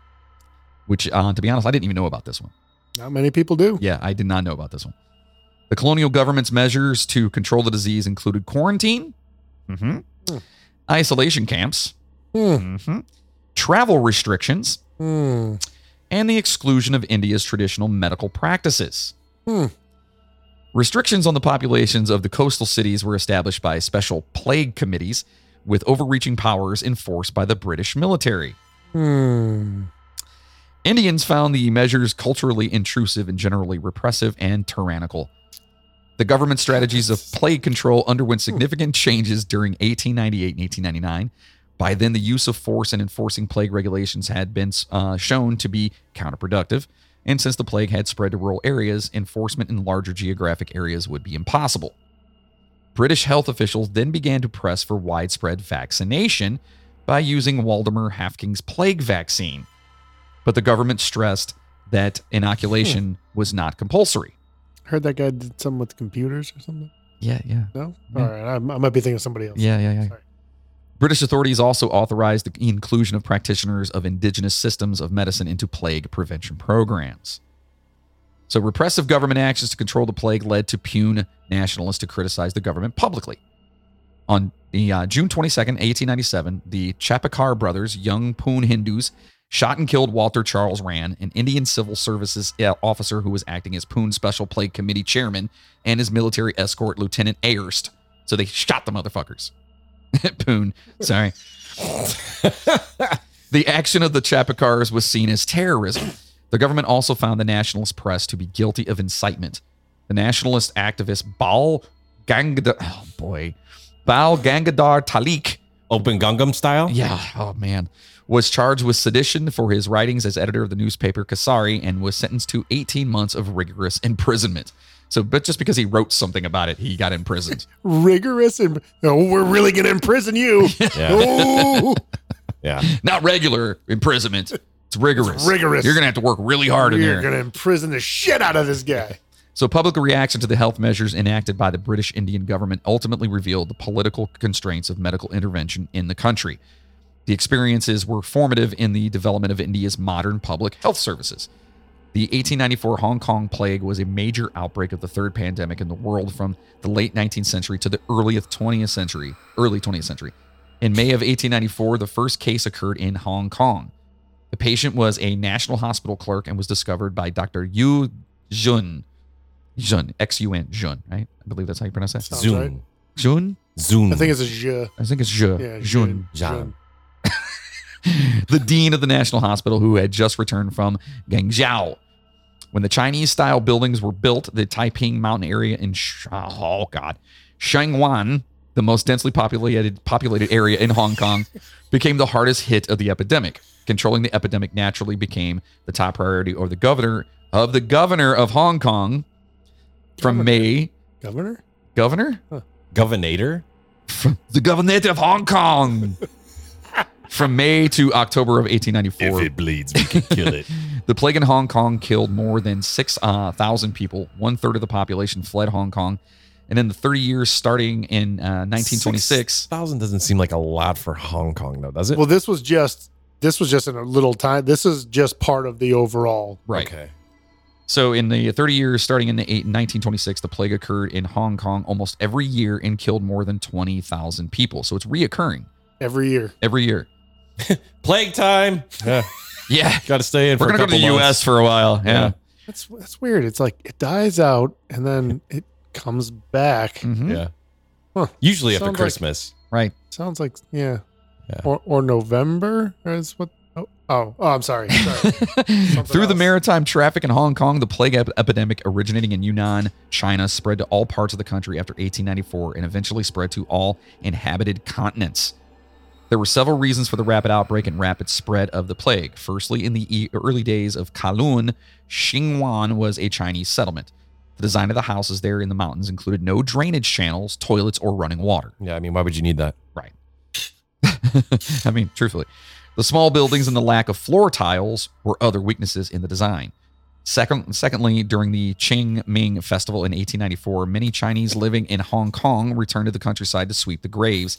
Speaker 2: which, uh, to be honest, I didn't even know about this one.
Speaker 4: Not many people do.
Speaker 2: Yeah, I did not know about this one. The colonial government's measures to control the disease included quarantine, mhm,
Speaker 4: Hmm.
Speaker 2: isolation camps,
Speaker 4: Hmm.
Speaker 2: mhm, travel restrictions,
Speaker 4: Hmm.
Speaker 2: and the exclusion of India's traditional medical practices.
Speaker 4: Hmm.
Speaker 2: Restrictions on the populations of the coastal cities were established by special plague committees with overreaching powers enforced by the British military.
Speaker 4: Hmm.
Speaker 2: Indians found the measures culturally intrusive and generally repressive and tyrannical. The government strategies of plague control underwent significant changes during 1898 and 1899. By then, the use of force and enforcing plague regulations had been uh, shown to be counterproductive. And since the plague had spread to rural areas, enforcement in larger geographic areas would be impossible. British health officials then began to press for widespread vaccination by using Waldemar Hafking's plague vaccine but the government stressed that inoculation was not compulsory.
Speaker 4: Heard that guy did something with computers or something.
Speaker 2: Yeah, yeah,
Speaker 4: No.
Speaker 3: Mm-hmm.
Speaker 2: Yeah.
Speaker 4: All right. I, I might be thinking of somebody else.
Speaker 2: yeah, yeah, yeah.
Speaker 4: Sorry.
Speaker 2: British authorities also authorized the inclusion of practitioners of indigenous systems of medicine into plague prevention programs. So, repressive government actions to control the plague led to Pune nationalists to criticize the government publicly. On the, uh, June 22nd, 1897, the Chapakar brothers, young Pune Hindus, shot and killed Walter Charles Rand, an Indian civil services uh, officer who was acting as Pune Special Plague Committee chairman, and his military escort, Lieutenant Ayerst. So, they shot the motherfuckers. Poon. Sorry. the action of the Chapakars was seen as terrorism. The government also found the nationalist press to be guilty of incitement. The nationalist activist Bal Gangadhar, oh boy, Bal Gangadhar Talik,
Speaker 3: Open Gungam style?
Speaker 2: yeah, oh man, was charged with sedition for his writings as editor of the newspaper Kasari and was sentenced to 18 months of rigorous imprisonment. So, but just because he wrote something about it, he got imprisoned.
Speaker 4: Rigorous and oh, we're really gonna imprison you.
Speaker 3: Yeah.
Speaker 4: oh,
Speaker 3: yeah.
Speaker 2: not regular imprisonment. It's rigorous.
Speaker 4: It's rigorous.
Speaker 2: You're gonna have to work really hard in
Speaker 4: you're
Speaker 2: there.
Speaker 4: gonna imprison the shit out of this guy.
Speaker 2: so public reaction to the health measures enacted by the British Indian government ultimately revealed the political constraints of medical intervention in the country. The experiences were formative in the development of India's modern public health services. The 1894 Hong Kong plague was a major outbreak of the third pandemic in the world from the late 19th century to the early 20th century, early 20th century. In May of 1894, the first case occurred in Hong Kong. The patient was a national hospital clerk and was discovered by Dr. Yu Jun. Jun, X U N, Jun, right? I believe that's how you pronounce that.
Speaker 4: Sounds
Speaker 3: Zoom.
Speaker 4: right.
Speaker 2: Jun?
Speaker 3: Zoom.
Speaker 4: I think it's a je.
Speaker 2: I think it's Jun.
Speaker 4: Yeah,
Speaker 2: Jun.
Speaker 4: je-
Speaker 3: John.
Speaker 2: the dean of the National Hospital, who had just returned from Guangzhou. When the Chinese style buildings were built, the Taiping Mountain area in Sh- oh god, Shangwan, the most densely populated populated area in Hong Kong, became the hardest hit of the epidemic. Controlling the epidemic naturally became the top priority of the governor of the governor of Hong Kong from May
Speaker 4: Governor.
Speaker 2: governor
Speaker 3: Governator?
Speaker 2: from the governorate of Hong Kong from May to October of 1894.
Speaker 3: bleeds, we can kill it.
Speaker 2: The plague in Hong Kong killed more than 6,000 people. One third of the population fled Hong Kong. And in the 30 years starting in uh, 1926,
Speaker 3: 6,000 doesn't seem like a lot for Hong Kong, though, does it?
Speaker 4: Well, this was just this was just in a little time. This is just part of the overall.
Speaker 2: right.
Speaker 3: Okay.
Speaker 2: So in the 30 years starting in the eight, 1926, the plague occurred in Hong Kong almost every year and killed more than 20,000 people. So it's reoccurring
Speaker 4: Every year,
Speaker 2: every year.
Speaker 3: Plague time. Yeah.
Speaker 2: Yeah.
Speaker 3: Got to stay in
Speaker 2: We're
Speaker 3: for
Speaker 2: going
Speaker 3: a
Speaker 2: to go to
Speaker 3: couple
Speaker 2: the
Speaker 3: months.
Speaker 2: U.S. for a while. Yeah.
Speaker 4: that's that's weird. It's like it dies out and then it comes back.
Speaker 2: Mhm.
Speaker 3: Yeah.
Speaker 4: Huh.
Speaker 3: Usually after
Speaker 4: Sounds like-
Speaker 3: Christmas.
Speaker 2: Right.
Speaker 4: Sounds like yeah,
Speaker 3: Yeah.
Speaker 4: or or November or is what? Oh, oh, oh, I'm sorry. sorry.
Speaker 2: Through the
Speaker 4: else.
Speaker 2: maritime traffic in Hong Kong, the plague ep- epidemic originating in Yunnan, China, spread to all parts of the country after 1894 and eventually spread to all inhabited continents. There were several reasons for the rapid outbreak and rapid spread of the plague. Firstly, in the e- early days of Kowloon, Xingwan was a Chinese settlement. The design of the houses there in the mountains included no drainage channels, toilets, or running water.
Speaker 3: Yeah. I mean, why would you need that?
Speaker 2: I mean, truthfully. The small buildings and the lack of floor tiles were other weaknesses in the design. Second, secondly, during the Qingming Festival in 1894, many Chinese living in Hong Kong returned to the countryside to sweep the graves,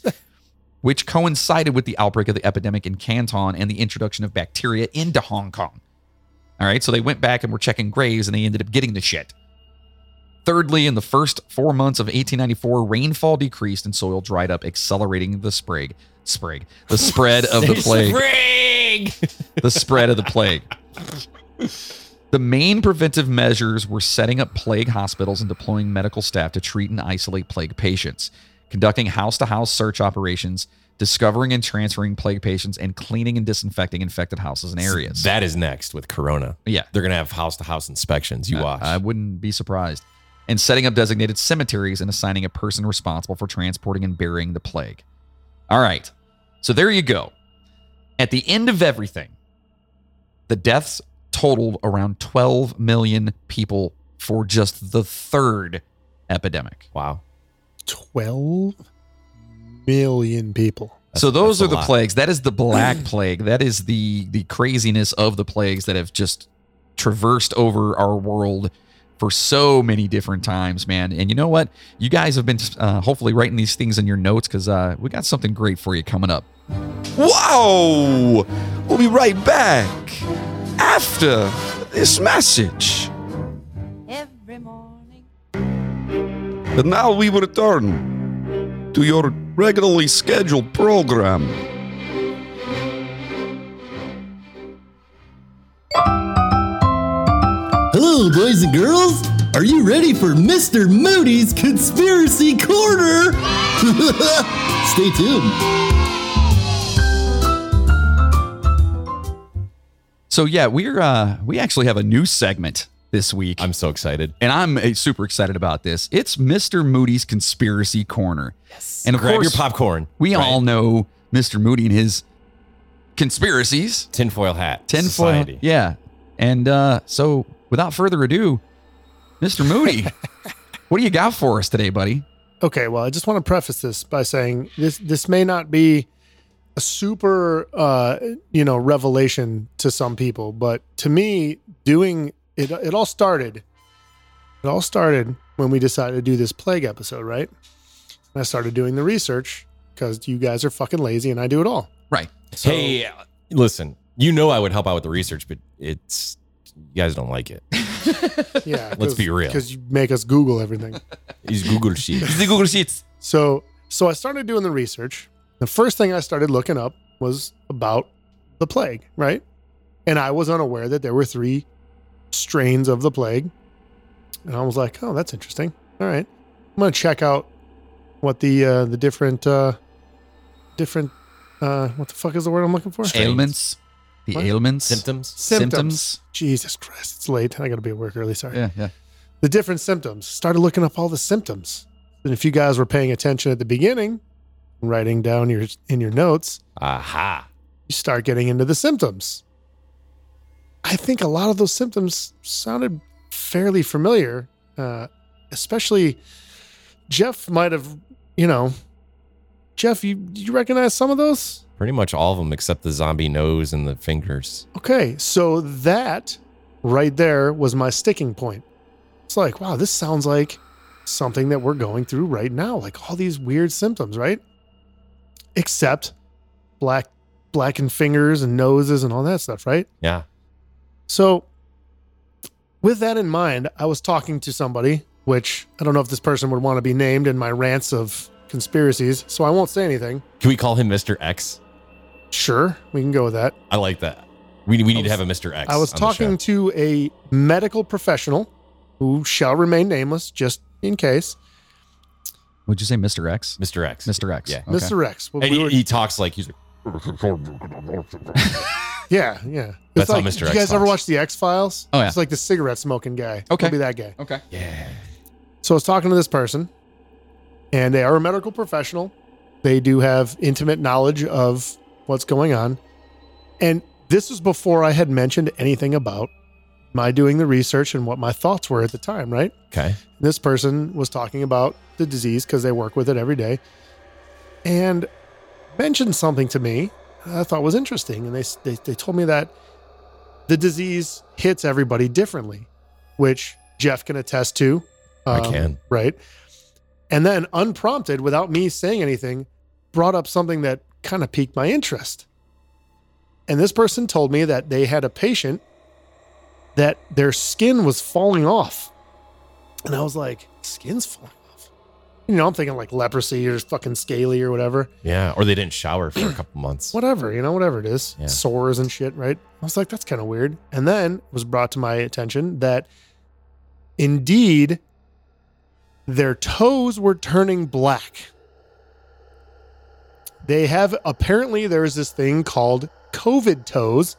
Speaker 2: which coincided with the outbreak of the epidemic in Canton and the introduction of bacteria into Hong Kong. All right, so they went back and were checking graves and they ended up getting the shit. Thirdly, in the first four months of 1894, rainfall decreased and soil dried up, accelerating the sprig, sprig, the spread of the plague. the spread of the plague. The main preventive measures were setting up plague hospitals and deploying medical staff to treat and isolate plague patients, conducting house to house search operations, discovering and transferring plague patients, and cleaning and disinfecting infected houses and areas.
Speaker 3: That is next with Corona.
Speaker 2: yeah.
Speaker 3: They're gonna have house to house inspections. You
Speaker 2: I-
Speaker 3: watch.
Speaker 2: I, wouldn't be surprised. And setting up designated cemeteries and assigning a person responsible for transporting and burying the plague. All right. So there you go. At the end of everything, the deaths totaled around 12 million people for just the third epidemic.
Speaker 3: wow.
Speaker 4: 12 million people.
Speaker 3: That's-
Speaker 2: so those
Speaker 3: that's
Speaker 2: are
Speaker 3: a
Speaker 2: the
Speaker 3: lot.
Speaker 2: plagues. That is the black plague. That is the the craziness of the plagues that have just traversed over our world for so many different times, man. And you know what? You guys have been uh, hopefully writing these things in your notes because uh, we got something great for you coming up.
Speaker 8: Wow! We'll be right back after this message.
Speaker 7: Every morning.
Speaker 8: And now we return to your regularly scheduled program.
Speaker 10: Hello, boys and girls. Are you ready for Mr. Moody's Conspiracy Corner? Stay tuned.
Speaker 2: So yeah, we're uh, we actually have a new segment this week.
Speaker 3: I'm so excited.
Speaker 2: and I'm uh, super excited about this. It's Mr. Moody's Conspiracy Corner. Yes. And of
Speaker 3: Grab
Speaker 2: course,
Speaker 3: your popcorn.
Speaker 2: we
Speaker 3: right?
Speaker 2: all know Mr. Moody and his conspiracies.
Speaker 3: tinfoil hat.
Speaker 2: tinfoil.
Speaker 3: society.
Speaker 2: Yeah. And uh, so, without further ado, Mr. Moody, what do you got for us today, buddy?
Speaker 4: Okay, well, I just want to preface this by saying this this may not be a super uh, you know revelation to some people, but to me, doing it it all started it all started when we decided to do this plague episode, right? And I started doing the research because you guys are fucking lazy and I do it all.
Speaker 3: hey, uh, listen. You know I would help out with the research, but it's you guys don't like it.
Speaker 4: Yeah,
Speaker 3: Let's be real.
Speaker 4: because you make us Google everything.
Speaker 3: It's Google Sheets. the Google Sheets.
Speaker 4: So so I started doing the research. The first thing I started looking up was about the plague, right? And I was unaware that there were three strains of the plague. And I was like, "Oh, that's interesting. All right. I'm going to check out what the uh the different uh different uh what the fuck is the word I'm looking for?
Speaker 3: Strains.
Speaker 2: Ailments. The
Speaker 4: What?
Speaker 2: ailments.
Speaker 3: Symptoms.
Speaker 2: Symptoms.
Speaker 4: Jesus Christ, it's late. I got to be at work early, sorry.
Speaker 2: Yeah, yeah.
Speaker 4: the different symptoms. Started looking up all the symptoms. And if you guys were paying attention at the beginning, writing down your in your notes,
Speaker 3: Aha.
Speaker 4: you start getting into the symptoms. I think a lot of those symptoms sounded fairly familiar, uh, especially Jeff might have, you know, Jeff, you you recognize some of those?
Speaker 3: Pretty much all of them except the zombie nose and the fingers.
Speaker 4: Okay, so that right there was my sticking point. It's like, wow, this sounds like something that we're going through right now, like all these weird symptoms, right? Except black blackened fingers and noses and all that stuff, right?
Speaker 3: Yeah.
Speaker 4: So with that in mind, I was talking to somebody, which I don't know if this person would want to be named in my rants of conspiracies, so I won't say anything.
Speaker 3: Can we call him Mr. X?
Speaker 4: Sure, we can go with that.
Speaker 3: I like that. We, we need to
Speaker 4: was-
Speaker 3: have a Mr. X.
Speaker 4: I was
Speaker 3: on the
Speaker 4: talking
Speaker 3: show.
Speaker 4: to a medical professional who shall remain nameless just in case.
Speaker 2: Would you say Mr. X?
Speaker 3: Mr. X.
Speaker 2: Mr. X.
Speaker 3: Yeah.
Speaker 2: Okay.
Speaker 4: Mr. X. Well,
Speaker 3: And
Speaker 4: we
Speaker 3: he,
Speaker 4: were-
Speaker 3: he talks like he's like,
Speaker 4: yeah, yeah.
Speaker 3: That's
Speaker 4: It's
Speaker 3: how
Speaker 4: like,
Speaker 3: Mr.
Speaker 4: You
Speaker 3: X
Speaker 4: guys ever
Speaker 3: talks.
Speaker 4: watch the X Files?
Speaker 2: Oh, yeah.
Speaker 4: It's like the cigarette smoking guy.
Speaker 2: Okay.
Speaker 4: He'll be that guy.
Speaker 2: Okay.
Speaker 3: yeah.
Speaker 4: So I was talking to this person, and they are a medical professional. They do have intimate knowledge of what's going on. And this was before I had mentioned anything about my doing the research and what my thoughts were at the time, right?
Speaker 3: Okay.
Speaker 4: this person was talking about the disease because they work with it every day and mentioned something to me. And I thought was interesting. And they, s- they, they told me that the disease hits everybody differently, which Jeff can attest to.
Speaker 3: I
Speaker 4: Um,
Speaker 3: can.
Speaker 4: Right. And then, unprompted, without me saying anything, brought up something that kind of piqued my interest. And this person told me that they had a patient that their skin was falling off. And I was like, skin's falling off. You know, I'm thinking like leprosy or fucking scaly or whatever
Speaker 3: Yeah. Or they didn't shower for a couple months.
Speaker 4: whatever, you know, whatever it is,
Speaker 3: Yeah.
Speaker 4: sores and shit, right? I was like, that's kind of weird. And then it was brought to my attention that indeed their toes were turning black. They have apparently there's this thing called COVID toes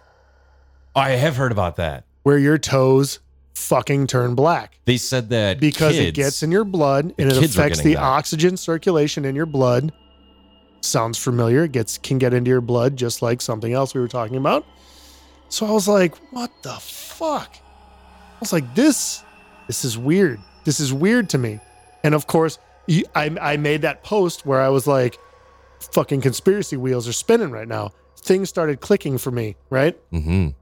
Speaker 3: I have heard about that.
Speaker 4: where your toes fucking turn black
Speaker 3: They said that
Speaker 4: because it
Speaker 3: kids-
Speaker 4: gets in your blood
Speaker 3: the
Speaker 4: and it
Speaker 3: kids were
Speaker 4: affects
Speaker 3: getting
Speaker 4: the
Speaker 3: that.
Speaker 4: oxygen circulation in your blood. Sounds familiar. It gets can get into your blood just like something else we were talking about. So I was like, what the fuck? I was like, this this is weird. This is weird to me. And of course, you- I, I made that post where I was like, fucking conspiracy wheels are spinning right now. Things started clicking for me, right?
Speaker 3: Mhm.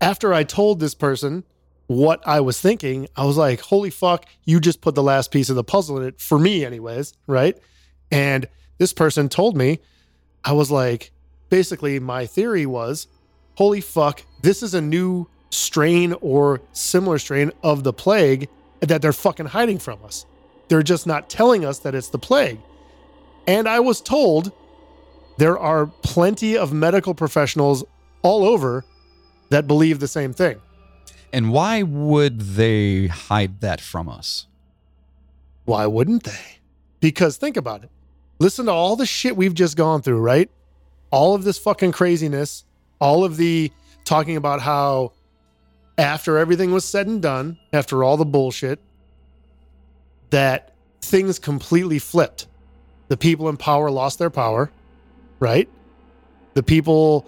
Speaker 4: after I told this person what I was thinking, I was like, holy fuck, you just put the last piece of the puzzle in it for me, anyways. Right. And this person told me, I was like, basically, my theory was, holy fuck, this is a new strain or similar strain of the plague that they're fucking hiding from us. They're just not telling us that it's the plague. And I was told there are plenty of medical professionals all over that believe the same thing.
Speaker 2: And why would they hide that from us?
Speaker 4: Why wouldn't they? Because think about it. Listen to all the shit we've just gone through, right? All of this fucking craziness, all of the talking about how after everything was said and done, after all the bullshit, that things completely flipped. The people in power lost their power, right? The people,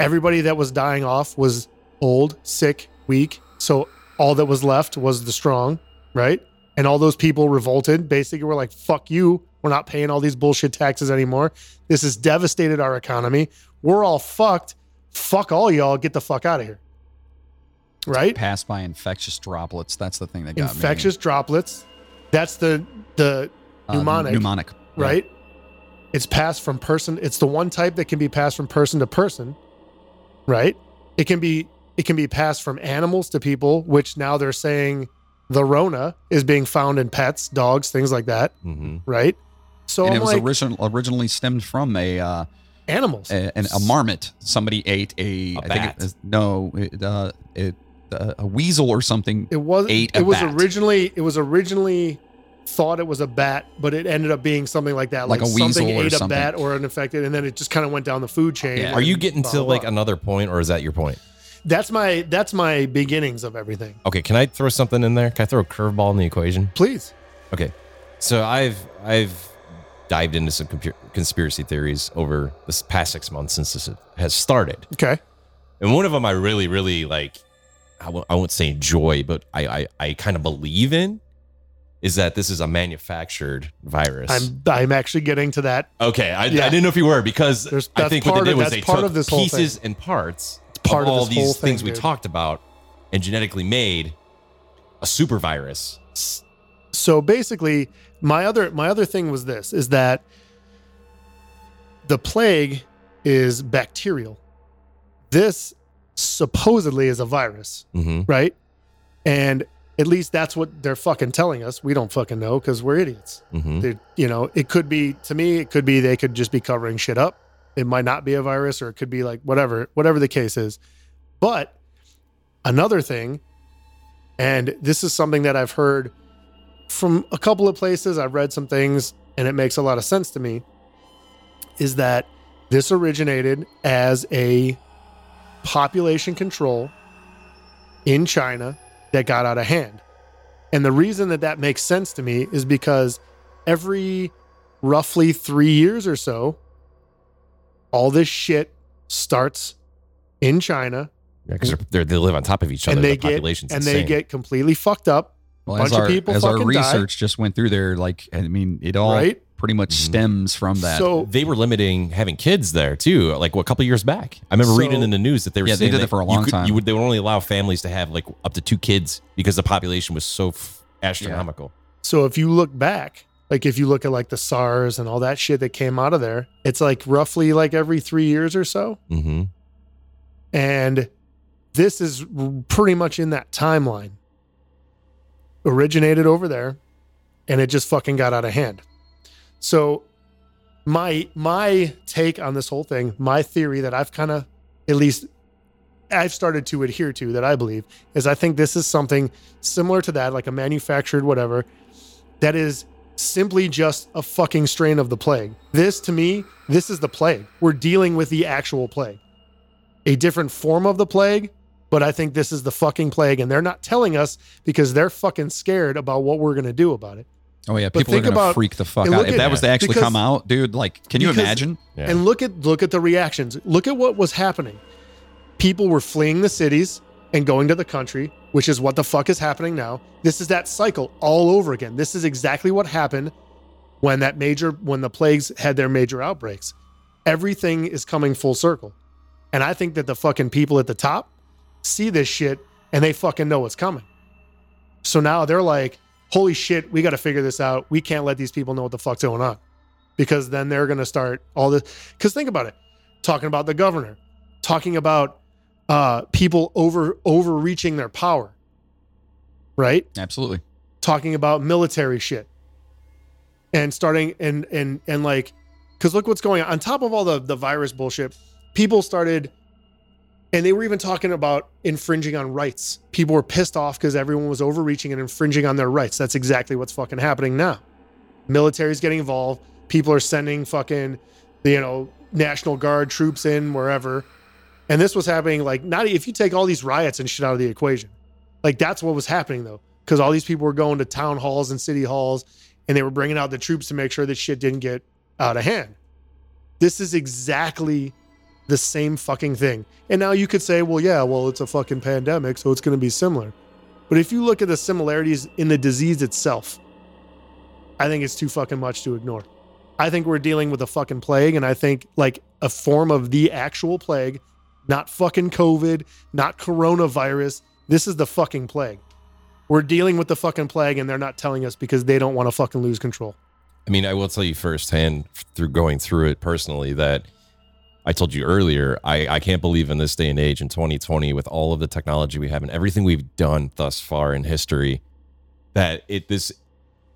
Speaker 4: everybody that was dying off was old, sick, weak. So all that was left was the strong, right? And all those people revolted. Basically, were like, fuck you. We're not paying all these bullshit taxes anymore. This has devastated our economy. We're all fucked. Fuck all y'all. Get the fuck out of here. Right?
Speaker 2: Pass by infectious droplets. That's the thing that got
Speaker 4: Infectious droplets. That's the the
Speaker 2: me. Uh,
Speaker 4: pneumonic.
Speaker 2: mnemonic.
Speaker 4: right? It's passed from person. It's the one type that can be passed from person to person, right? It can be it can be passed from animals to people, which now they're saying the Rona is being found in pets, dogs, things like that,
Speaker 3: Mhm.
Speaker 4: right? So
Speaker 2: and
Speaker 4: I'm
Speaker 2: it was
Speaker 4: like
Speaker 2: origin- originally stemmed from a, uh,
Speaker 4: animals.
Speaker 2: a an, a marmot. Somebody ate a,
Speaker 3: A
Speaker 2: I think
Speaker 3: bat.
Speaker 2: it was- no, it, uh, it, uh, a weasel or something.
Speaker 4: It was
Speaker 2: ate
Speaker 4: it
Speaker 2: a
Speaker 4: was
Speaker 2: bat.
Speaker 4: originally it was originally thought it was a bat, but it ended up being something like that,
Speaker 2: Like a weasel
Speaker 4: something
Speaker 2: or
Speaker 4: ate
Speaker 2: something.
Speaker 4: a bat or an infected, and then it just kind of went down the food chain.
Speaker 2: Yeah.
Speaker 4: and
Speaker 3: Are you getting
Speaker 4: blah,
Speaker 3: to
Speaker 4: blah,
Speaker 3: like
Speaker 4: blah.
Speaker 3: another point or is that your point?
Speaker 4: that's my that's my beginnings of everything.
Speaker 3: Okay. Can I throw something in there? Can I throw a curveball in the equation?
Speaker 4: Please.
Speaker 3: Okay. So I've I've dived into some compu conspiracy theories over this past six months since this has started,
Speaker 4: Okay.
Speaker 3: and one of them I really really like. I w- I won't say enjoy, but I I, I kind of believe in is that this is a manufactured virus.
Speaker 4: I'm I'm actually getting to that.
Speaker 3: okay, I,
Speaker 4: Yeah.
Speaker 3: I didn't know if you were because
Speaker 4: There's-
Speaker 3: I
Speaker 4: that's
Speaker 3: think what they
Speaker 4: part
Speaker 3: did
Speaker 4: of-
Speaker 3: was
Speaker 4: that's
Speaker 3: they
Speaker 4: part
Speaker 3: took
Speaker 4: of this whole
Speaker 3: pieces and parts
Speaker 4: part
Speaker 3: of
Speaker 4: of
Speaker 3: all
Speaker 4: this whole
Speaker 3: these
Speaker 4: thing,
Speaker 3: things we
Speaker 4: dude.
Speaker 3: talked about and genetically made a super virus.
Speaker 4: So basically, my other my other thing was this is that the plague is bacterial. This supposedly is a virus,
Speaker 3: Mm-hmm.
Speaker 4: right? And at least that's what they're fucking telling us. We don't fucking know because we're idiots.
Speaker 3: Mm-hmm.
Speaker 4: They- you know, it could be to me, it could be they could just be covering shit up. It might not be a virus, or it could be like whatever, whatever the case is. But another thing, and this is something that I've heard from a couple of places, I've read some things, and it makes a lot of sense to me, is that this originated as a population control in China that got out of hand. And the reason that that makes sense to me is because every roughly three years or so, all this shit starts in China
Speaker 3: because they're, they live on top of each other.
Speaker 4: and they
Speaker 3: the
Speaker 4: get
Speaker 3: population's
Speaker 4: and they
Speaker 3: insane.
Speaker 4: get completely fucked up,
Speaker 2: Well,
Speaker 4: Bunch
Speaker 2: as
Speaker 4: of
Speaker 2: our,
Speaker 4: people
Speaker 2: as our
Speaker 4: fucking died.
Speaker 2: research just went through there, like, I mean, it all
Speaker 4: right?
Speaker 2: pretty much
Speaker 3: Mm-hmm.
Speaker 2: stems from that.
Speaker 4: So
Speaker 3: They were limiting having kids there too, like well, a couple years back. I remember
Speaker 4: So-
Speaker 3: reading in the news that they were
Speaker 2: Yeah, they
Speaker 3: saying
Speaker 2: did that for a long
Speaker 3: you could-
Speaker 2: time.
Speaker 3: You would, they would only allow families to have like up to two kids because the population was so f- astronomical.
Speaker 4: So if you look back, like if you look at like the SARS and all that shit that came out of there, it's like roughly like every three years or so.
Speaker 3: Mm-hmm.
Speaker 4: And this is r- pretty much in that timeline. Originated over there and it just fucking got out of hand. So my my take on this whole thing, my theory that I've kind of at least I've started to adhere to that I believe is I think this is something similar to that like a manufactured whatever that is simply just a fucking strain of the plague. This to me, this is the plague. We're dealing with the actual plague a different form of the plague, but I think this is the fucking plague. And they're not telling us because they're fucking scared about what we're going to do about it.
Speaker 2: oh yeah,
Speaker 4: but
Speaker 2: people are
Speaker 4: think
Speaker 2: gonna
Speaker 4: about-
Speaker 2: freak the fuck
Speaker 4: and
Speaker 2: out
Speaker 4: look
Speaker 2: if
Speaker 4: at-
Speaker 2: that was to actually
Speaker 4: because-
Speaker 2: come out, dude. Like, can you
Speaker 4: because-
Speaker 2: imagine?
Speaker 3: Yeah.
Speaker 4: And look at look at the reactions. Look at what was happening. People were fleeing the cities and going to the country, which is what the fuck is happening now. This is that cycle all over again. This is exactly what happened when that major when the plagues had their major outbreaks. Everything is coming full circle. And I think that the fucking people at the top see this shit and they fucking know what's coming. So now they're like, holy shit, we got to figure this out. We can't let these people know what the fuck's going on because then they're going to start all this. Because think about it talking about the governor, talking about uh, people over overreaching their power, right?
Speaker 2: Absolutely.
Speaker 4: Talking about military shit and starting and and and like because look what's going on on top of all the the virus bullshit people started and they were even talking about infringing on rights people were pissed off because everyone was overreaching and infringing on their rights that's exactly what's fucking happening now military's getting involved people are sending fucking you know national guard troops in wherever and this was happening like not if you take all these riots and shit out of the equation like that's what was happening though because all these people were going to town halls and city halls and they were bringing out the troops to make sure that shit didn't get out of hand this is exactly the same fucking thing and now you could say well yeah well it's a fucking pandemic so it's going to be similar but if you look at the similarities in the disease itself i think it's too fucking much to ignore i think we're dealing with a fucking plague and i think like a form of the actual plague not fucking covid not coronavirus this is the fucking plague we're dealing with the fucking plague and they're not telling us because they don't want to fucking lose control.
Speaker 3: I mean, I will tell you firsthand through going through it personally that I told you earlier, I, I can't believe in this day and age in 2020 with all of the technology we have and everything we've done thus far in history that it this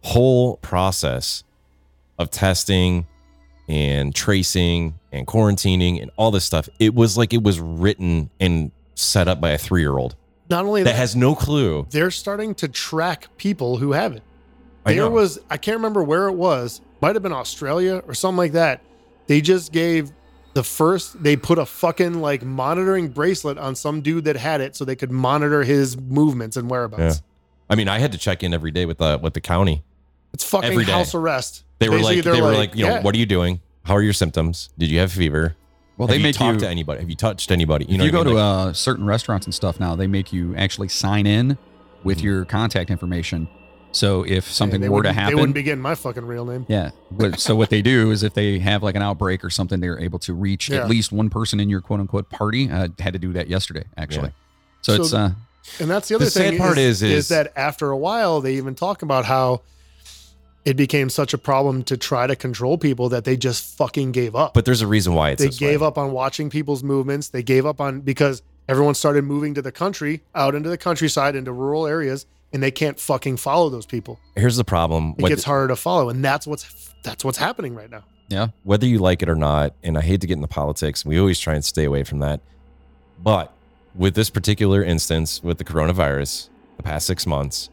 Speaker 3: whole process of testing and tracing and quarantining and all this stuff, it was like it was written and set up by a three year old
Speaker 4: Not only that,
Speaker 3: that has no clue.
Speaker 4: they're starting to track people who have it.
Speaker 3: I
Speaker 4: there
Speaker 3: know.
Speaker 4: was I can't remember where it was, might have been Australia or something like that. They just gave the first they put a fucking like monitoring bracelet on some dude that had it so they could monitor his movements and whereabouts.
Speaker 3: I mean, I had to check in every day with the with the county
Speaker 4: It's fucking
Speaker 3: Every day.
Speaker 4: house arrest.
Speaker 3: They were
Speaker 4: Basically,
Speaker 3: like, they
Speaker 4: they're
Speaker 3: were like, you know,
Speaker 4: yeah.
Speaker 3: what are you doing? How are your symptoms? Did you have fever?
Speaker 2: Well,
Speaker 3: have
Speaker 2: they
Speaker 3: you
Speaker 2: make
Speaker 3: talked
Speaker 2: you.
Speaker 3: to anybody? Have you touched anybody? You
Speaker 2: if
Speaker 3: know,
Speaker 2: you go
Speaker 3: what I mean?
Speaker 2: to
Speaker 3: Like,
Speaker 2: uh, certain restaurants and stuff now, they make you actually sign in
Speaker 3: Mm-hmm.
Speaker 2: with your contact information. So if something
Speaker 4: And they
Speaker 2: were to
Speaker 4: wouldn't- They
Speaker 2: happen,
Speaker 4: wouldn't begin my fucking real name.
Speaker 2: yeah. But, so what they do is if they have like an outbreak or something, they're able to reach
Speaker 4: Yeah.
Speaker 2: at least one person in your quote unquote party. Uh, had to do that yesterday, actually. So,
Speaker 4: So
Speaker 2: it's uh,
Speaker 4: And that's the other
Speaker 3: The sad
Speaker 4: thing.
Speaker 3: part is-
Speaker 4: is, is
Speaker 3: is-
Speaker 4: that after a while, they even talk about how it became such a problem to try to control people that they just fucking gave up.
Speaker 3: but there's a reason why it's
Speaker 4: they gave up on watching people's movements. They gave up on because everyone started moving to the country, out into the countryside, into rural areas, and they can't fucking follow those people.
Speaker 3: Here's the problem.
Speaker 4: It
Speaker 3: Whether,
Speaker 4: gets harder to follow, and that's what's that's what's happening right now.
Speaker 3: whether you like it or not, and I hate to get into politics, and we always try and stay away from that. But with this particular instance, with the coronavirus, the past six months,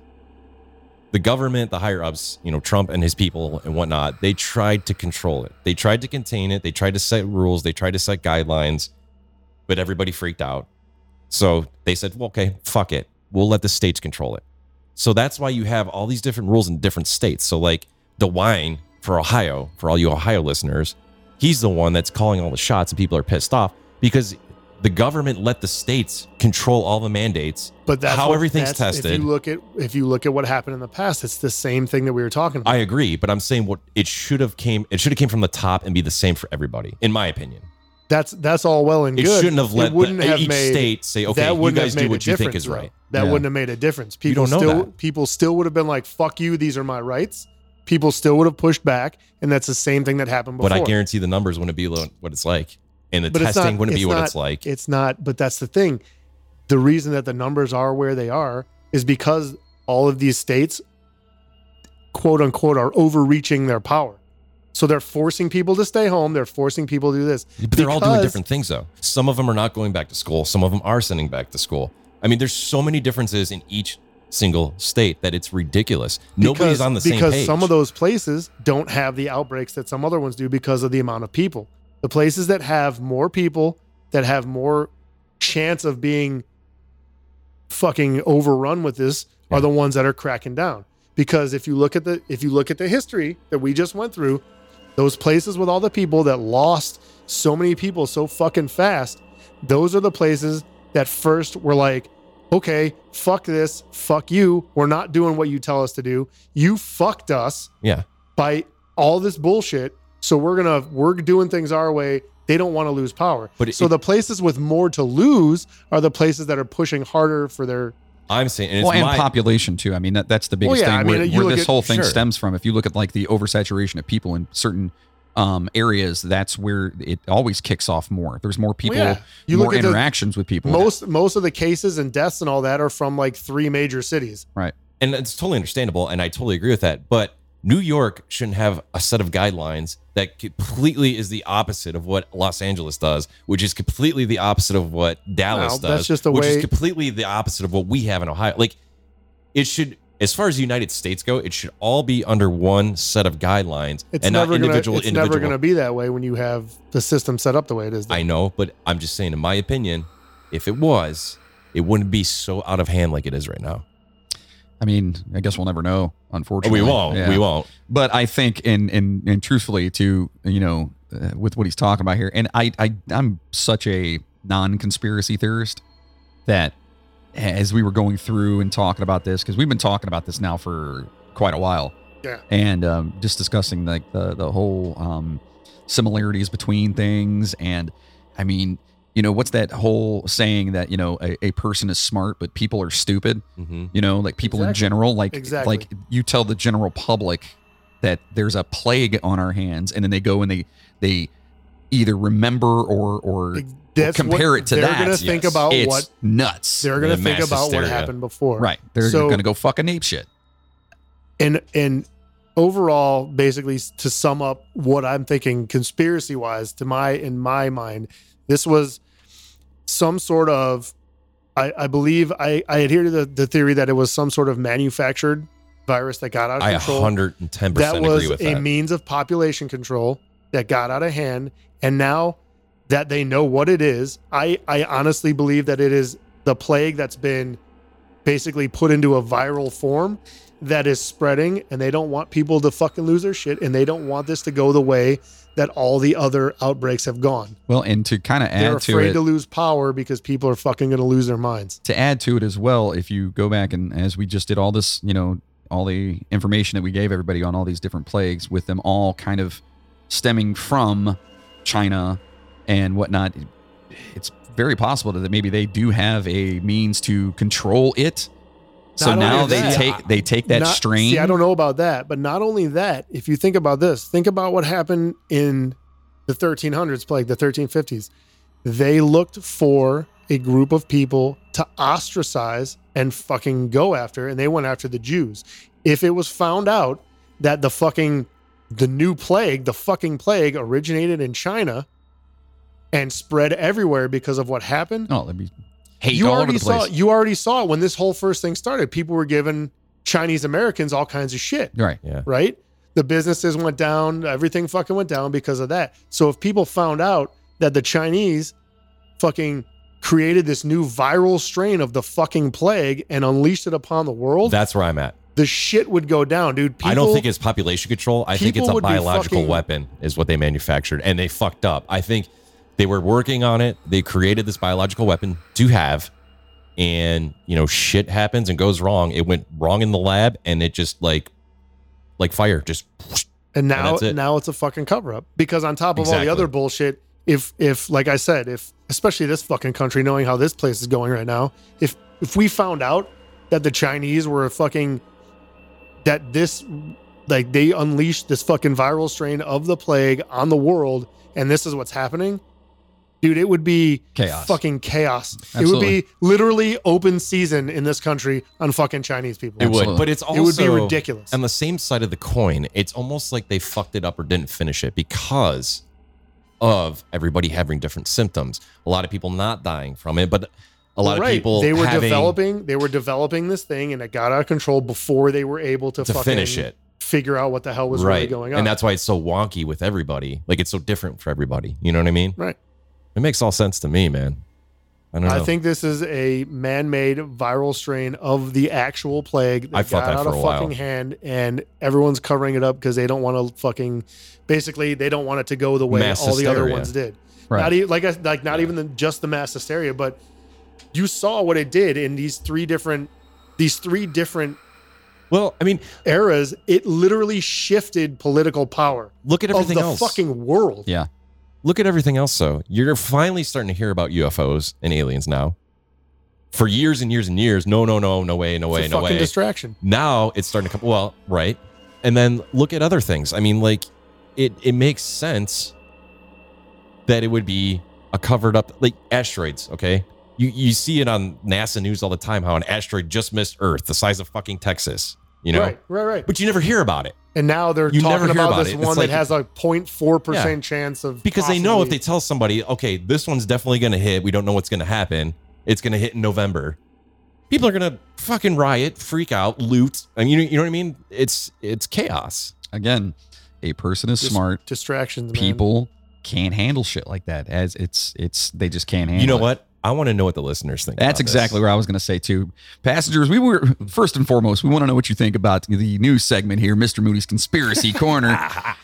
Speaker 3: the government, the higher ups, you know, Trump and his people and whatnot, they tried to control it. They tried to contain it. They tried to set rules. They tried to set guidelines, but everybody freaked out. So they said, well, okay, fuck it. We'll let the states control it. So that's why you have all these different rules in different states. So, like the wine for Ohio, for all you Ohio listeners, he's the one that's calling all the shots and people are pissed off because the government let the states control all the mandates.
Speaker 4: But that's
Speaker 3: how
Speaker 4: what-
Speaker 3: everything's
Speaker 4: that's-
Speaker 3: tested.
Speaker 4: If you look at if you look at what happened in the past, it's the same thing that we were talking about.
Speaker 3: I agree, but I'm saying what it should have came. It should have came from the top and be the same for everybody, in my opinion.
Speaker 4: that's that's all well and
Speaker 3: It
Speaker 4: good.
Speaker 3: shouldn't have let the- each state say, "Okay, you
Speaker 4: wouldn't have
Speaker 3: guys do
Speaker 4: made a
Speaker 3: what you think
Speaker 4: difference,
Speaker 3: is right."
Speaker 4: though. That
Speaker 3: Yeah.
Speaker 4: wouldn't have made a difference.
Speaker 3: You
Speaker 4: People
Speaker 3: don't know
Speaker 4: still
Speaker 3: that.
Speaker 4: people still would have been like, "Fuck you, these are my rights." People still would have pushed back, and that's the same thing that happened before.
Speaker 3: But I guarantee the numbers wouldn't be lo- what it's like, and the
Speaker 4: But it's
Speaker 3: testing
Speaker 4: not-
Speaker 3: wouldn't be what
Speaker 4: not-
Speaker 3: it's like.
Speaker 4: It's not. But that's the thing. The reason that the numbers are where they are is because all of these states, quote unquote, are overreaching their power. So they're forcing people to stay home. They're forcing people to do this.
Speaker 3: But they're all doing
Speaker 4: Because-
Speaker 3: different things, though. Some of them are not going back to school. Some of them are sending back to school. I mean, there's so many differences in each single state that it's ridiculous. Nobody's
Speaker 4: because-
Speaker 3: on the same
Speaker 4: because
Speaker 3: page.
Speaker 4: some of those places don't have the outbreaks that some other ones do because of the amount of people. The places that have more people that have more chance of being fucking overrun with this are the ones that are cracking down. Because if you look at the if you look at the history that we just went through, those places with all the people that lost so many people so fucking fast, those are the places that first were like, okay, fuck this, fuck you. We're not doing what you tell us to do. You fucked us
Speaker 3: yeah.
Speaker 4: by all this bullshit. So we're gonna we're doing things our way. They don't want to lose power.
Speaker 3: But it-
Speaker 4: so the places with more to lose are the places that are pushing harder for their
Speaker 3: I'm saying, and it's
Speaker 2: Well, and
Speaker 3: my,
Speaker 2: population too. I mean, that, that's the biggest
Speaker 4: yeah,
Speaker 2: thing
Speaker 4: I mean,
Speaker 2: where,
Speaker 4: you
Speaker 2: where
Speaker 4: look
Speaker 2: this
Speaker 4: at-
Speaker 2: whole thing
Speaker 3: sure.
Speaker 2: stems from. If you look at like the oversaturation of people in certain um, areas, that's where it always kicks off more. There's more people,
Speaker 4: yeah. You
Speaker 2: more
Speaker 4: look at the-
Speaker 2: interactions with people.
Speaker 4: most most of the cases and deaths and all that are from like three major cities.
Speaker 3: and it's totally understandable, and I totally agree with that. But New York shouldn't have a set of guidelines that completely is the opposite of what Los Angeles does, which is completely the opposite of what Dallas
Speaker 4: Well,
Speaker 3: does.
Speaker 4: that's just the
Speaker 3: which
Speaker 4: way-
Speaker 3: is completely the opposite of what we have in Ohio. Like it should, as far as the United States go, it should all be under one set of guidelines
Speaker 4: It's
Speaker 3: and not
Speaker 4: never
Speaker 3: individual.
Speaker 4: gonna it's
Speaker 3: individual.
Speaker 4: never gonna be that way when you have the system set up the way it is.
Speaker 3: I know, but I'm just saying, in my opinion, if it was, it wouldn't be so out of hand like it is right now.
Speaker 2: I mean, I guess we'll never know. Unfortunately,
Speaker 3: We won't.
Speaker 2: Yeah.
Speaker 3: We won't.
Speaker 2: but I think and and and truthfully to you know uh, with what he's talking about here, and I I I'm such a non-conspiracy theorist that as we were going through and talking about this because we've been talking about this now for quite a while,
Speaker 4: Yeah.
Speaker 2: and um, just discussing like the the whole um, similarities between things, and I mean. You know what's that whole saying that you know a, a person is smart but people are stupid
Speaker 3: hmm
Speaker 2: you know like people in
Speaker 4: Exactly.
Speaker 2: general like
Speaker 4: Exactly.
Speaker 2: like you tell the general public that there's a plague on our hands and then they go and they they either remember or or
Speaker 4: That's what
Speaker 2: compare it to
Speaker 4: they're
Speaker 2: that
Speaker 4: gonna think
Speaker 3: yes.
Speaker 4: about
Speaker 2: it's
Speaker 4: what
Speaker 2: nuts
Speaker 4: they're gonna
Speaker 3: the
Speaker 4: think
Speaker 3: mass
Speaker 4: about
Speaker 3: hysteria.
Speaker 4: what happened before.
Speaker 2: right they're
Speaker 4: So-
Speaker 2: gonna go fucking ape shit
Speaker 4: and and overall basically s- to sum up what i'm thinking conspiracy wise to my in my mind this was some sort of i i believe i i adhere to the, the theory that it was some sort of manufactured virus that got out of
Speaker 3: I
Speaker 4: control
Speaker 3: 110
Speaker 4: that
Speaker 3: percent
Speaker 4: was
Speaker 3: agree with
Speaker 4: a
Speaker 3: that.
Speaker 4: means of population control that got out of hand and now that they know what it is i i honestly believe that it is the plague that's been basically put into a viral form that is spreading and they don't want people to fucking lose their shit and they don't want this to go the way that all the other outbreaks have gone
Speaker 2: well and to kind of
Speaker 4: they're
Speaker 2: add to
Speaker 4: afraid
Speaker 2: it
Speaker 4: to lose power because people are fucking going to lose their minds
Speaker 2: to add to it as well, if you go back and as we just did all this, you know, all the information that we gave everybody on all these different plagues, with them all kind of stemming from China and whatnot, it's very possible that maybe they do have a means to control it. So
Speaker 4: Not
Speaker 2: now
Speaker 4: only
Speaker 2: they
Speaker 4: that-
Speaker 2: take they take that
Speaker 4: Not-
Speaker 2: strain.
Speaker 4: See, I don't know about that, but not only that, if you think about this, think about what happened in the 1300s plague, the 1350s. They looked for a group of people to ostracize and fucking go after, and they went after the Jews. If it was found out that the fucking the new plague, the fucking plague originated in China and spread everywhere because of what happened,
Speaker 2: Oh, let me hate
Speaker 4: you
Speaker 2: all over
Speaker 4: already
Speaker 2: the place.
Speaker 4: saw you already saw it when this whole first thing started. People were giving Chinese Americans all kinds of shit,
Speaker 2: Right.
Speaker 4: right? The businesses went down, everything fucking went down because of that. So if people found out that the Chinese fucking created this new viral strain of the fucking plague and unleashed it upon the world,
Speaker 3: That's where I'm at.
Speaker 4: the shit would go down, dude. People,
Speaker 3: I don't think it's population control. I think
Speaker 4: people
Speaker 3: it's a
Speaker 4: would be
Speaker 3: biological
Speaker 4: fucking-
Speaker 3: weapon, is what they manufactured, and they fucked up. I think They were working on it. They created this biological weapon to have. And, you know, shit happens and goes wrong. It went wrong in the lab and it just like like fire just
Speaker 4: And
Speaker 3: And
Speaker 4: now
Speaker 3: that's it.
Speaker 4: now it's a fucking cover up because on top of all
Speaker 3: Exactly.
Speaker 4: the other bullshit, if if like I said, if especially this fucking country knowing how this place is going right now, if if we found out that the Chinese were fucking that this like they unleashed this fucking viral strain of the plague on the world and this is what's happening, dude, it would be
Speaker 2: Chaos.
Speaker 4: fucking chaos. It
Speaker 2: Absolutely.
Speaker 4: would be literally open season in this country on fucking Chinese people.
Speaker 3: It would,
Speaker 2: Absolutely.
Speaker 3: but it's also
Speaker 4: It would be ridiculous.
Speaker 3: On the same side of the coin, it's almost like they fucked it up or didn't finish it because of everybody having different symptoms. A lot of people not dying from it, but a lot
Speaker 4: Right.
Speaker 3: of people
Speaker 4: they were
Speaker 3: having
Speaker 4: developing they were developing this thing and it got out of control before they were able to,
Speaker 3: to
Speaker 4: fucking
Speaker 3: finish it.
Speaker 4: figure out what the hell was
Speaker 3: right.
Speaker 4: really going on.
Speaker 3: And that's why it's so wonky with everybody. Like it's so different for everybody. You know what I mean?
Speaker 4: Right.
Speaker 3: It makes all sense to me, man. I don't know.
Speaker 4: I think this is a man-made viral strain of the actual plague that
Speaker 3: I felt
Speaker 4: got
Speaker 3: that
Speaker 4: out
Speaker 3: for
Speaker 4: of
Speaker 3: a while.
Speaker 4: fucking hand, and everyone's covering it up because they don't want to fucking. Basically, they don't want it to go the way
Speaker 3: Mass
Speaker 4: all the other
Speaker 3: hysteria.
Speaker 4: ones did.
Speaker 2: Right.
Speaker 4: Not even like I, like not even the, just the mass hysteria, but you saw what it did in these three different these three different
Speaker 3: well, I mean,
Speaker 4: eras. It literally shifted political power.
Speaker 3: look at everything
Speaker 4: of the
Speaker 3: else.
Speaker 4: fucking world.
Speaker 2: Yeah.
Speaker 3: look at everything else though you're finally starting to hear about ufos and aliens now for years and years and years no no no no way no
Speaker 4: It's a
Speaker 3: way no
Speaker 4: fucking
Speaker 3: way
Speaker 4: distraction.
Speaker 3: now it's starting to come well right and then look at other things i mean like it it makes sense that it would be a covered up like asteroids okay you you see it on nasa news all the time how an asteroid just missed earth the size of fucking texas you know
Speaker 4: Right, right, right.
Speaker 3: but you never hear about it
Speaker 4: And now they're
Speaker 3: You never
Speaker 4: talking
Speaker 3: hear
Speaker 4: about,
Speaker 3: about
Speaker 4: this
Speaker 3: it. It's
Speaker 4: one
Speaker 3: like-
Speaker 4: that has a 0.4% chance of
Speaker 3: because they know if they
Speaker 4: possibly-
Speaker 3: tell somebody, okay, this one's definitely going to hit. We don't know what's going to happen. It's going to hit in November. People are going to fucking riot, freak out, loot. I mean, you, you know what I mean? It's it's chaos.
Speaker 2: Again, a person is
Speaker 4: Just
Speaker 2: smart.
Speaker 4: distractions, man.
Speaker 2: People can't handle shit like that. As it's it's they just can't handle.
Speaker 3: you know
Speaker 2: it.
Speaker 3: what? I want to know what the listeners think.
Speaker 2: Mm-hmm. That's exactly where I was going to say too. Passengers, we were first and foremost, we want to know what you think about the new segment here, Mr. Moody's Conspiracy Corner.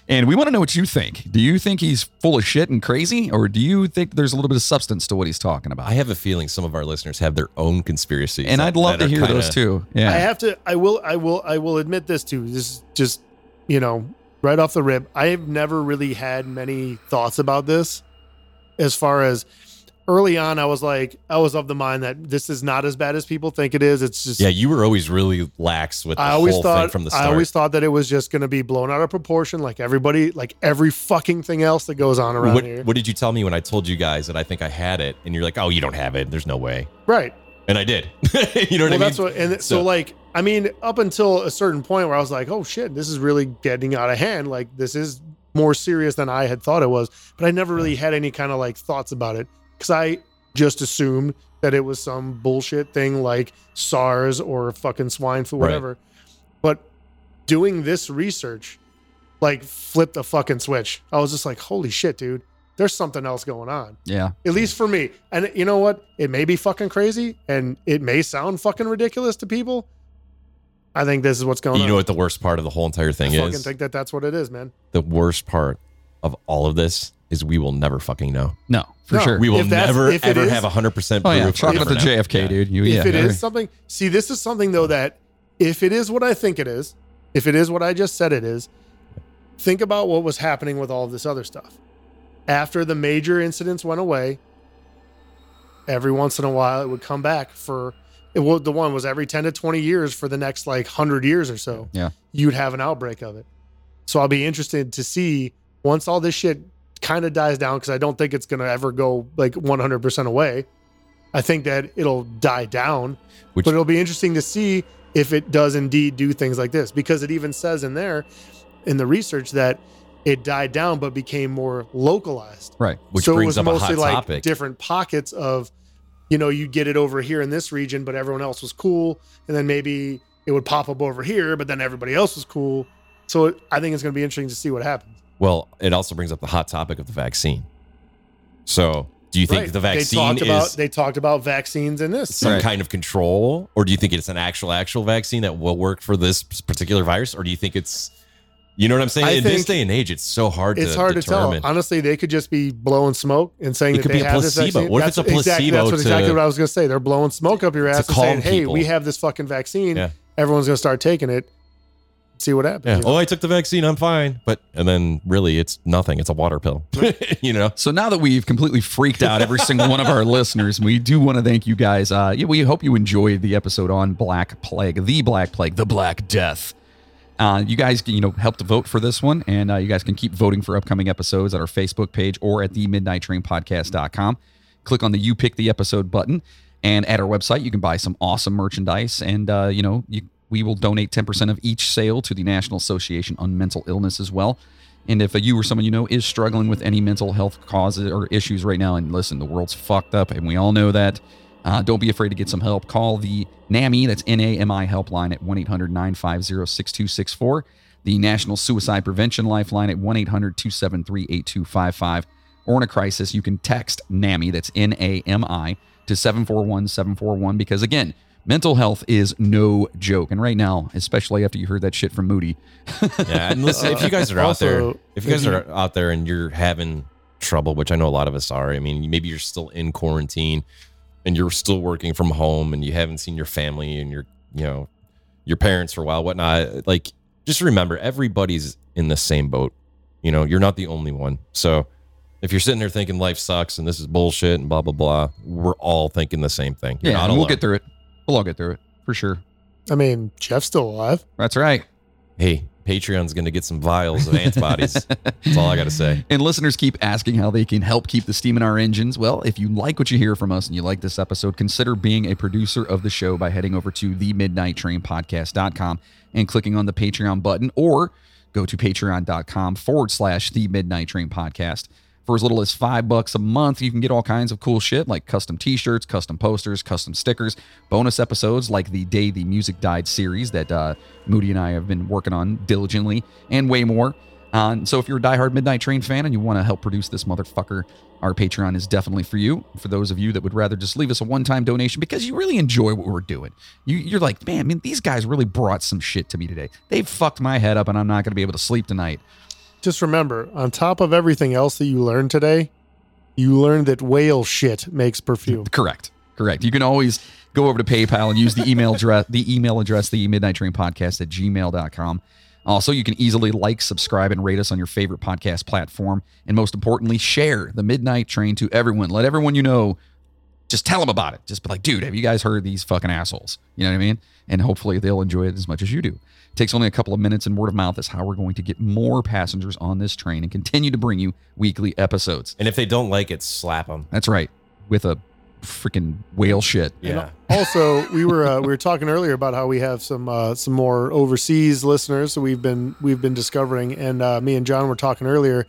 Speaker 2: and we want to know what you think. Do you think he's full of shit and crazy or do you think there's a little bit of substance to what he's talking about?
Speaker 3: I have a feeling some of our listeners have their own conspiracies.
Speaker 2: and
Speaker 3: that-
Speaker 2: I'd love
Speaker 3: that
Speaker 2: to
Speaker 3: are
Speaker 2: hear
Speaker 3: kinda-
Speaker 2: those too. Yeah.
Speaker 4: I have to I will I will I will admit this too. This is just, you know, right off the rib. I've never really had many thoughts about this as far as early on I was like I was of the mind that this is not as bad as people think it is. It's just
Speaker 3: Yeah, you were always really lax with the
Speaker 4: I always
Speaker 3: whole thing
Speaker 4: thought
Speaker 3: from the start.
Speaker 4: I always thought that it was just going to be blown out of proportion, like everybody, like every fucking thing else that goes on around
Speaker 3: what,
Speaker 4: here.
Speaker 3: what did you tell me when I told you guys that I think I had it? And you're like, oh, you don't have it. There's no way.
Speaker 4: right.
Speaker 3: And I did. you know what I
Speaker 4: well,
Speaker 3: mean?
Speaker 4: that's what. And so,
Speaker 3: So-
Speaker 4: like, I mean, up until a certain point where I was like, oh shit, this is really getting out of hand. Like, this is more serious than I had thought it was. But I never really had any kind of like thoughts about it because I just assumed that it was some bullshit thing like SARS or fucking swine flu,
Speaker 3: Right.
Speaker 4: whatever. But doing this research, like, flipped the fucking switch. I was just like, holy shit, dude, there's something else going on
Speaker 2: yeah.
Speaker 4: at least for me. And you know what? It may be fucking crazy and it may sound fucking ridiculous to people. I think this is what's going
Speaker 3: you
Speaker 4: on.
Speaker 3: know what the worst part of the whole entire
Speaker 4: I
Speaker 3: thing
Speaker 4: fucking
Speaker 3: is?
Speaker 4: think that that's what it is, man.
Speaker 3: the worst part of all of this is we will never fucking know.
Speaker 2: No, for
Speaker 4: No.
Speaker 2: sure.
Speaker 3: We will
Speaker 4: If that's-
Speaker 3: never
Speaker 4: if it
Speaker 3: ever
Speaker 4: is-
Speaker 3: have 100% proof.
Speaker 2: oh yeah,
Speaker 3: we're
Speaker 2: talk about
Speaker 3: never
Speaker 2: the
Speaker 3: know.
Speaker 2: JFK,
Speaker 3: Yeah.
Speaker 2: dude. You, yeah,
Speaker 4: if it
Speaker 2: every-
Speaker 4: is something, see, this is something though that if it is what I think it is, if it is what I just said it is, think about what was happening with all of this other stuff. After the major incidents went away, every once in a while it would come back for it wa- the one was every 10 to 20 years for the next like 100 years or so.
Speaker 2: Yeah.
Speaker 4: You'd have an outbreak of it. So I'll be interested to see once all this shit kind of dies down because I don't think it's going to ever go like 100% away. I think that it'll die down,
Speaker 3: Which-
Speaker 4: but it'll be interesting to see if it does indeed do things like this because it even says in there in the research that it died down but became more localized.
Speaker 2: right.
Speaker 3: Which
Speaker 4: so it
Speaker 3: brings
Speaker 4: was
Speaker 3: up a
Speaker 4: mostly
Speaker 3: hot
Speaker 4: like
Speaker 3: topic.
Speaker 4: different pockets of, you know, you get it over here in this region, but everyone else was cool, and then maybe it would pop up over here, but then everybody else was cool. So it, I think it's going to be interesting to see what happens.
Speaker 3: Well, it also brings up the hot topic of the vaccine. So, do you think
Speaker 4: Right.
Speaker 3: the
Speaker 4: they
Speaker 3: vaccine
Speaker 4: talked about
Speaker 3: is
Speaker 4: they talked about vaccines in this.
Speaker 3: some
Speaker 2: Right.
Speaker 3: kind of control or do you think it's an actual actual vaccine that will work for this particular virus or do you think it's You know what I'm saying?
Speaker 4: I
Speaker 3: In this
Speaker 4: think
Speaker 3: day and age, it's so hard
Speaker 4: It's
Speaker 3: to
Speaker 4: hard
Speaker 3: determine.
Speaker 4: to tell. Honestly, they could just be blowing smoke and saying
Speaker 3: It
Speaker 4: that
Speaker 3: could
Speaker 4: they
Speaker 3: be a
Speaker 4: have this
Speaker 3: placebo.
Speaker 4: vaccine.
Speaker 3: What if it's a
Speaker 4: That's Exactly, that's
Speaker 3: placebo
Speaker 4: what, exactly
Speaker 3: to-
Speaker 4: what I was going to say. They're blowing smoke up your ass and
Speaker 3: calm
Speaker 4: saying, "Hey,
Speaker 3: people."
Speaker 4: we have this fucking vaccine.
Speaker 3: Yeah.
Speaker 4: Everyone's going to start taking it. See what happens."
Speaker 3: yeah.
Speaker 4: you know?
Speaker 3: Oh, I took the vaccine. I'm fine. But and then really, it's nothing. It's a water pill. you know.
Speaker 2: So now that we've completely freaked out every single one of our listeners, we do want to thank you guys. Uh, yeah, we hope you enjoyed the episode on Black Plague, the Black Plague, the Black Death. Uh, you guys, can, you know, help to vote for this one, and uh, you guys can keep voting for upcoming episodes at our Facebook page or at the Midnight Train Podcast.com. Click on the "You Pick the Episode" button, and at our website, you can buy some awesome merchandise. And uh, you know, you, we will donate ten percent of each sale to the National Association on Mental Illness as well. And if you or someone you know is struggling with any mental health causes or issues right now, and listen, the world's fucked up, and we all know that. Uh, don't be afraid to get some help. Call the NAMI, that's N A M I helpline at 1 800 950 6264, the National Suicide Prevention Lifeline at 1 800 273 8255, or in a crisis, you can text NAMI, that's N A M I, to 741 741, because again, mental health is no joke. And right now, especially after you heard that shit from Moody,
Speaker 3: Yeah, and listen, if you guys are out
Speaker 4: Also,
Speaker 3: there, if you guys
Speaker 4: if you-
Speaker 3: are out there and you're having trouble, which I know a lot of us are, I mean, maybe you're still in quarantine and you're still working from home and you haven't seen your family and your, you know, your parents for a while, whatnot. Like, just remember, everybody's in the same boat. You know, you're not the only one. So if you're sitting there thinking life sucks and this is bullshit and blah blah blah, we're all thinking the same thing. You're
Speaker 2: yeah,
Speaker 3: not
Speaker 2: and we'll
Speaker 3: alone.
Speaker 2: get through it. We'll all get through it for sure.
Speaker 4: I mean, Jeff's still alive.
Speaker 2: That's right.
Speaker 3: hey, Patreon's gonna get some vials of antibodies. That's all I gotta say.
Speaker 2: And listeners keep asking how they can help keep the steam in our engines. Well, if you like what you hear from us and you like this episode, consider being a producer of the show by heading over to the midnight train podcast.com and clicking on the Patreon button or go to patreon.com forward slash the midnight train podcast. For as little as five bucks a month, you can get all kinds of cool shit like custom t shirts, custom posters, custom stickers, bonus episodes like the Day the Music Died series that uh, Moody and I have been working on diligently, and way more. Uh, and so if you're a diehard Midnight Train fan and you want to help produce this motherfucker, our Patreon is definitely for you. For those of you that would rather just leave us a one-time donation because you really enjoy what we're doing. You, you're like, man, I mean, these guys really brought some shit to me today. They fucked my head up and I'm not going to be able to sleep tonight.
Speaker 4: Just remember, on top of everything else that you learned today, you learned that whale shit makes perfume.
Speaker 2: Correct. Correct. You can always go over to PayPal and use the email address, the email address, the midnight train podcast at gmail.com. Also, you can easily like, subscribe, and rate us on your favorite podcast platform. And most importantly, share the midnight train to everyone. Let everyone you know just tell them about it. Just be like, dude, have you guys heard these fucking assholes? You know what I mean? And hopefully they'll enjoy it as much as you do. takes only a couple of minutes, and word of mouth is how we're going to get more passengers on this train and continue to bring you weekly episodes.
Speaker 3: And if they don't like it, slap them.
Speaker 2: That's right. With a freaking whale shit.
Speaker 3: Yeah.
Speaker 4: also, we were uh, we were talking earlier about how we have some uh, some more overseas listeners. So we've been we've been discovering, and uh, me and John were talking earlier.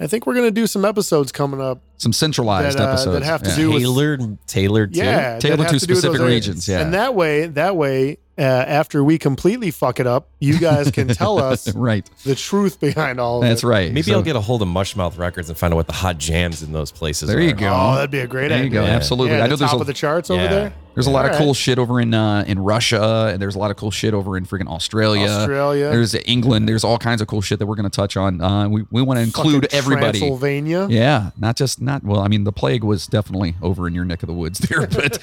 Speaker 4: I think we're going to do some episodes coming up.
Speaker 2: Some centralized
Speaker 4: That, uh,
Speaker 2: episodes.
Speaker 4: that have to
Speaker 2: Yeah.
Speaker 4: do with-
Speaker 3: Tailored, tailored
Speaker 4: Yeah,
Speaker 2: Tailored
Speaker 4: that have
Speaker 2: to
Speaker 4: do with
Speaker 2: specific
Speaker 4: those areas.
Speaker 2: regions, yeah.
Speaker 4: and that way, that way, uh, after we completely fuck it up, you guys can tell us
Speaker 2: right.
Speaker 4: the truth behind all of
Speaker 2: That's
Speaker 4: it.
Speaker 2: right.
Speaker 3: Maybe
Speaker 2: So-
Speaker 3: I'll get a hold of Mushmouth Records and find out what the hot jams in those places
Speaker 2: There
Speaker 3: are.
Speaker 2: you go.
Speaker 4: Oh, that'd be a great
Speaker 2: There you
Speaker 4: idea.
Speaker 2: go.
Speaker 3: Yeah.
Speaker 2: Absolutely.
Speaker 4: Yeah,
Speaker 2: I know
Speaker 4: the
Speaker 2: there's
Speaker 4: top
Speaker 2: a,
Speaker 4: of the charts
Speaker 3: Yeah.
Speaker 4: over there.
Speaker 2: there's a lot of
Speaker 4: All
Speaker 2: cool
Speaker 4: right.
Speaker 2: shit over in uh, in Russia, and there's a lot of cool shit over in freaking Australia.
Speaker 4: Australia.
Speaker 2: There's England. There's all kinds of cool shit that we're going to touch on. Uh, we we want to include
Speaker 4: Fucking
Speaker 2: everybody.
Speaker 3: Oh.
Speaker 4: Transylvania.
Speaker 2: Yeah, not just not well. I mean, the plague was definitely over in your neck of the woods there, but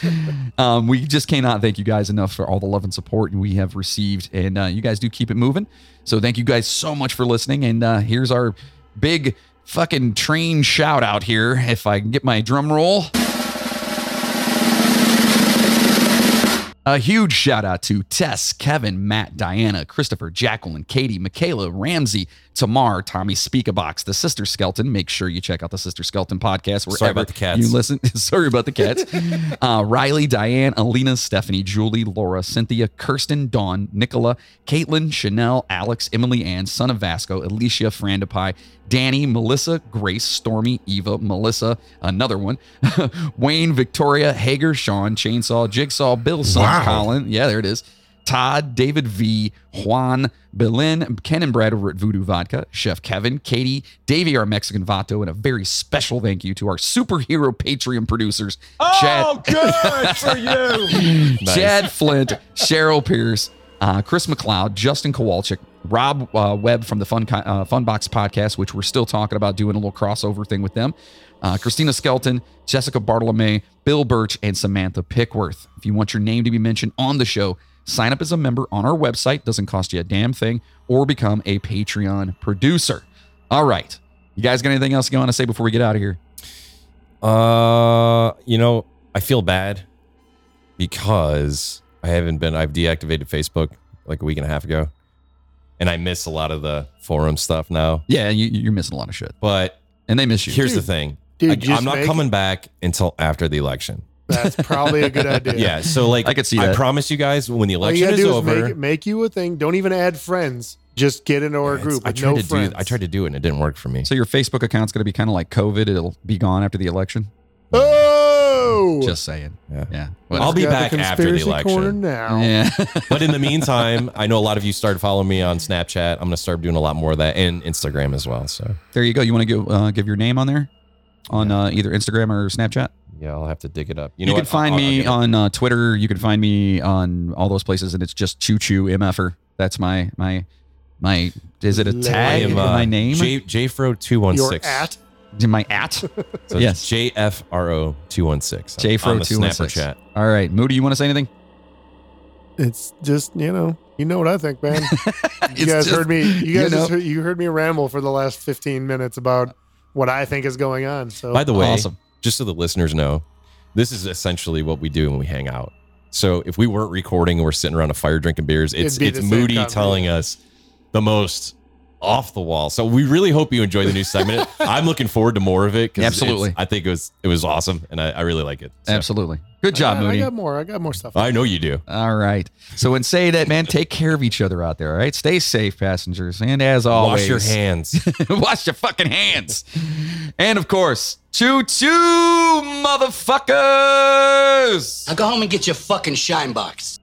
Speaker 2: um, we just cannot thank you guys enough for all the love and support we have received, and uh, you guys do keep it moving. So thank you guys so much for listening, and uh, here's our big fucking train shout out here. If I can get my drum roll. A huge shout out to Tess, Kevin, Matt, Diana, Christopher, Jacqueline, Katie, Michaela, Ramsey, Tamar, Tommy Speakabox, the Sister Skeleton. Make sure you check out the Sister Skeleton podcast wherever
Speaker 3: Sorry about the cats.
Speaker 2: you listen. Sorry about the cats. uh, Riley, Diane, Alina, Stephanie, Julie, Laura, Cynthia, Kirsten, Dawn, Nicola, Caitlin, Chanel, Alex, Emily Ann, Son of Vasco, Alicia, Frandipai, Danny, Melissa, Grace, Stormy, Eva, Melissa, another one, Wayne, Victoria, Hager, Sean, Chainsaw, Jigsaw, Bill, Son, Colin. Yeah, there it is. Todd, David V, Juan, Belen, Ken and Brad over at Voodoo Vodka, Chef Kevin, Katie, Davey, our Mexican Vato, and a very special thank you to our superhero Patreon producers,
Speaker 6: Oh,
Speaker 2: Chad,
Speaker 3: good for you.
Speaker 2: Chad Flint, Cheryl Pierce, uh, Chris McLeod, Justin Kowalczyk, Rob uh, Webb from the Fun Co- uh, Funbox podcast, which we're still talking about doing a little crossover thing with them. Uh, Christina Skelton, Jessica Bartolome, Bill Birch, and Samantha Pickworth. If you want your name to be mentioned on the show, sign up as a member on our website. Doesn't cost you a damn thing, or become a Patreon producer. All right, you guys got anything else you want to say before we get out of here?
Speaker 3: Uh, you know, I feel bad because I haven't been. I've deactivated Facebook like a week and a half ago, and I miss a lot of the forum stuff now.
Speaker 2: Yeah, you, you're missing a lot of shit,
Speaker 3: But
Speaker 2: and they miss you.
Speaker 3: here's the thing:
Speaker 4: Dude,
Speaker 3: I,
Speaker 4: just
Speaker 3: I'm not
Speaker 4: make-
Speaker 3: coming back until after the election.
Speaker 4: That's probably a good idea.
Speaker 3: Yeah, so like
Speaker 2: I could see
Speaker 3: I
Speaker 2: that.
Speaker 3: promise you guys, when the
Speaker 4: All
Speaker 3: election
Speaker 4: you gotta
Speaker 3: is
Speaker 4: do
Speaker 3: over,
Speaker 4: is make, make you a thing. Don't even add friends. Just get into our
Speaker 3: It's-
Speaker 4: group.
Speaker 3: I
Speaker 4: with
Speaker 3: tried
Speaker 4: no
Speaker 3: to
Speaker 4: friends.
Speaker 3: do. I tried to do it, and it didn't work for me.
Speaker 2: So your Facebook account's going to be kind of like COVID. It'll be gone after the election.
Speaker 4: Oh,
Speaker 2: Just saying.
Speaker 3: Yeah.
Speaker 2: Yeah.
Speaker 3: I'll be
Speaker 4: Got
Speaker 3: back after the
Speaker 4: conspiracy corner
Speaker 3: election.
Speaker 4: now.
Speaker 2: yeah.
Speaker 3: But in the meantime, I know a lot of you started following me on Snapchat. I'm going to start doing a lot more of that and Instagram as well. So
Speaker 2: there you go. You want to give uh, give your name on there on uh, either Instagram or Snapchat.
Speaker 3: yeah, I'll have to dig it up. You
Speaker 2: You,
Speaker 3: know,
Speaker 2: can
Speaker 3: what?
Speaker 2: find
Speaker 3: I'll- I'll
Speaker 2: me
Speaker 3: get it.
Speaker 2: on uh, Twitter. You can find me on all those places, and it's just Choo Choo MFer. E That's my my my. Is it a
Speaker 4: Lame.
Speaker 2: tag?
Speaker 4: I am,
Speaker 2: in my name?
Speaker 3: uh, J, JFRO two one
Speaker 4: You're
Speaker 3: six.
Speaker 4: at
Speaker 2: my at
Speaker 3: So
Speaker 2: Yes.
Speaker 3: yes, JFRO two one six.
Speaker 2: JFRO two one six.
Speaker 3: Snapchat.
Speaker 2: All right, Moody. You want to say anything?
Speaker 4: It's just you know you know what I think, man.
Speaker 2: It's
Speaker 4: you guys
Speaker 2: just-
Speaker 4: heard me. You guys
Speaker 2: know.
Speaker 4: just heard, you heard me ramble for the last fifteen minutes about what I think is going on. So
Speaker 3: By the way,
Speaker 2: Awesome.
Speaker 3: just so the listeners know, this is essentially what we do when we hang out. So if we weren't recording and we're sitting around a fire drinking beers, it's
Speaker 4: It'd be
Speaker 3: it's
Speaker 4: the same
Speaker 3: Moody
Speaker 4: conversation.
Speaker 3: telling us the most off the wall. So we really hope you enjoy the new segment. I'm looking forward to more of it. 'cause it's-
Speaker 2: Absolutely.
Speaker 3: I think it was it was awesome, and I, I really like it. So-
Speaker 2: Absolutely. Good
Speaker 4: I,
Speaker 2: job,
Speaker 4: got- I
Speaker 2: Moody.
Speaker 4: got more. I got more stuff.
Speaker 3: I know you do.
Speaker 2: All right. So, in saying that, man, take care of each other out there. All right. Stay safe, passengers. And as always,
Speaker 3: Wash your hands.
Speaker 2: wash your fucking hands. And of course, choo choo, motherfuckers.
Speaker 11: Now go home and get your fucking shine box.